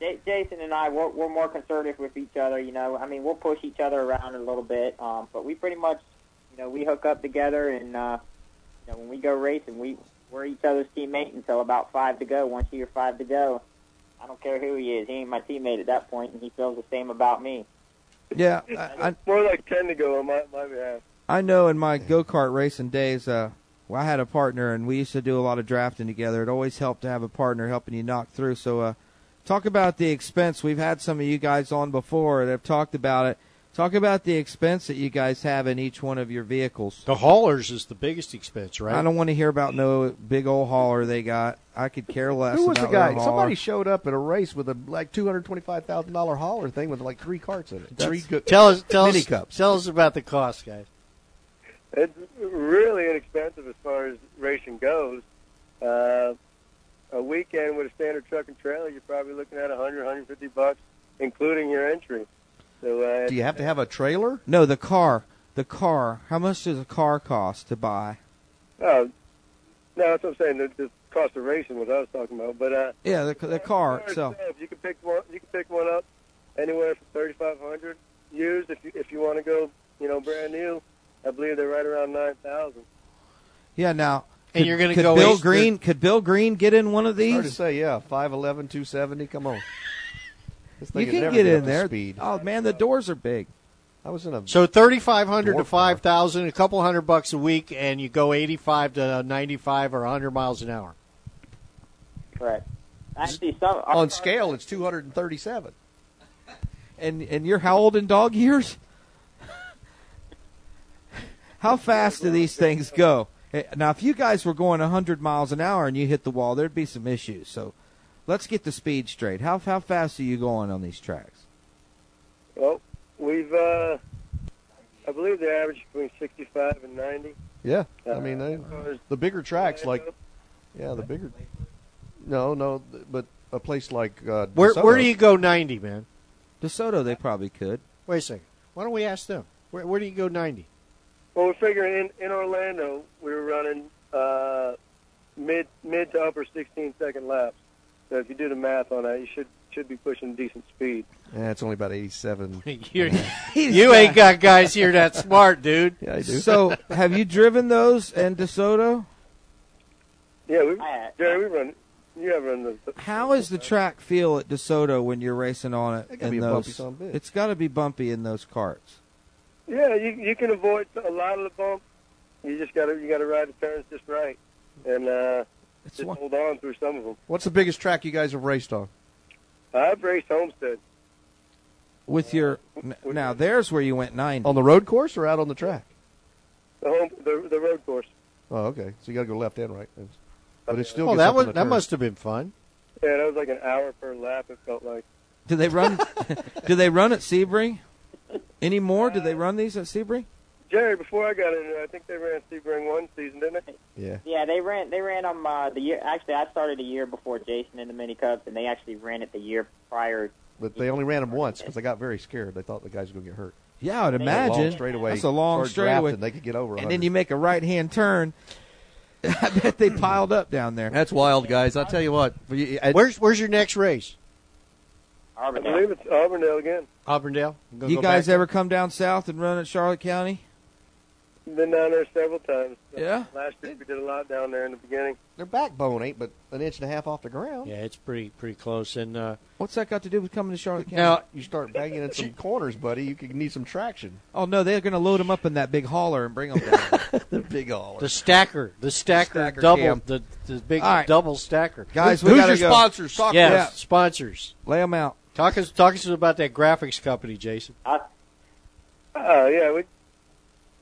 J- Jason and I, we're, we're more conservative with each other. You know, I mean, we'll push each other around a little bit, um, but we pretty much, you know, we hook up together, and uh, you know, when we go racing, we we're each other's teammate until about five to go. Once you're five to go, I don't care who he is, he ain't my teammate at that point, and he feels the same about me. Yeah, I, I, More like 10 to go on my, my behalf. I know in my go kart racing days, uh, well, I had a partner and we used to do a lot of drafting together. It always helped to have a partner helping you knock through. So, uh, talk about the expense. We've had some of you guys on before that have talked about it. Talk about the expense that you guys have in each one of your vehicles. The haulers is the biggest expense, right? I don't want to hear about no big old hauler they got. I could care less. Who was the about guy? no hauler. Somebody showed up at a race with a like two hundred twenty-five thousand dollar hauler thing with like three carts in it. Three good Tell us, tell mini us, cups. tell us about the cost, guys. It's really inexpensive as far as racing goes. Uh, a weekend with a standard truck and trailer, you're probably looking at 100, 150 bucks, including your entry. So uh, Do you have to have a trailer? No, the car. The car. How much does a car cost to buy? Oh, no, that's what I'm saying. The, the cost of racing was what I was talking about. But uh, Yeah, the, the car itself. itself, you can pick one. You can pick one up anywhere from 3,500 used. If you if you want to go, you know, brand new, I believe they're right around 9,000. Yeah, now. And could- you're gonna could go Bill ace the- Green? Could Bill Green get in one of Hard to these? say, yeah. 5'11", 270, come on. This thing You could can never get up in to there. Speed. Oh man, the doors are big. I was in a So thirty five hundred to Dwarf five thousand, a couple hundred bucks a week, and you go eighty five to ninety five or hundred miles an hour. Right. Actually, some on scale. It's two hundred and thirty-seven. And and you're how old in dog years? how fast do these things go? Eh, Now, if you guys were going 100 miles an hour and you hit the wall, there'd be some issues. So, let's get the speed straight. How how fast are you going on these tracks? Well, we've uh, I believe they average between 65 and 90. Yeah, I Uh, mean they, uh, the bigger tracks, like yeah, the bigger. No, no, th- but a place like uh, Where DeSoto. where do you go ninety, man? DeSoto, they probably could. Wait a second. Why don't we ask them? Where where do you go ninety? Well, we're figuring in, in Orlando, we were running uh, mid mid to upper 16 second laps. So if you do the math on that, you should should be pushing decent speed. Yeah, it's only about eighty-seven. you you ain't got guys here that smart, dude. Yeah, I do. So, have you driven those in DeSoto? Yeah, we, Jerry, we run. You have run the. How is the track feel at DeSoto when you're racing on it? It could in be a those, bumpy son of a bitch. it's got to be bumpy in those carts. Yeah, you you can avoid a lot of the bumps. You just gotta you gotta ride the turns just right, and uh, just hold on through some of them. What's the biggest track you guys have raced on? I've raced Homestead. With your n- now, there's where you went 90 on the road course or out on the track? The home the, the road course. Oh, okay. So you got to go left and right, That's- but it still. Oh, gets that up was on the that turn. must have been fun. Yeah, that was like an hour per lap. It felt like. Do they run? do they run at Sebring anymore? Do they run these at Sebring? Jerry, before I got in there, I think they ran Sebring one season, didn't they? Yeah. Yeah, they ran. They ran them uh, the year. Actually, I started a year before Jason in the Mini Cubs, and they actually ran it the year prior. But they only ran them once because they got very scared. They thought the guys were going to get hurt. Yeah, I'd That's a imagine. long straightaway. That's a long Hard straightaway. drafting, They could get over. and then you make a right hand turn. I bet they piled up down there. That's wild, guys. I tell you what. Where's where's your next race? I believe it's Auburndale again. Auburndale. I'm gonna You go guys back. ever come down south and run at Charlotte County? Been down there several times. Yeah. Last year we did a lot down there in the beginning. Their backbone ain't but an inch and a half off the ground. Yeah, it's pretty pretty close. And uh, What's that got to do with coming to Charlotte County? Now- you start banging in some corners, buddy. You could need some traction. oh no, they're going to load them up in that big hauler and bring them down. the big hauler. the stacker, the stacker, Stacker double, cam. the the big All right. double stacker. Guys, we who's gotta your go. sponsors? Talk yeah, to us. sponsors. Lay them out. Talk us talk us about that graphics company, Jason. Oh yeah, we,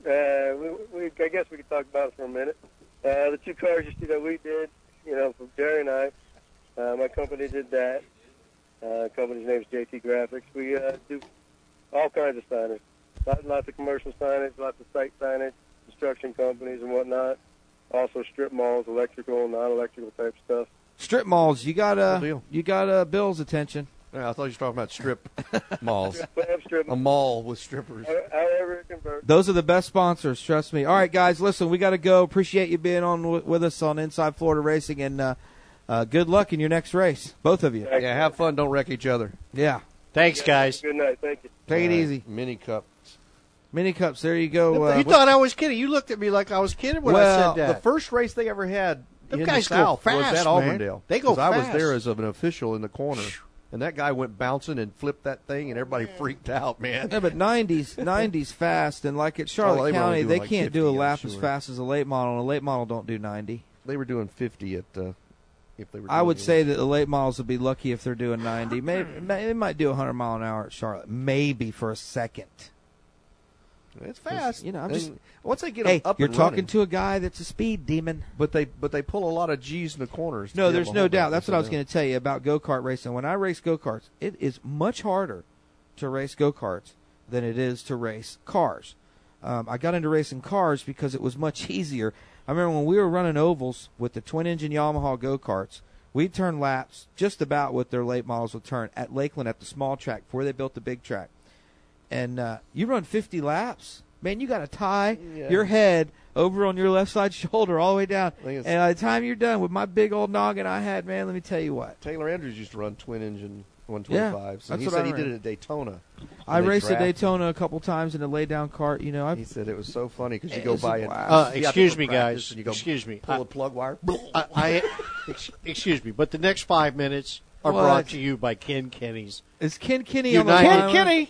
uh, we, we I guess we could talk about it for a minute. Uh, the two cars you see that we did, you know, from Jerry and I, uh, my company did that. Uh, company's name is JT Graphics. We uh, do all kinds of signage, lots, lots of commercial signage, lots of site signage, construction companies and whatnot. Also strip malls, electrical, non-electrical type stuff. Strip malls. You got Good uh, deal. you got uh, Bill's attention. I thought you were talking about strip malls. Strip, strip, a mall with strippers. however it converts. Those are the best sponsors, trust me. All right, guys, listen, we got to go. Appreciate you being on w- with us on Inside Florida Racing, and uh, uh, good luck in your next race, both of you. Yeah, have fun. Don't wreck each other. Yeah, Thanks, guys. Good night. Thank you. take it easy. Mini cup. Mini cups, there you go. Uh, you thought I was kidding. You looked at me like I was kidding when well, I said that. the first race they ever had Them in guys the go South fast, was at man. Auburndale. They go 'Cause I was fast. there as an official in the corner, and that guy went bouncing and flipped that thing, and everybody freaked out, man. yeah, but nineties, nineties fast, and like at Charlotte Oh, they were only County, doing they like can't 50, do a I'm lap as sure. fast as a late model, and a late model don't do ninety. They were doing fifty at uh, if they were. I doing would it. say that the late models would be lucky if they're doing ninety. Maybe may, they might do hundred mile an hour at Charlotte, maybe for a second. it's fast. You know, I'm And just once they get 'em hey, up. you're and talking running, to a guy that's a speed demon. but they but they pull a lot of G's in the corners. to be No, able there's to no hold doubt. that. That's what I was going to tell you about go kart racing. When I race go karts, it is much harder to race go karts than it is to race cars. um, I got into racing cars because it was much easier. I remember when we were running ovals with the twin engine Yamaha go karts, we turned laps just about what their late models would turn at Lakeland at the small track before they built the big track. And uh, you run 50 laps, man, you got to tie Yeah. your head over on your left side shoulder all the way down. think And it's- by the time you're done with my big old noggin I had, man, let me tell you what. Taylor Andrews used to run twin engine 125s. Yeah, and that's he what said I he did ran. it at Daytona. I And they raced at drafted- Daytona a couple times in a lay down cart. You know, I He said it was so funny because you go by and Uh, you have to excuse go me, practice guys. and you go excuse me. Pull I- a plug wire. I, I- ex- excuse me, but the next five minutes are What? brought to you by Ken Kenny's. Is Uh, Ken Kinney on the United- line?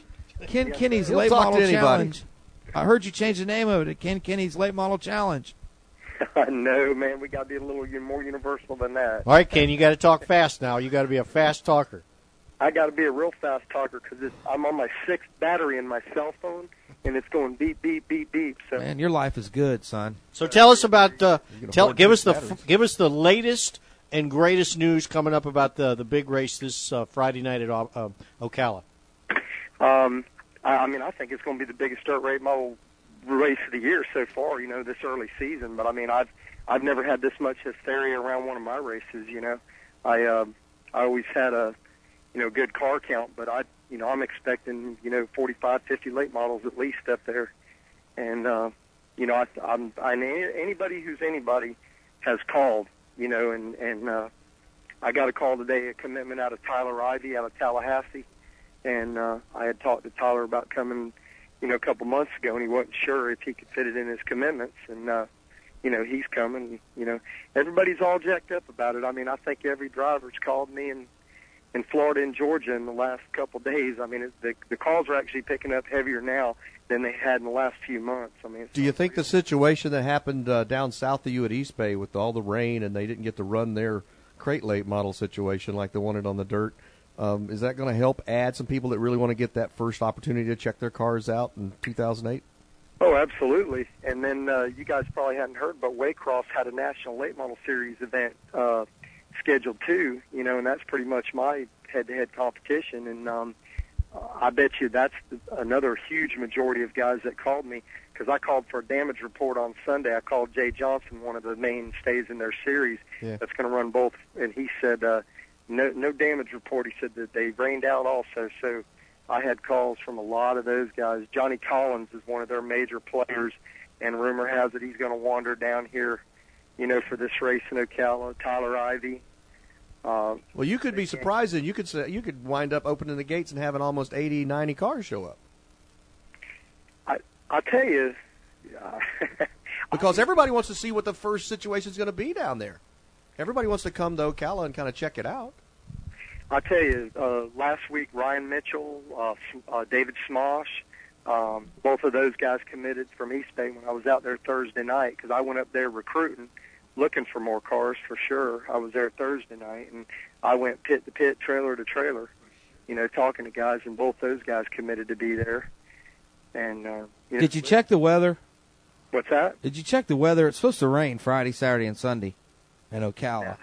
Ken Yes, Kinney's sir. He'll late talk model to anybody. challenge. I heard you change the name of it. to Ken Kinney's late model challenge. no, man, we got to be a little u- more universal than that. All right, Ken, you got to talk fast now. You got to be a fast talker. I got to be a real fast talker because I'm on my sixth battery in my cell phone, and it's going beep, beep, beep, beep. So Man, your life is good, son. So tell us about uh, gonna tell hoard give these us the batteries. give us the latest and greatest news coming up about the the big race this uh, Friday night at O- uh, Ocala. Um, I, I mean, I think it's going to be the biggest dirt rate model race of the year so far. You know, this early season. But I mean, I've I've never had this much hysteria around one of my races. You know, I uh, I always had a you know good car count, but I you know I'm expecting you know 45, 50 late models at least up there, and uh, you know I, I'm I anybody who's anybody has called. You know, and and uh, I got a call today, a commitment out of Tyler Ivy out of Tallahassee and uh, I had talked to Tyler about coming, you know, a couple months ago, and he wasn't sure if he could fit it in his commitments, and uh, you know, he's coming. You know, everybody's all jacked up about it. I mean, I think every driver's called me in in Florida and Georgia in the last couple days. I mean, it, the the calls are actually picking up heavier now than they had in the last few months. I mean, it's Do you think the situation that happened uh, down south of you at East Bay with all the rain and they didn't get to run their crate late model situation like they wanted on the dirt um, is that going to help add some people that really want to get that first opportunity to check their cars out in 2008? Oh, absolutely. And then uh, you guys probably hadn't heard, but Waycross had a national late model series event uh, scheduled too. You know, and that's pretty much my head-to-head competition. And um, I bet you that's the, another huge majority of guys that called me because I called for a damage report on Sunday. I called Jay Johnson, one of the mainstays in their series Yeah. that's going to run both, and he said uh, no no damage report. He said that they rained out also. So I had calls from a lot of those guys. Johnny Collins is one of their major players, and rumor has it he's going to wander down here, you know, for this race in Ocala. Tyler Ivy. Uh, Well, you could be surprising. You could say, you could wind up opening the gates and having almost 80, 90 cars show up. I I tell you, because everybody wants to see what the first situation is going to be down there. Everybody wants to come to Ocala and kind of check it out. I tell you, uh, last week Ryan Mitchell, uh, S- uh, David Smosh, um, both of those guys committed from East Bay when I was out there Thursday night because I went up there recruiting, looking for more cars for sure. I was there Thursday night and I went pit to pit, trailer to trailer, you know, talking to guys, and both those guys committed to be there. And uh, know, Did you check the weather? What's that? Did you check the weather? It's supposed to rain Friday, Saturday, and Sunday in Ocala.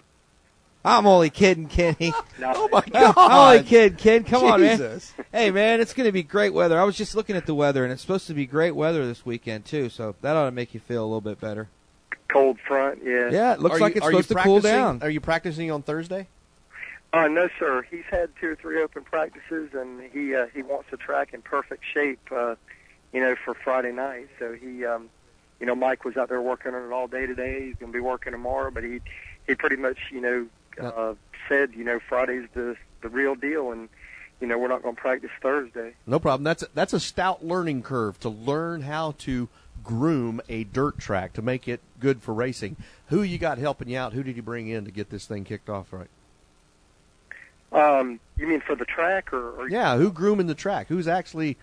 I'm only kidding, Kenny. oh my I'm only kidding, kid. Come on, man. Jesus. Hey, man, it's going to be great weather. I was just looking at the weather, and it's supposed to be great weather this weekend too. So that ought to make you feel a little bit better. Cold front, yeah. Yeah, it looks like it's supposed to cool practicing- down. Are you practicing on Thursday? Uh, no, sir. He's had two or three open practices, and he uh, he wants the track in perfect shape, uh, you know, for Friday night. So he, um, you know, Mike was out there working on it all day today. He's going to be working tomorrow, but he he pretty much, you know, uh, said, you know, Friday's the the real deal, and you know, we're not going to practice Thursday. No problem. That's that's a stout learning curve to learn how to groom a dirt track to make it good for racing. Who you got helping you out? Who did you bring in to get this thing kicked off right? Um, you mean for the track, or, or Yeah, who grooming the track? Who's actually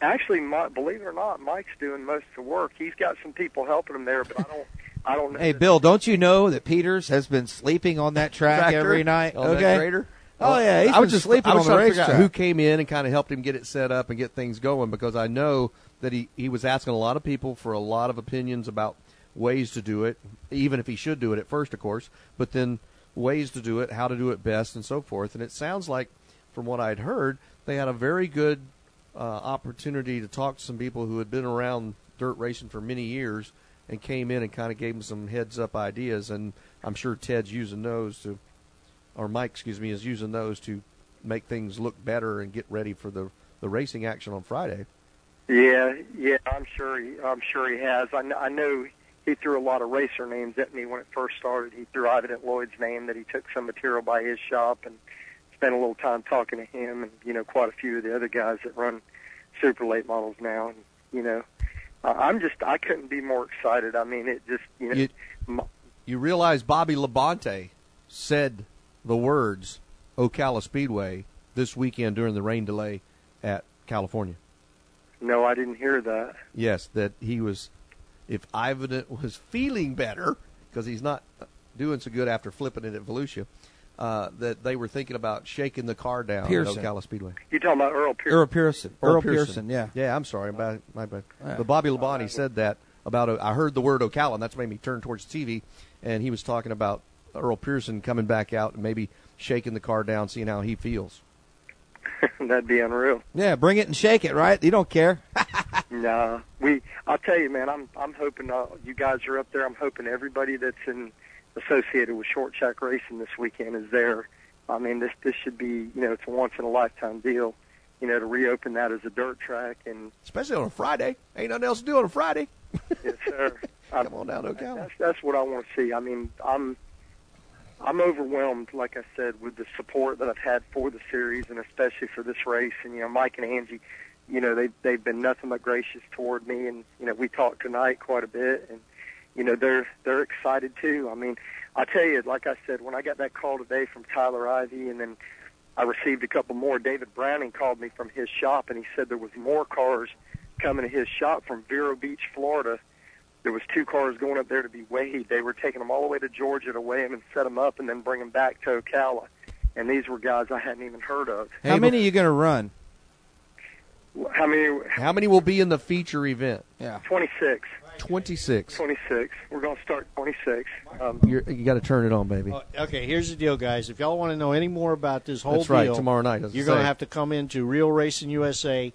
Actually, my, believe it or not, Mike's doing most of the work. He's got some people helping him there, but I don't I don't know. Hey, Bill, don't you know that Peters has been sleeping on that track Tractor? every night? On that okay. grader? Oh yeah, he's I was been just sleeping I was on the trying to figure out racetrack. Who came in and kind of helped him get it set up and get things going? Because I know that he he was asking a lot of people for a lot of opinions about ways to do it, even if he should do it at first, of course. But then ways to do it, how to do it best, and so forth. And it sounds like, from what I'd heard, they had a very good uh, opportunity to talk to some people who had been around dirt racing for many years and came in and kind of gave them some heads up ideas. And I'm sure Ted's using those to, or Mike, excuse me, is using those to make things look better and get ready for the, the racing action on Friday. Yeah, yeah, I'm sure. He, I'm sure he has. I, kn- I know he threw a lot of racer names at me when it first started. He threw Ivan Lloyd's name that he took some material by his shop and spent a little time talking to him and you know quite a few of the other guys that run super late models now. And, you know, I, I'm just I couldn't be more excited. I mean, it just you know You, m- you realize Bobby Labonte said the words Ocala Speedway this weekend during the rain delay at California. no, I didn't hear that. Yes, that he was, if Ivan was feeling better, because he's not doing so good after flipping it at Volusia, uh, that they were thinking about shaking the car down Pearson. at Ocala Speedway. You talking about Uh, Earl Pearson? Earl Pearson. Earl Pearson, yeah. Yeah, I'm sorry. My, my bad. Yeah. But Bobby Labonte said that about, uh, I heard the word Ocala, and that's made me turn towards the TV, and he was talking about Earl Pearson coming back out and maybe shaking the car down, seeing how he feels. That'd be unreal. Yeah, bring it and shake it, right? You don't care. No, we. I'll tell you, man. I'm I'm hoping uh, you guys are up there. I'm hoping everybody that's in associated with short track racing this weekend is there. I mean, this this should be you know it's a once in a lifetime deal. You know, to reopen that as a dirt track and Especially on a Friday. Ain't nothing else to do on a Friday. yes, sir. Come on down, Ocala. That's, that's what I want to see. I mean, I'm I'm overwhelmed, like I said, with the support that I've had for the series and especially for this race. And you know, Mike and Angie, you know, they they've been nothing but gracious toward me. And you know, we talked tonight quite a bit, and you know, they're they're excited too. I mean, I tell you, like I said, when I got that call today from Tyler Ivy, and then I received a couple more. David Browning called me from his shop, and he said there was more cars coming to his shop from Vero Beach, Florida there was two cars going up there to be weighed. They were taking them all the way to Georgia to weigh them and set them up, and then bring them back to Ocala. And these were guys I hadn't even heard of. How many are you going to run? How many? How many will be in the feature event? Yeah, 26. 26. 26. We're going to start 26. Um, You're, you got to turn it on, Oh, baby. Okay, here's the deal, guys. If y'all want to know any more about this whole That's right, deal, tomorrow night, as I you're going to say. have to come into Real Racing USA.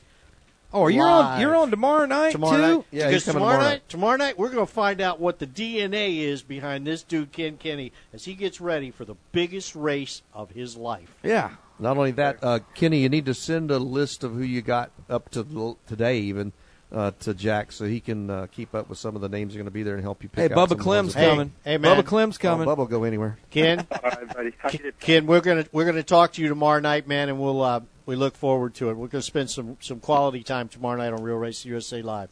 Oh, you're on. You're on tomorrow night tomorrow too. night. because tomorrow, night, tomorrow night, we're going to find out what the DNA is behind this dude Ken Kenny as he gets ready for the biggest race of his life. Yeah. Not only that, uh, Kenny, you need to send a list of who you got up to the, today, even uh, to Jack, so he can uh, keep up with some of the names that are going to be there and help you pick Hey, out Bubba some of the Clem's ones that- coming. Hey, hey, man. Bubba Clem's Oh, coming. Bubba will go anywhere. Ken, all right, buddy. How you Ken, we're gonna we're gonna talk to you tomorrow night, man, and we'll uh, we look forward to it. We're gonna spend some some quality time tomorrow night on Real Race USA Live.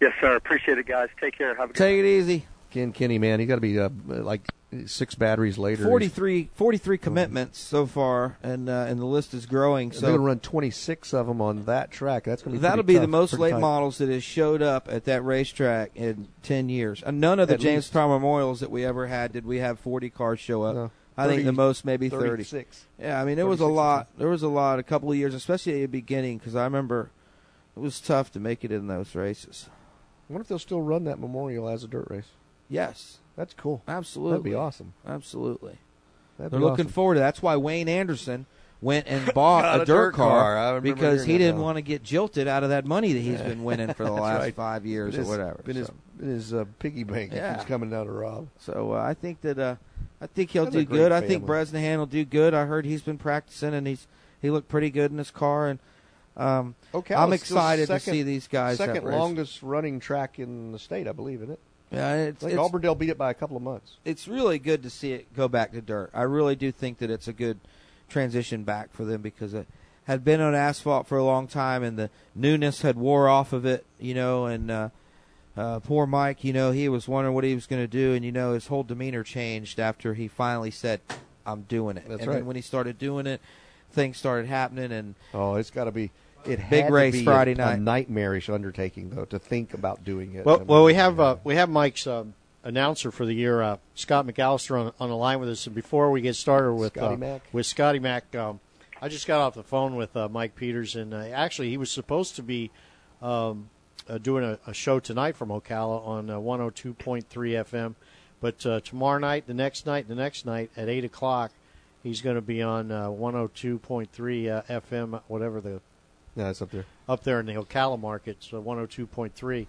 Yes, sir. Appreciate it, guys. Take care. Have a good it easy. Ken Kenny, man, he got to be uh, like six batteries later. 43, 43 commitments so far, and uh, and the list is growing. They're going to So run 26 of them on that track. That's going to be that'll pretty be the tough, most pretty late tight. models that has showed up at that racetrack in ten years. And none of the At James least. Town Memorials that we ever had did we have forty cars show up. No. I think the 30 most maybe thirty. 36. Yeah, I mean there was a 36 or lot. There was a lot. A couple of years, especially at the beginning, because I remember it was tough to make it in those races. I wonder if they'll still run that memorial as a dirt race. Yes, that's cool. Absolutely, That'd be awesome. Absolutely. That'd They're be looking awesome. forward to. That's why Wayne Anderson went and bought Got a, a dirt dirt car, car. I remember because hearing he that didn't now. want to get jilted out of that money that he's been winning for the That's last right. five years Been or his- whatever. Been his, so. been his uh, piggy bank. Yeah. Yeah. He's coming down to Rob. So, uh, I think that uh, I think he'll That's a do great good. I think family. Bresnahan will do good. I heard he's been practicing and he's he looked pretty good in his car and um, Okay, I'm excited to see these guys. at Second race. longest running track in the state, I believe, isn't it? Yeah, it's, I think it's- Auburndale beat it by a couple of months. it's really good to see it go back to dirt. I really do think that it's a good transition back for them because it had been on asphalt for a long time and the newness had wore off of it, you know, and uh, uh, poor Mike, you know, he was wondering what he was going to do, and you know, his whole demeanor changed after he finally said, "I'm doing it." That's and right. then when he started doing it, things started happening, and oh, it's got to be it big had to race be Friday a, night. A nightmarish undertaking, though, to think about doing it. I Well, mean, well, we have uh, we have Mike's um, announcer for the year, uh, Scott McAllister, on, on the line with us. And before we get started with Scotty uh, Mac. with Scotty Mac, um, I just got off the phone with uh, Mike Peters, and uh, actually he was supposed to be um, uh, doing a, a show tonight from Ocala on uh, 102.3 FM, but uh, tomorrow night, the next night, the next night at eight o'clock, oh he's going to be on uh, 102.3 uh, FM, whatever the no, it's up there. up there in the Ocala market, so 102.3.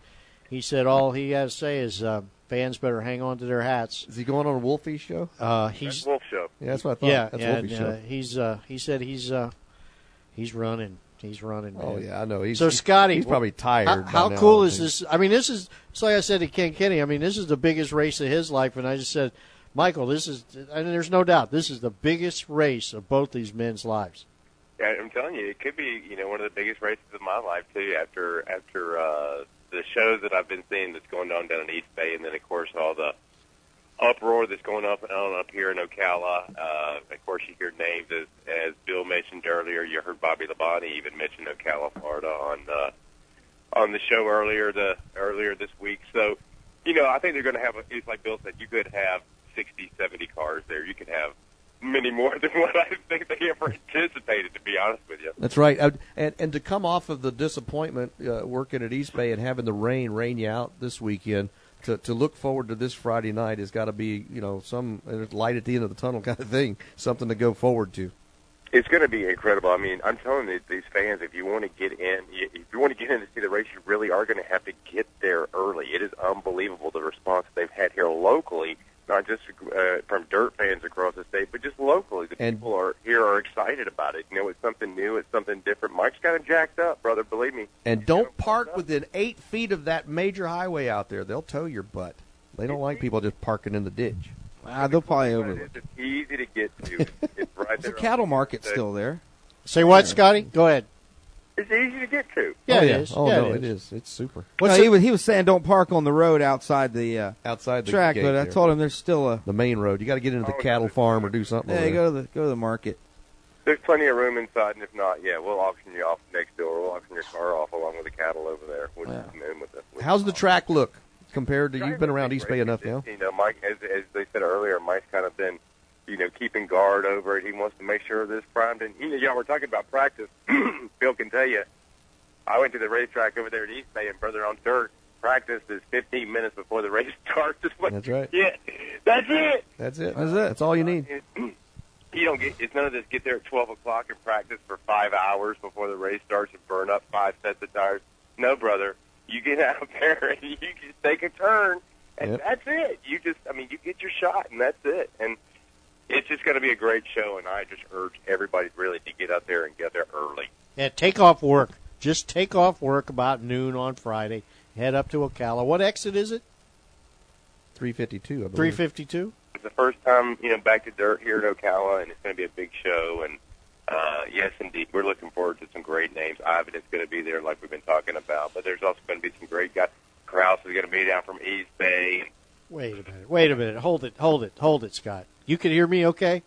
He said all he has to say is uh, fans better hang on to their hats. Is he going on a Wolfie show? Uh, he's Wolf show. Yeah, that's what I thought. Yeah, That's yeah, Wolfie and, show. uh, he's uh, he said he's uh, he's running. He's running. Oh, man. yeah, I know. He's- so he's- Scotty, he's probably wh- tired How, by how now, cool I is this? I mean, this is it's like I said to Ken Kenny. I mean, this is the biggest race of his life, and I just said, Michael, this is. And there's no doubt, this is the biggest race of both these men's lives. Yeah, I'm telling you, it could be you know one of the biggest races of my life too. After after uh, the shows that I've been seeing that's going on down in East Bay, and then of course all the uproar that's going up and on up here in Ocala. Uh, of course, you hear names as as Bill mentioned earlier. You heard Bobby Labonte even mention Ocala, Florida on uh, on the show earlier the earlier this week. So you know, I think they're going to have. A, it's like Bill said, you could have 60, 70 cars there. You could have many more than what I think they ever anticipated. To be honest with you. That's right. I, and and to come off of the disappointment uh, working at East Bay and having the rain rain you out this weekend, to to look forward to this Friday night has got to be you know some there's light at the end of the tunnel kind of thing, something to go forward to. It's going to be incredible. I mean, I'm telling you, these fans, if you want to get in, if you want to get in to see the race, you really are going to have to get there early. It is unbelievable the response they've had here locally, not just uh, from dirt fans across the state, but just locally. The And- people are here are excited about it. You know, it's something new, it's something different. Mike's got him jacked up, brother. Believe me. And don't park within eight feet of that major highway out there; they'll tow your butt. They don't like people just parking in the ditch. Ah, they'll probably It's just easy to get to. It's right there. The cattle market's still there. Oh, Say what, Scotty? Go ahead. It's easy to get to. Yeah, oh, it yeah. is. Oh Yeah, no, it it is. It's super. no, he was he was saying don't park on the road outside the uh, outside the track, gate but I there. told him there's still a the main road. You got to get into the cattle farm or do something. Yeah, over you there. go to the go to the market. There's plenty of room inside, and if not, yeah, we'll auction you off next door. We'll auction your car off along with the cattle over there. We'll just come in with the How's the track look compared to you've been around East Bay enough now? You know, Mike, as, as they said earlier, Mike's kind of been, you know, keeping guard over it. He wants to make sure that it's primed. And, you know, y'all were talking about practice. Bill can tell you, I went to the racetrack over there at East Bay, and brother on dirt, practice is 15 minutes before the race starts. Is what That's right. Yeah, that's it. That's it. That's it. That's all you need. You don't get it's none of this. Get there at twelve o'clock and practice for five hours before the race starts and burn up five sets of tires. No, brother, you get out there and you just take a turn, and Yep. that's it. You just, I mean, you get your shot, and that's it. And it's just going to be a great show. And I just urge everybody really to get out there and get there early. Yeah, take off work. Just take off work about noon on Friday. Head up to Ocala. What exit is it? Three fifty two. Three fifty two. It's the first time you know back to dirt here at Ocala, and it's going to be a big show. And uh, yes, indeed, we're looking forward to some great names. Ivan is going to be there, like we've been talking about, but there's also going to be some great guys. Kraus is going to be down from East Bay. Wait a minute. Wait a minute. Hold it. Hold it. Hold it, Scott. You can hear me, okay?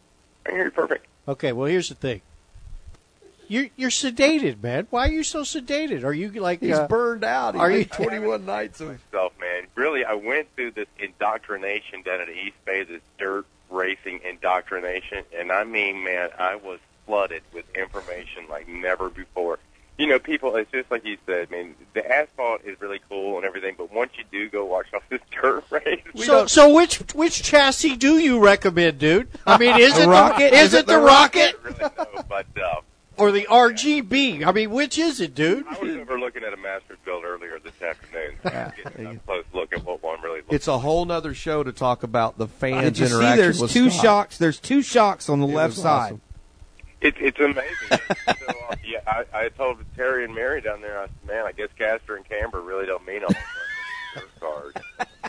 I hear you perfect. Okay. Well, here's the thing. You're you're sedated, man. Why are you so sedated? Are you like He's uh, burned out. He are you went 21 nights of Myself, man, really, I went through this indoctrination down at East Bay, this dirt racing indoctrination, and I mean, man, I was flooded with information like never before. You know, people, it's just like you said, man, the asphalt is really cool and everything, but once you do go watch off this dirt race, we So, don't- so which which chassis do you recommend, dude? I mean, is The it rocket? The, is, it the, rocket, I don't really know, but uh, or the RGB? I mean, which is it, dude? I was over looking at a master's build earlier this afternoon, getting a close look at what one really looks It's a whole nother show to talk about the fans' Did you see interaction there's with two Scott. shocks? There's two shocks on the It left was side. awesome. It, it's amazing. so, uh, yeah, I, I told Terry and Mary down there, I said, man, I guess Castor and Camber really don't mean all that much to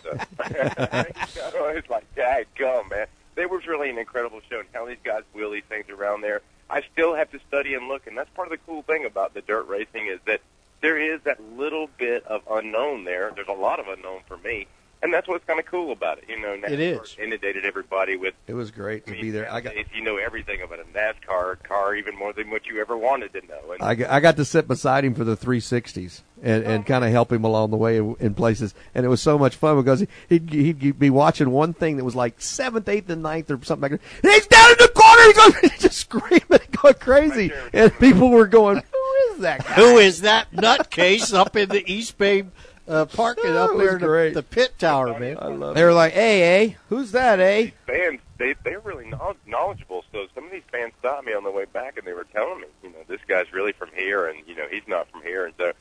these dirt cars. So, you know, it's like, dad, go, man. It was really an incredible show, and how these guys wheel these things around there. I still have to study and look, and that's part of the cool thing about the dirt racing is that there is that little bit of unknown there. There's a lot of unknown for me, and that's what's kind of cool about it. You know, now It is. inundated everybody with It was great to be there. I got, if you know everything about a NASCAR car, even more than what you ever wanted to know. And I got, I got to sit beside him for the 360s and, and kind of help him along the way in, in places. And it was so much fun because he'd, he'd be watching one thing that was like seventh, eighth, and ninth or something like that. And he's down in the corner. He's going, he's just screaming, going crazy. And people were going, who is that guy? Who is that nutcase up in the East Bay uh, parking up there in the, the pit tower, man? I love They were like, "Hey, eh? Who's that, eh?" fans, they they're really knowl- knowledgeable. So some of these fans stopped me on the way back, and they were telling me, you know, this guy's really from here, and you know he's not from here." And so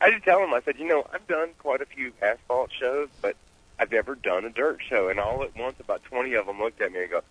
I did tell him, I said, "You know, I've done quite a few asphalt shows, but I've never done a dirt show." And all at once, about twenty of them looked at me and go,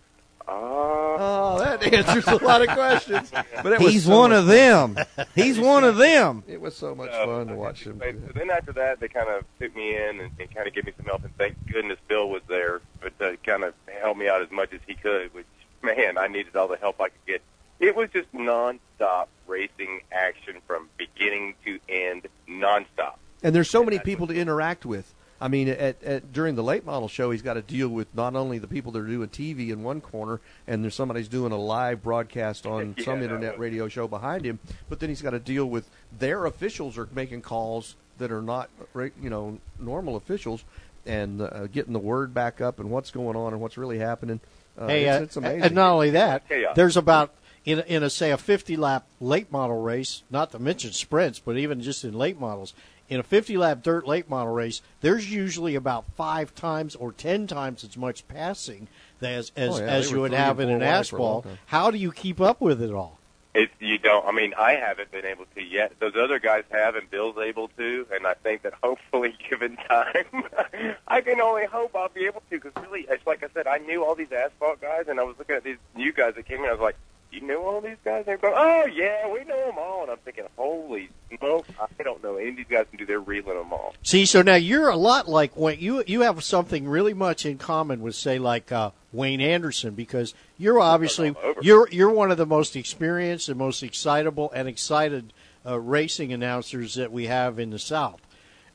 "Oh, oh that answers a lot of questions." But it was He's so one much of them. He's one of them. It was so much Um, fun to watch him. But so then after that, they kind of took me in and, and kind of gave me some help. And thank goodness Bill was there, but uh, kind of helped me out as much as he could. Which man, I needed all the help I could get. It was just nonstop racing action from beginning to end, nonstop. And there's so many people to interact with. I mean, at, at during the late model show, he's got to deal with not only the people that are doing TV in one corner, and there's somebody's doing a live broadcast on Yeah, some that internet was- radio show behind him, but then he's got to deal with their officials are making calls that are not, re- you know, normal officials, and uh, getting the word back up and what's going on and what's really happening. Uh, hey, it's, uh, it's amazing. and not only that, Chaos. there's about in a, in a say a 50 lap late model race, not to mention sprints, but even just in late models, in a 50 lap dirt late model race, there's usually about five times or ten times as much passing as as, Oh, yeah, as they you were would three and have in four an wide for a long asphalt. time. How do you keep up with it all? It, you don't. I mean, I haven't been able to yet. Those other guys have, and Bill's able to. And I think that hopefully, given time, I can only hope I'll be able to. Because really, it's like I said, I knew all these asphalt guys, and I was looking at these new guys that came in. I was like, "You know all these guys?" They're going, "Oh yeah, we know them all." And I'm thinking, "Holy smokes, I don't know any of these guys can do. They're reeling them all." See, so now you're a lot like Wayne. You you have something really much in common with, say, like uh, Wayne Anderson, because you're obviously you're you're one of the most experienced and most excitable and excited uh, racing announcers that we have in the South,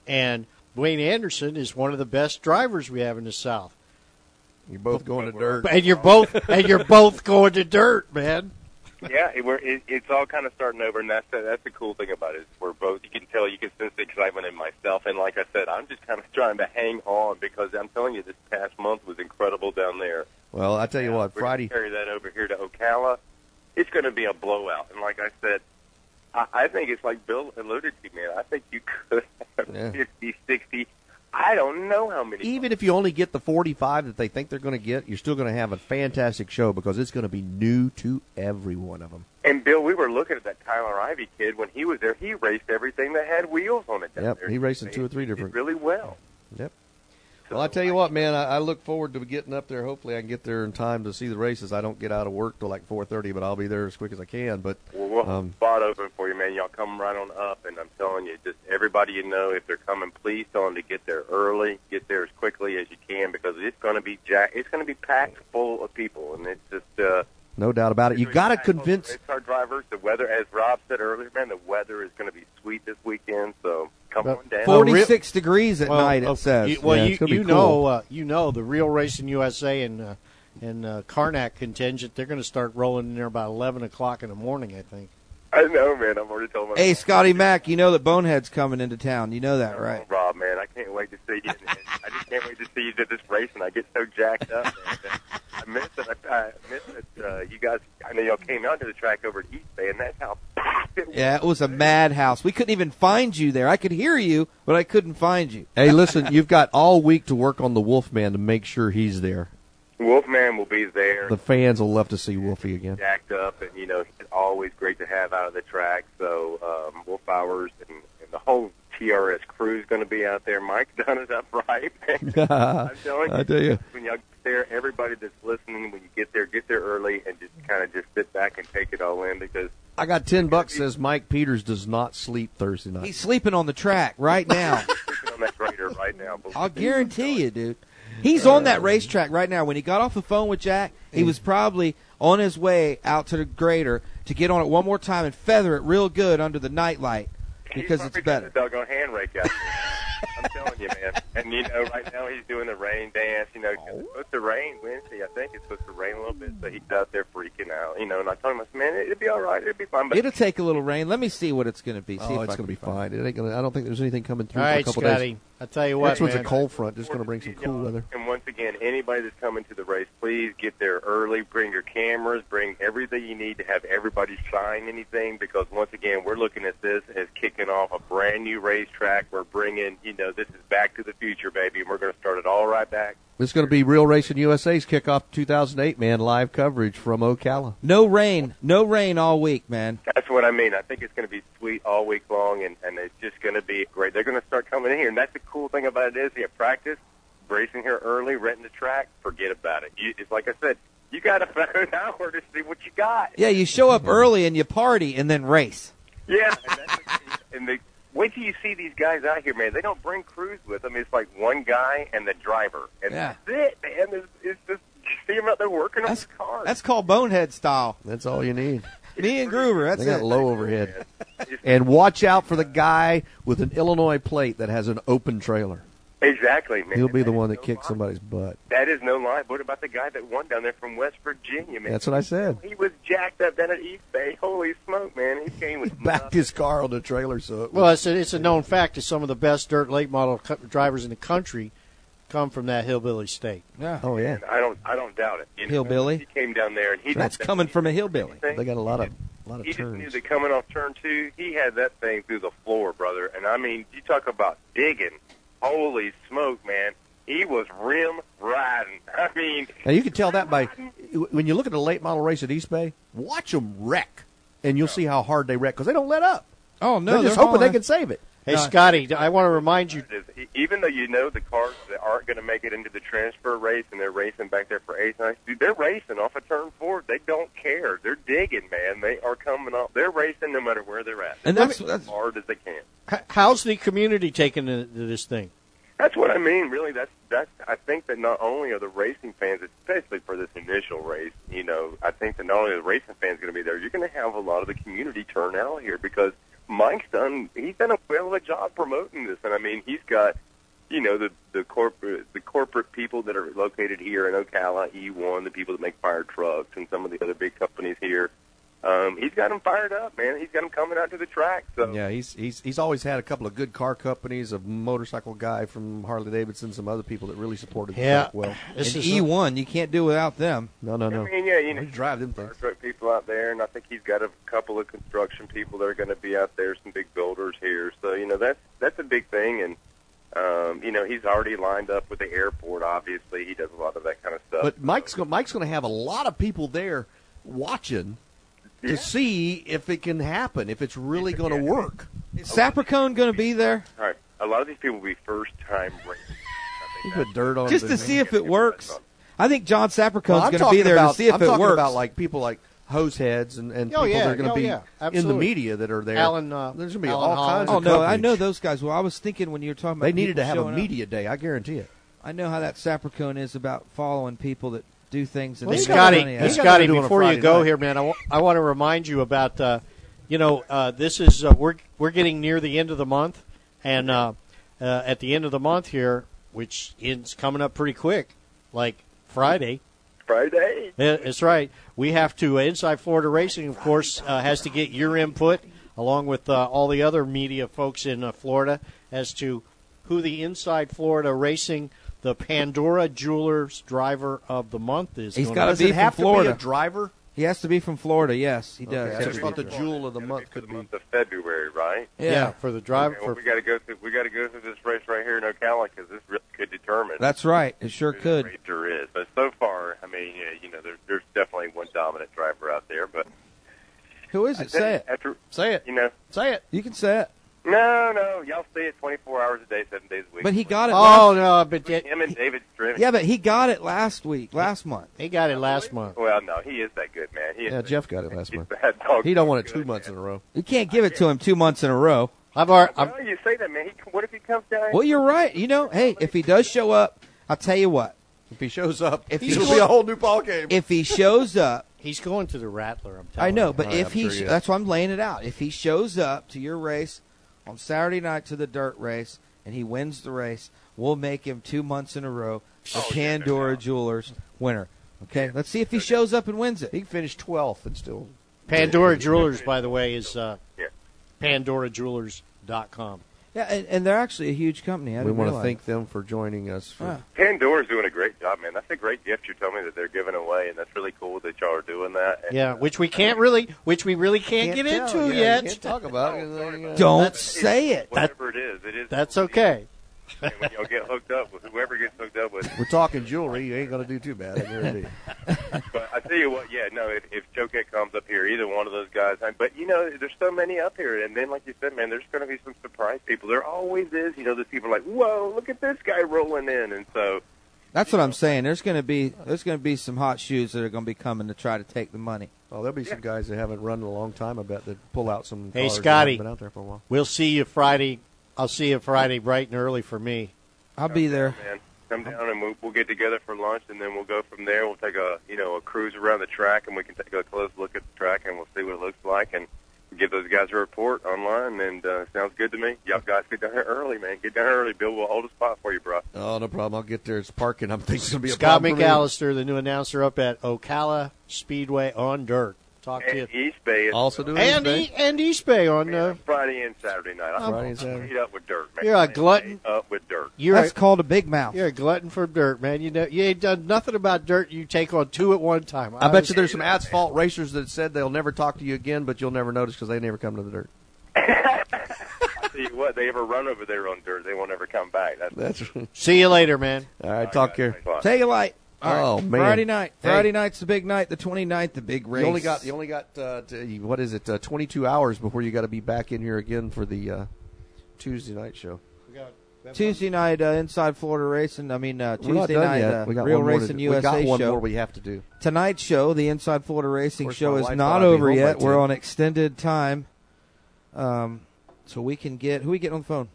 and Wayne Anderson is one of the best drivers we have in the South. You're both going to dirt, and you're both and you're both going to dirt, man. yeah, it, we're, it, it's all kind of starting over, and that's the, that's the cool thing about it. Is we're both. You can tell you can sense the excitement in myself, and like I said, I'm just kind of trying to hang on because I'm telling you, this past month was incredible down there. Well, I tell you what, We're gonna Friday. carry that over here to Ocala. It's going to be a blowout, and like I said, I, I think it's like Bill alluded to, man. I think you could have Yeah. fifty, sixty. I don't know how many. even if you only get the 45 that they think they're going to get, you're still going to have a fantastic show because it's going to be new to every one of them. And Bill, we were looking at that Tyler Ivy kid when he was there. He raced everything that had wheels on it. down Yep, there. he raced in two or three different. really well. Yep. Well, I tell you what, man, I, I look forward to getting up there. Hopefully, I can get there in time to see the races. I don't get out of work till like 4:30, but I'll be there as quick as I can. But Well, we'll have a um, spot open for you, man. Y'all come right on up, and I'm telling you, just everybody you know, if they're coming, please tell them to get there early, get there as quickly as you can, because it's going to be jack, it's going to be packed full of people, and it's just uh, no doubt about it, you got to convince. race car drivers. The weather, as Rob said earlier, man, the weather is going to be sweet this weekend, so come on down. 46 degrees at night, it okay. says. You, well, Yeah, you, it's gonna be you cool. know, uh, you know, the real racing USA and uh, and uh, Karnak contingent, they're going to start rolling in there about eleven o'clock in the morning, I think. I know, man. I'm already telling my Hey, Scotty Mack, you know that Bonehead's coming into town. You know that, right? Rob, man, I can't wait to see you. And I just can't wait to see you do this race, and I get so jacked up. And, uh, I miss it. I, I miss it. Uh, you guys, I know y'all came out to the track over at East Bay, and that's how packed it was. Yeah, it was a madhouse. We couldn't even find you there. I could hear you, but I couldn't find you. Hey, listen, you've got all week to work on the Wolfman to make sure he's there. Wolfman will be there, The fans will love to see Wolfie again. jacked up, and you know he's always great to have out of the track. So um, Wolf Hours and, and the whole TRS crew is going to be out there. Mike done it up right. I'm telling you, Uh, I tell you. when y'all get there, everybody that's listening, when you get there, get there early and just kind of just sit back and take it all in because. I got 10 bucks says Mike Peters does not sleep Thursday night. He's sleeping on the track right now. on that grader right now. believe I'll me. guarantee you, dude. He's Uh, on that racetrack right now. When he got off the phone with Jack, he was probably on his way out to the grader to get on it one more time and feather it real good under the nightlight because he's it's probably doing better. The doggone hand rake out there. I'm telling you, man. And you know, right now he's doing the rain dance. You know, 'cause it's supposed to rain Wednesday. I think it's supposed to rain a little bit, so he's out there freaking out. You know, and I told him, I said, man, it'll be all right. It'll be fine. But It'll take a little rain. Let me see what it's going to be. See Oh, if it's going to be fine. It ain't gonna, I don't think there's anything coming through All for a right, couple Scotty. days. I tell you Next what, one's a man. cold front. Just going to bring some cool weather. And once again, anybody that's coming to the race, please get there early. Bring your cameras. Bring everything you need to have everybody sign anything because once again, we're looking at this as kicking off a brand new racetrack. We're bringing you know because this is back to the future, baby, and we're going to start it all right back. This is going to be Real Racing USA's kickoff 2008, man. Live coverage from Ocala. No rain. No rain all week, man. That's what I mean. I think it's going to be sweet all week long, and, and it's just going to be great. They're going to start coming in here, and that's the cool thing about it is you have practice, racing here early, renting the track, forget about it. You, it's like I said, you got about an hour to see what you got. Yeah, you show up early and you party and then race. Yeah, and, that's, and they, wait till you see these guys out here, man. They don't bring crews with them. It's like one guy and the driver, and Yeah. that's it, man. It's, it's just you see them out there working on the cars. That's called bonehead style. That's all you need. Me and Groover. That's they got it. low overhead. and watch out for the guy with an Illinois plate that has an open trailer. Exactly, man. He'll be the one that kicks somebody's butt. That is no lie. What about the guy that won down there from West Virginia, man? That's what I said. He was jacked up down at East Bay. Holy smoke, man! He came with Backed his car on the trailer, so it Well, it's a, it's a known fact that some of the best dirt late model co- drivers in the country come from that hillbilly state. Yeah. Oh yeah. I don't, I don't doubt it. You know, Hillbilly? He came down there and he. That's did that coming from a hillbilly. thing. They got a lot of lot He just knew that coming off turn two, he had that thing through the floor, brother. And I mean, you talk about digging. Holy smoke, man! He was rim riding. I mean, Now you can tell that by when you look at the late model race at East Bay. Watch them wreck, and you'll see how hard they wreck because they don't let up. Oh no, they're just they're hoping they hauling. can save it. Hey, Scotty, I want to remind you. e, even though you know the cars that aren't going to make it into the transfer race and they're racing back there for eighth, ninth, dude, they're racing off of turn four. They don't care. They're digging, man. They are coming off. They're racing no matter where they're at. And They're that's- racing as hard as they can. h- How's the community taking to to this thing? That's what I mean, really. That's that's. I think that not only are the racing fans, especially for this initial race, you know, I think that not only are the racing fans going to be there, you're going to have a lot of the community turn out here because Mike's done. He's done a well of a job promoting this, and I mean, he's got, you know, the the corporate the corporate people that are located here in Ocala, E1, the people that make fire trucks, and some of the other big companies here. Um, he's got them fired up, man. He's got them coming out to the track. So Yeah, he's he's he's always had a couple of good car companies, a motorcycle guy from Harley Davidson, some other people that really supported. the Yeah. track well, E This And is a- E1, you can't do without them. No, no, no. I mean, yeah, you know, drive them things. Truck people out there, and I think he's got a couple of construction people that are going to be out there, some big builders here. So you know, that's that's a big thing, and um, you know, he's already lined up with the airport. Obviously, he does a lot of that kind of stuff. But Mike's go- Mike's going to have a lot of people there watching to see if it can happen, if it's really going to work. Is Sapricone going to be there? All right, a lot of these people will be first time racers. He put dirt on Just it, to didn't see he? if it works. I think John Sapricone's Well, I'm going to talking be there about- to see if I'm it talking works. about like people like hose heads and, and Oh, people yeah, that are going to oh, be yeah, in the absolutely. media that are there. Alan, uh, There's going to be Alan all Holland. kinds of Oh, no, I coverage. know those guys. Well, I was thinking when you were talking about They needed people to have a showing up. media day. I guarantee it. I know how that Sapricone is about following people that do things. And Well, they Scotty, don't hey, know any of it. Scotty, before you go here, man, I want to remind you about, uh, you know, uh, this is uh, we're we're getting near the end of the month, and uh, uh, at the end of the month here, which is coming up pretty quick, like Friday. Friday. Yeah, That's right. We have to. uh, Inside Florida Racing, of course, uh, has to get your input along with uh, all the other media folks in uh, Florida as to who the Inside Florida Racing, the Pandora Jewelers Driver of the Month is. He's going got to Does be it from have to be a Florida. dri- driver? He has to be from Florida. Yes, he does. Okay, I just thought the jewel of the month could be the February, right? Yeah. Yeah, for the drive- Okay, for- well, we got to go through. We got to go through this race right here in Ocala because this really could determine. That's right. It sure could. There is, but so far, I mean, yeah, you know, there's there's definitely one dominant driver out there, but Who is it? Say it. after Say it. You know, say it. You can say it. no, no, y'all see it 24 hours a day, seven days a week. But he got it. Oh, last- no, but Between him and David Strimmy. yeah, but he got it last week, last month. He got it last month. Well, no, he is that good, man. He is Yeah, that- Jeff got it last month. That dog He don't want it two months in a row. You can't give it to him two months in a row. I've already. Well, you say that, man. He, what if he comes down? Well, you're right. You know, hey, if he does show up, I'll tell you what. If he shows up, if He's going- new ball game. If he shows up, He's going to the Rattler. I'm telling I know, you. but if he, sh- that's why I'm laying it out. If he shows up to your race on Saturday night to the dirt race and he wins the race, we'll make him two months in a row a Pandora Jewelers winner. Okay, let's see if he shows up and wins it. He can finish 12th and still. Pandora Jewelers, by the way, is uh, pandorajewelers.com. Yeah, and, and they're actually a huge company. I we didn't want to realize thank them for joining us. For, Pandora's doing a great job, man. That's a great gift you're telling me that they're giving away, and that's really cool that y'all are doing that. And Yeah, which we can't really, which we really can't, Can't get tell, yeah, into you yet. can't talk about. Don't say it. Whatever it is, it is. That's okay. and when y'all get hooked up with whoever gets hooked up with. We're talking jewelry. You ain't gonna do too bad. I guarantee. But I tell you what, yeah, no. If, if Joket comes up here, either one of those guys. I, but you know, there's so many up here, and then like you said, man, there's going to be some surprise people. There always is. You know, there's people like, whoa, look at this guy rolling in, and so That's what I'm saying. There's going to be there's going to be some hot shoes that are going to be coming to try to take the money. Oh, there'll be some guys that haven't run in a long time. I bet that pull out some. Hey, cars that Scotty. haven't Been out there for a while. We'll see you Friday. I'll see you Friday bright and early for me. I'll be there. man, come down and we'll, we'll get together for lunch, and then we'll go from there. We'll take a you know a cruise around the track, and we can take a close look at the track, and we'll see what it looks like, and give those guys a report online. And uh, sounds good to me. Y'all guys get down here early, man. Get down here early. Bill will hold a spot for you, bro. Oh, no problem. I'll get there. It's parking. I'm thinking it's gonna be a Scott problem for me. McAllister, the new announcer up at Ocala Speedway on dirt. Talk to you. And East Bay is Also doing And, East e- and East Bay on. Uh, Friday and Saturday night. I'm Friday and Saturday. Eat up with dirt, man. You're a Eat glutton. Up with dirt. you're That's a, called a big mouth. You're a glutton for dirt, man. You know you ain't done nothing about dirt. You take on two at one time. I bet you was- there's some asphalt racers that said they'll never talk to you again, but you'll never notice because they never come to the dirt. I tell you what, they ever run over there on dirt, they won't ever come back. That's, That's See you later, man. All right, talk care. Take a light. All right. Oh man, Friday night. Hey, Friday night's the big night. The 29th, the big race. You only got you only got uh, t- what is it? Uh, 22 hours before you got to be back in here again for the uh, Tuesday night show. Tuesday night uh, inside Florida racing. I mean uh, We're not Tuesday done night yet. uh, We got Real one more to Racing do. We USA got one show. more we have to do. Tonight's show, the Inside Florida Racing course, show, my is wife not thought I'd be over home by yet. We're 10. on extended time, um, so we can get who we get on the phone.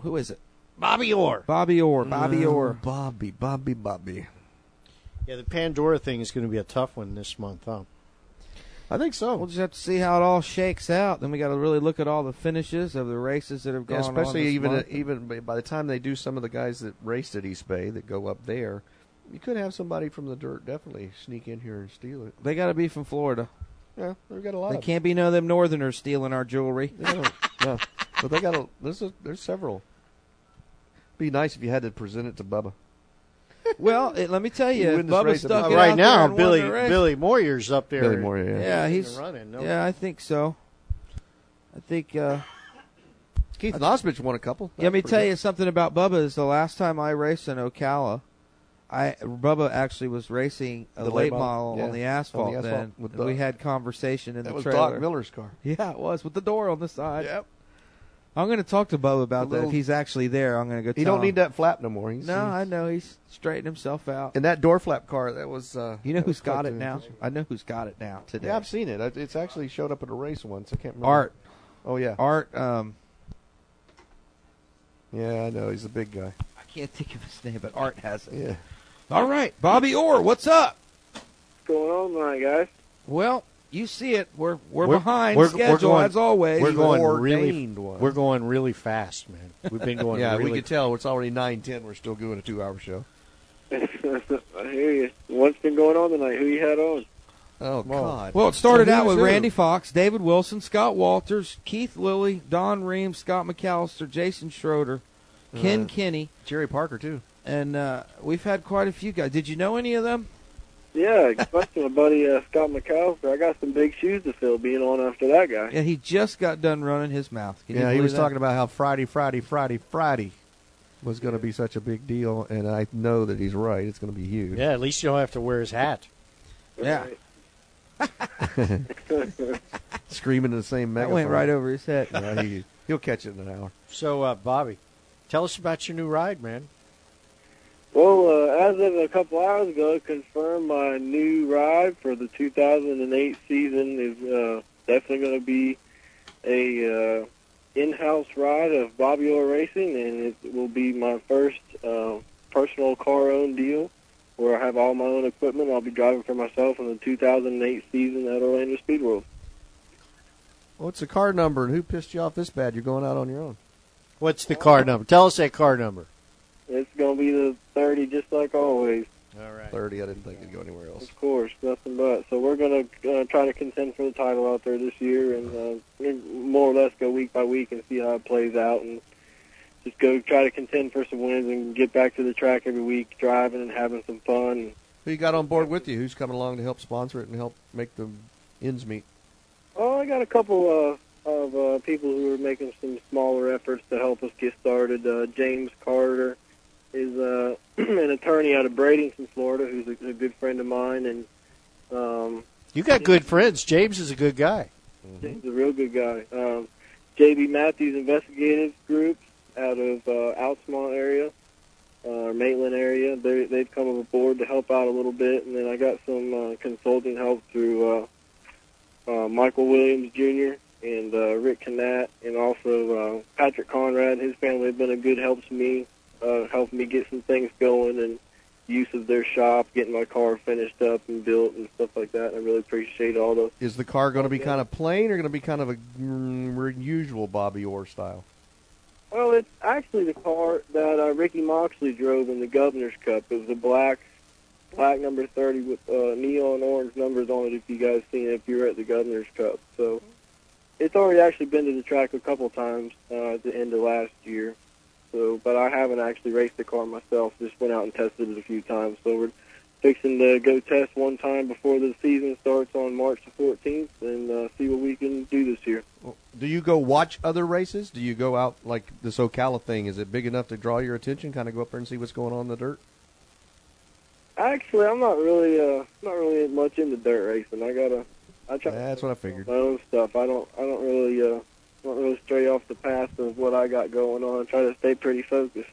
Who is it? Bobby Orr. Bobby Orr. Bobby Mm, Orr. Bobby. Bobby. Bobby. Yeah, the Pandora thing is going to be a tough one this month, huh? I think so. We'll just have to see how it all shakes out. Then we got to really look at all the finishes of the races that have gone Yeah, especially on. this even uh, month. even by- by the time they do some of the guys that raced at East Bay that go up there, you could have somebody from the dirt definitely sneak in here and steal it. they got to be from Florida. Yeah, they've got a lot. They of can't be no them Northerners stealing our jewelry. They don't- no, but they got a. There's a, there's several. Be nice if you had to present it to Bubba. Well, it, let me tell You you, if win this Bubba race, stuck Bubba. it Right out now, there and won Billy- the race. Billy Moyer's up there. Billy Moyer, yeah. yeah, In the he's running, no? Yeah, I think so. I think. Uh, Keith I- Nosbridge won a couple. Let me That's tell pretty you something about Bubba. Is the last time I raced in Ocala, I Bubba actually was racing a The late late model, model, yeah, on the on asphalt. the asphalt then with And we Doc. had conversation in That the was trailer. Doc Miller's car. Yeah, it was with the door on the side. Yep. I'm going to talk to Bubba about The that. little- If he's actually there, I'm going to go. He tell don't him. need that flap no more. He's, No, he's- I know he's straightened himself out. and that door flap car that was. Uh, you know that was who's quite got the it now? invention. I know who's got it now today. Yeah, I've seen it. I- It's actually showed up at a race once. I can't remember. Art. Oh yeah. Art. Um, Yeah, I know. He's a big guy. I can't think of his name, but Art has it. Yeah. All right, Bobby Orr, what's up? going on tonight, guys? Well, you see it. We're we're, We're- behind we're- schedule we're going- as always. We're going really, ordained one. we're going really fast, man. We've been going. yeah, really we could tell it's already nine ten. We're still doing a two hour show. I hear you. What's been going on tonight? Who you had on? Oh God. Well, it started So out with who's who? Randy Fox, David Wilson, Scott Walters, Keith Lilly, Don Ream, Scott McAllister, Jason Schroeder, Ken Uh, Kenny, Jerry Parker too. and uh, we've had quite a few guys. Did you know any of them? Yeah, especially my buddy uh, Scott McAllister. I got some big shoes to fill being on after that guy. Yeah, he just got done running his mouth. Can you yeah, he believe was that? talking about how Friday, Friday, Friday, Friday was going to be such a big deal, and I know that he's right. It's going to be huge. Yeah, at least you don't have to wear his hat. Yeah, Screaming in the same that megaphone. went right over his head. Yeah, he, he'll catch it in an hour. So, uh, Bobby, tell us about your new ride, man. Well, uh, as of a couple hours ago, confirmed my new ride for the 2008 season is uh, definitely going to be a uh, in-house ride of Bobby Orr Racing, and it will be my first uh, personal car-owned deal where I have all my own equipment. I'll be driving for myself in the 2008 season at Orlando Speed World. What's the car number, and who pissed you off this bad? You're going out on your own. What's the car number? Tell us that car number. It's going to be the 30, just like always. All right. Thirty. I didn't think it'd go anywhere else. Of course, nothing but. So we're going to uh, try to contend for the title out there this year, and uh, more or less go week by week and see how it plays out, and just go try to contend for some wins and get back to the track every week, driving and having some fun. Who you got on board with you? Who's coming along to help sponsor it and help make the ends meet? Oh, I got a couple of uh, people who are making some smaller efforts to help us get started. Uh, James Carter is uh, an attorney out of Bradenton, Florida, who's a, a good friend of mine, and um, You got good friends. James is a good guy. He's a real good guy. Um, JB Matthews Investigative Group out of uh, Altamont area uh, or Maitland area. They they've come aboard to help out a little bit, and then I got some uh, consulting help through uh, uh, Michael Williams Jr. and uh, Rick Canat, and also uh, Patrick Conrad. His family have been a good help to me, uh, helping me get some things going and use of their shop, getting my car finished up and built and stuff like that. I really appreciate all the Is the car going to be kind of plain or going to be kind of a mm, usual Bobby Orr style? Well, it's actually the car that uh, Ricky Moxley drove in the Governor's Cup. It was a black, black number thirty with uh, neon orange numbers on it. If you guys seen it, if you were at the Governor's Cup, so it's already actually been to the track a couple times uh, at the end of last year. So, but I haven't actually raced the car myself. Just went out and tested it a few times. So we're fixing to go test one time before the season starts on March the 14th and uh, see what we can do this year. Do you go watch other races? Do you go out like this Ocala thing? Is it big enough to draw your attention? Kind of go up there and see what's going on in the dirt. Actually, I'm not really uh not really much into dirt racing. I gotta I try That's what I figured. my own stuff. I don't I don't really uh don't really stray off the path of what I got going on. I try to stay pretty focused.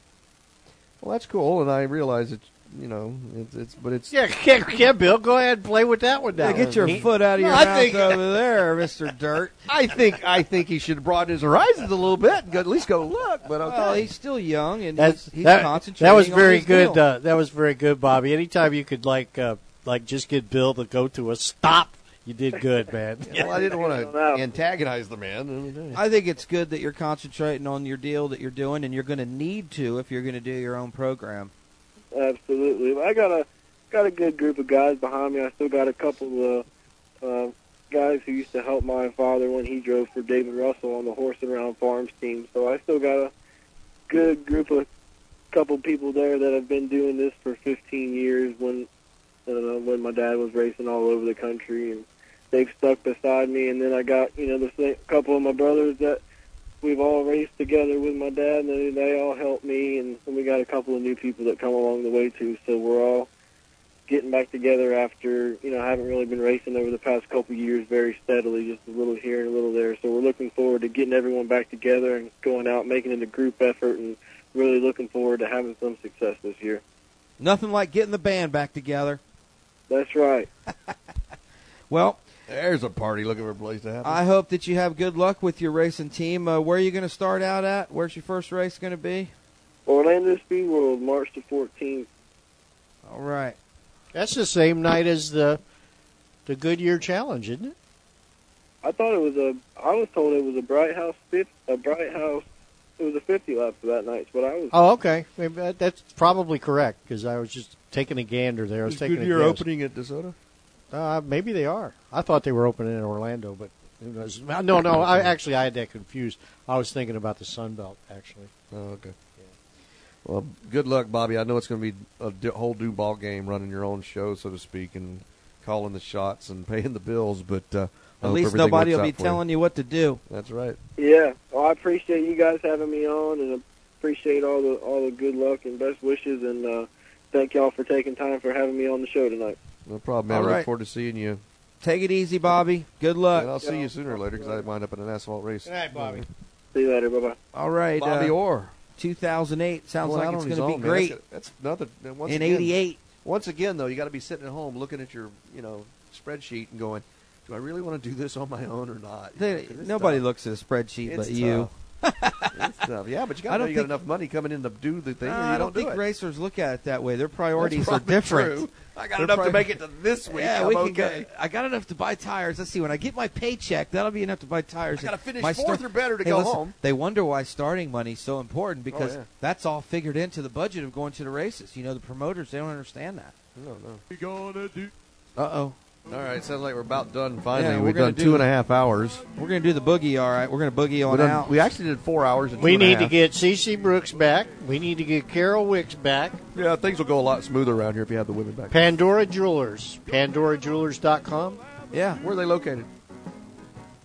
Well, that's cool, and I realize it's you know it's, it's but it's Yeah, yeah, yeah, Bill, go ahead and play with that one now. Yeah, get your foot out of your I mouth think, over there, Mister Dirt. I think I think he should broaden his horizons a little bit. And go, at least go look. But okay, Well, he's still young and That's, he's, he's that, concentrating. That was on very his good. deal. Uh, that was very good, Bobby. Anytime you could like uh, like just get Bill to go to a stop, you did good, man. Well, I didn't want to antagonize the man. I think it's good that you're concentrating on your deal that you're doing, and you're going to need to if you're going to do your own program. Absolutely. I got a got a good group of guys behind me. I still got a couple of uh, uh, guys who used to help my father when he drove for David Russell on the Horse and Round Farms team. So I still got a good group of couple people there that have been doing this for 15 years. When uh, when my dad was racing all over the country, and they've stuck beside me. And then I got you know the same, couple of my brothers that we've all raced together with my dad, and they, they all helped me, and, and we got a couple of new people that come along the way too. So we're all getting back together after you know I haven't really been racing over the past couple of years very steadily, just a little here and a little there. So we're looking forward to getting everyone back together and going out, making it a group effort, and really looking forward to having some success this year. Nothing like getting the band back together. That's right. Well, there's a party looking for a place to happen. I hope that you have good luck with your racing team. Uh, where are you going to start out at? Where's your first race going to be? Orlando Speed World, March the 14th. All right. That's the same night as the the Goodyear Challenge, isn't it? I thought it was a. I was told it was a Bright House fifth, a Bright House. It was a 50 lap for that night. Is what I was. Oh, okay. Maybe that, that's probably correct because I was just taking a gander there. I was Is taking Goodyear a guess. opening at DeSoto? Uh, maybe they are. I thought they were opening in Orlando, but who knows? No, no. I actually I had that confused. I was thinking about the Sun Belt actually. Oh, okay. Well, good luck, Bobby. I know it's going to be a d- whole new ball game running your own show, so to speak, and calling the shots and paying the bills. But uh, At least nobody will be telling you what to do. That's right. Yeah. Well, I appreciate you guys having me on, and appreciate all the all the good luck and best wishes, and uh, thank y'all for taking time for having me on the show tonight. No problem, man. All I right. look forward to seeing you. Take it easy, Bobby. Good luck. And I'll see you sooner or later because I wind up in an asphalt race. See you later. Bye bye. All right. uh, Bobby Orr. 2008. Sounds Well, like out it's on his going to own, be man. great. That's, that's another. Once In again- 88. Once again, though, you got to be sitting at home looking at your you know spreadsheet and going, "Do I really want to do this on my own or not?" You know, They- 'cause it's nobody tough. looks at a spreadsheet It's but tough. you. it's tough. Yeah, but you got to know I don't you got think- enough money coming in to do the thing. Uh, and you I don't do think it. racers look at it that way. Their priorities are probably different. true. I got Their enough to make it to this week. Yeah, I'm we can okay. Go, I got enough to buy tires. Let's see. When I get my paycheck, that'll be enough to buy tires. I gotta finish My fourth or better to Hey, go listen, home. Oh, They wonder why starting money's so important because yeah. that's all figured into the budget of going to the races. You know, the promoters they don't understand that. No, no. Uh oh. All right, sounds like we're about done. Finally, Yeah, we're we've gonna done do- two and a half hours. We're gonna do the boogie. All right, we're gonna boogie We on done- out. We actually did four hours. And We two and a need to half. get CC Brooks back. We need to get Carol Wicks back. Yeah, things will go a lot smoother around here if you have the women back. Pandora Jewelers, pandorajewelers.com. Yeah. Where are they located?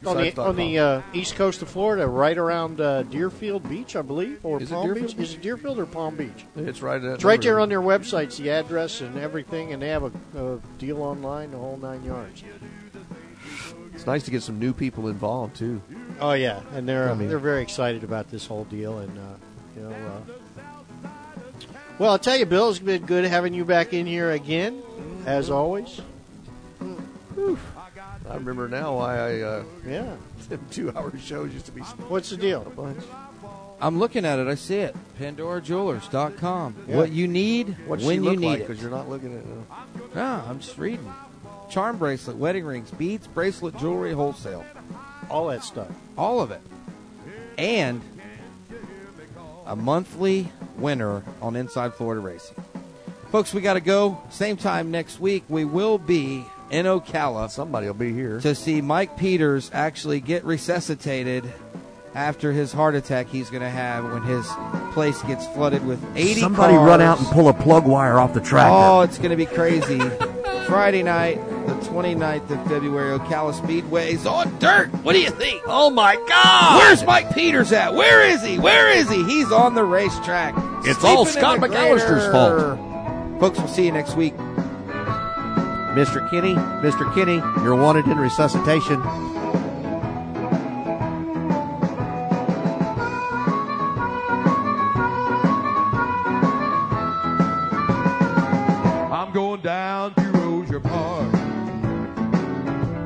on the, Sites.com. on the uh, east coast of Florida, right around uh, Deerfield Beach, I believe, or Is it Palm Beach. Deerfield? Is it Deerfield or Palm Beach? It's right. It's right there on their websites, the address and everything, and they have a, a deal online, the whole nine yards. It's nice to get some new people involved too. Oh yeah, and they're I mean- they're very excited about this whole deal, and uh, you know. Uh, well, I'll tell you, Bill, it's been good having you back in here again, as always. I remember now why I uh, yeah, two-hour shows used to be. What's the deal? I'm looking at it. I see it. PandoraJewelers.com. Yeah. What you need What's when she look you need like? it. Because you're not looking at. it. No, I'm just reading. Charm bracelet, wedding rings, beads, bracelet, jewelry, wholesale. All that stuff. All of it. And a monthly winner on Inside Florida Racing. Folks, we got to go. Same time next week. We will be in Ocala. Somebody will be here. To see Mike Peters actually get resuscitated after his heart attack he's going to have when his place gets flooded with 80 Somebody cars. run out and pull a plug wire off the tractor. Oh, it's going to be crazy. Friday night, the 29th of February, Ocala Speedway's on dirt. What do you think? Oh my God! Where's Mike Peters at? Where is he? Where is he? He's on the racetrack. It's all Sleeping in Scott the McAllister's grater. Folks, we'll see you next week. Mr. Kinney, Mr. Kinney, you're wanted in resuscitation. I'm going down to Rosier Park.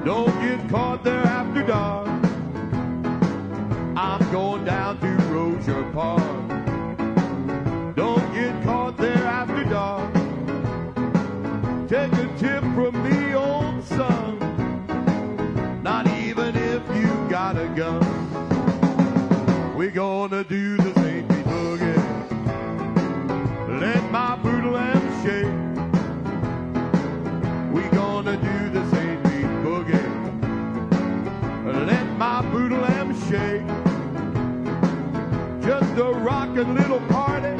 Don't get caught there after dark. I'm going down to Rosier Park. Don't get caught there after dark. Take a tip from me, old son. Not even if you got a gun. We're gonna do the St. Pete Boogie. Let my poodle and shake. We gonna do the St. Pete boogie. Let my boodle lamb shake. Just a rockin' little party.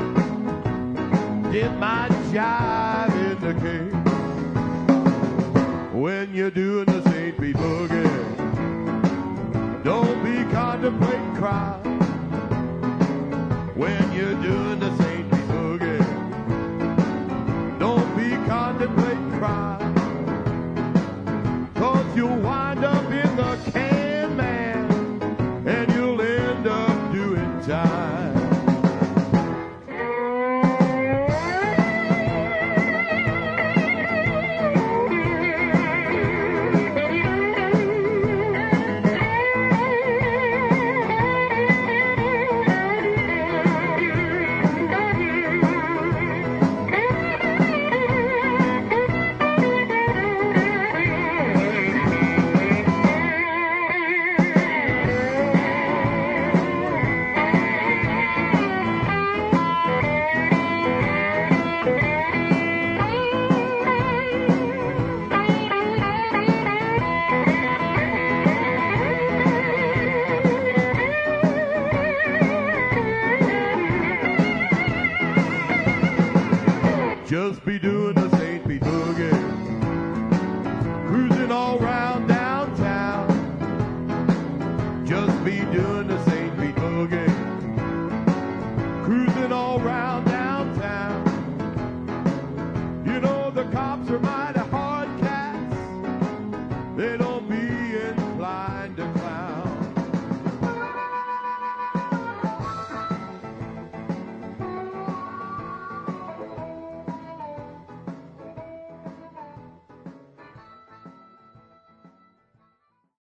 Get my jive in the cake. When you're doing the St. Pete boogie, don't be contemplating crime. When you're doing the St. Pete boogie, don't be contemplating crime. Cause you'll wind up in the can man and you'll end up doing time. Just be doing the St. Pete boogie. Cruising all round downtown. Just be doing the St. Pete boogie. Cruising all round downtown. You know the cops are mighty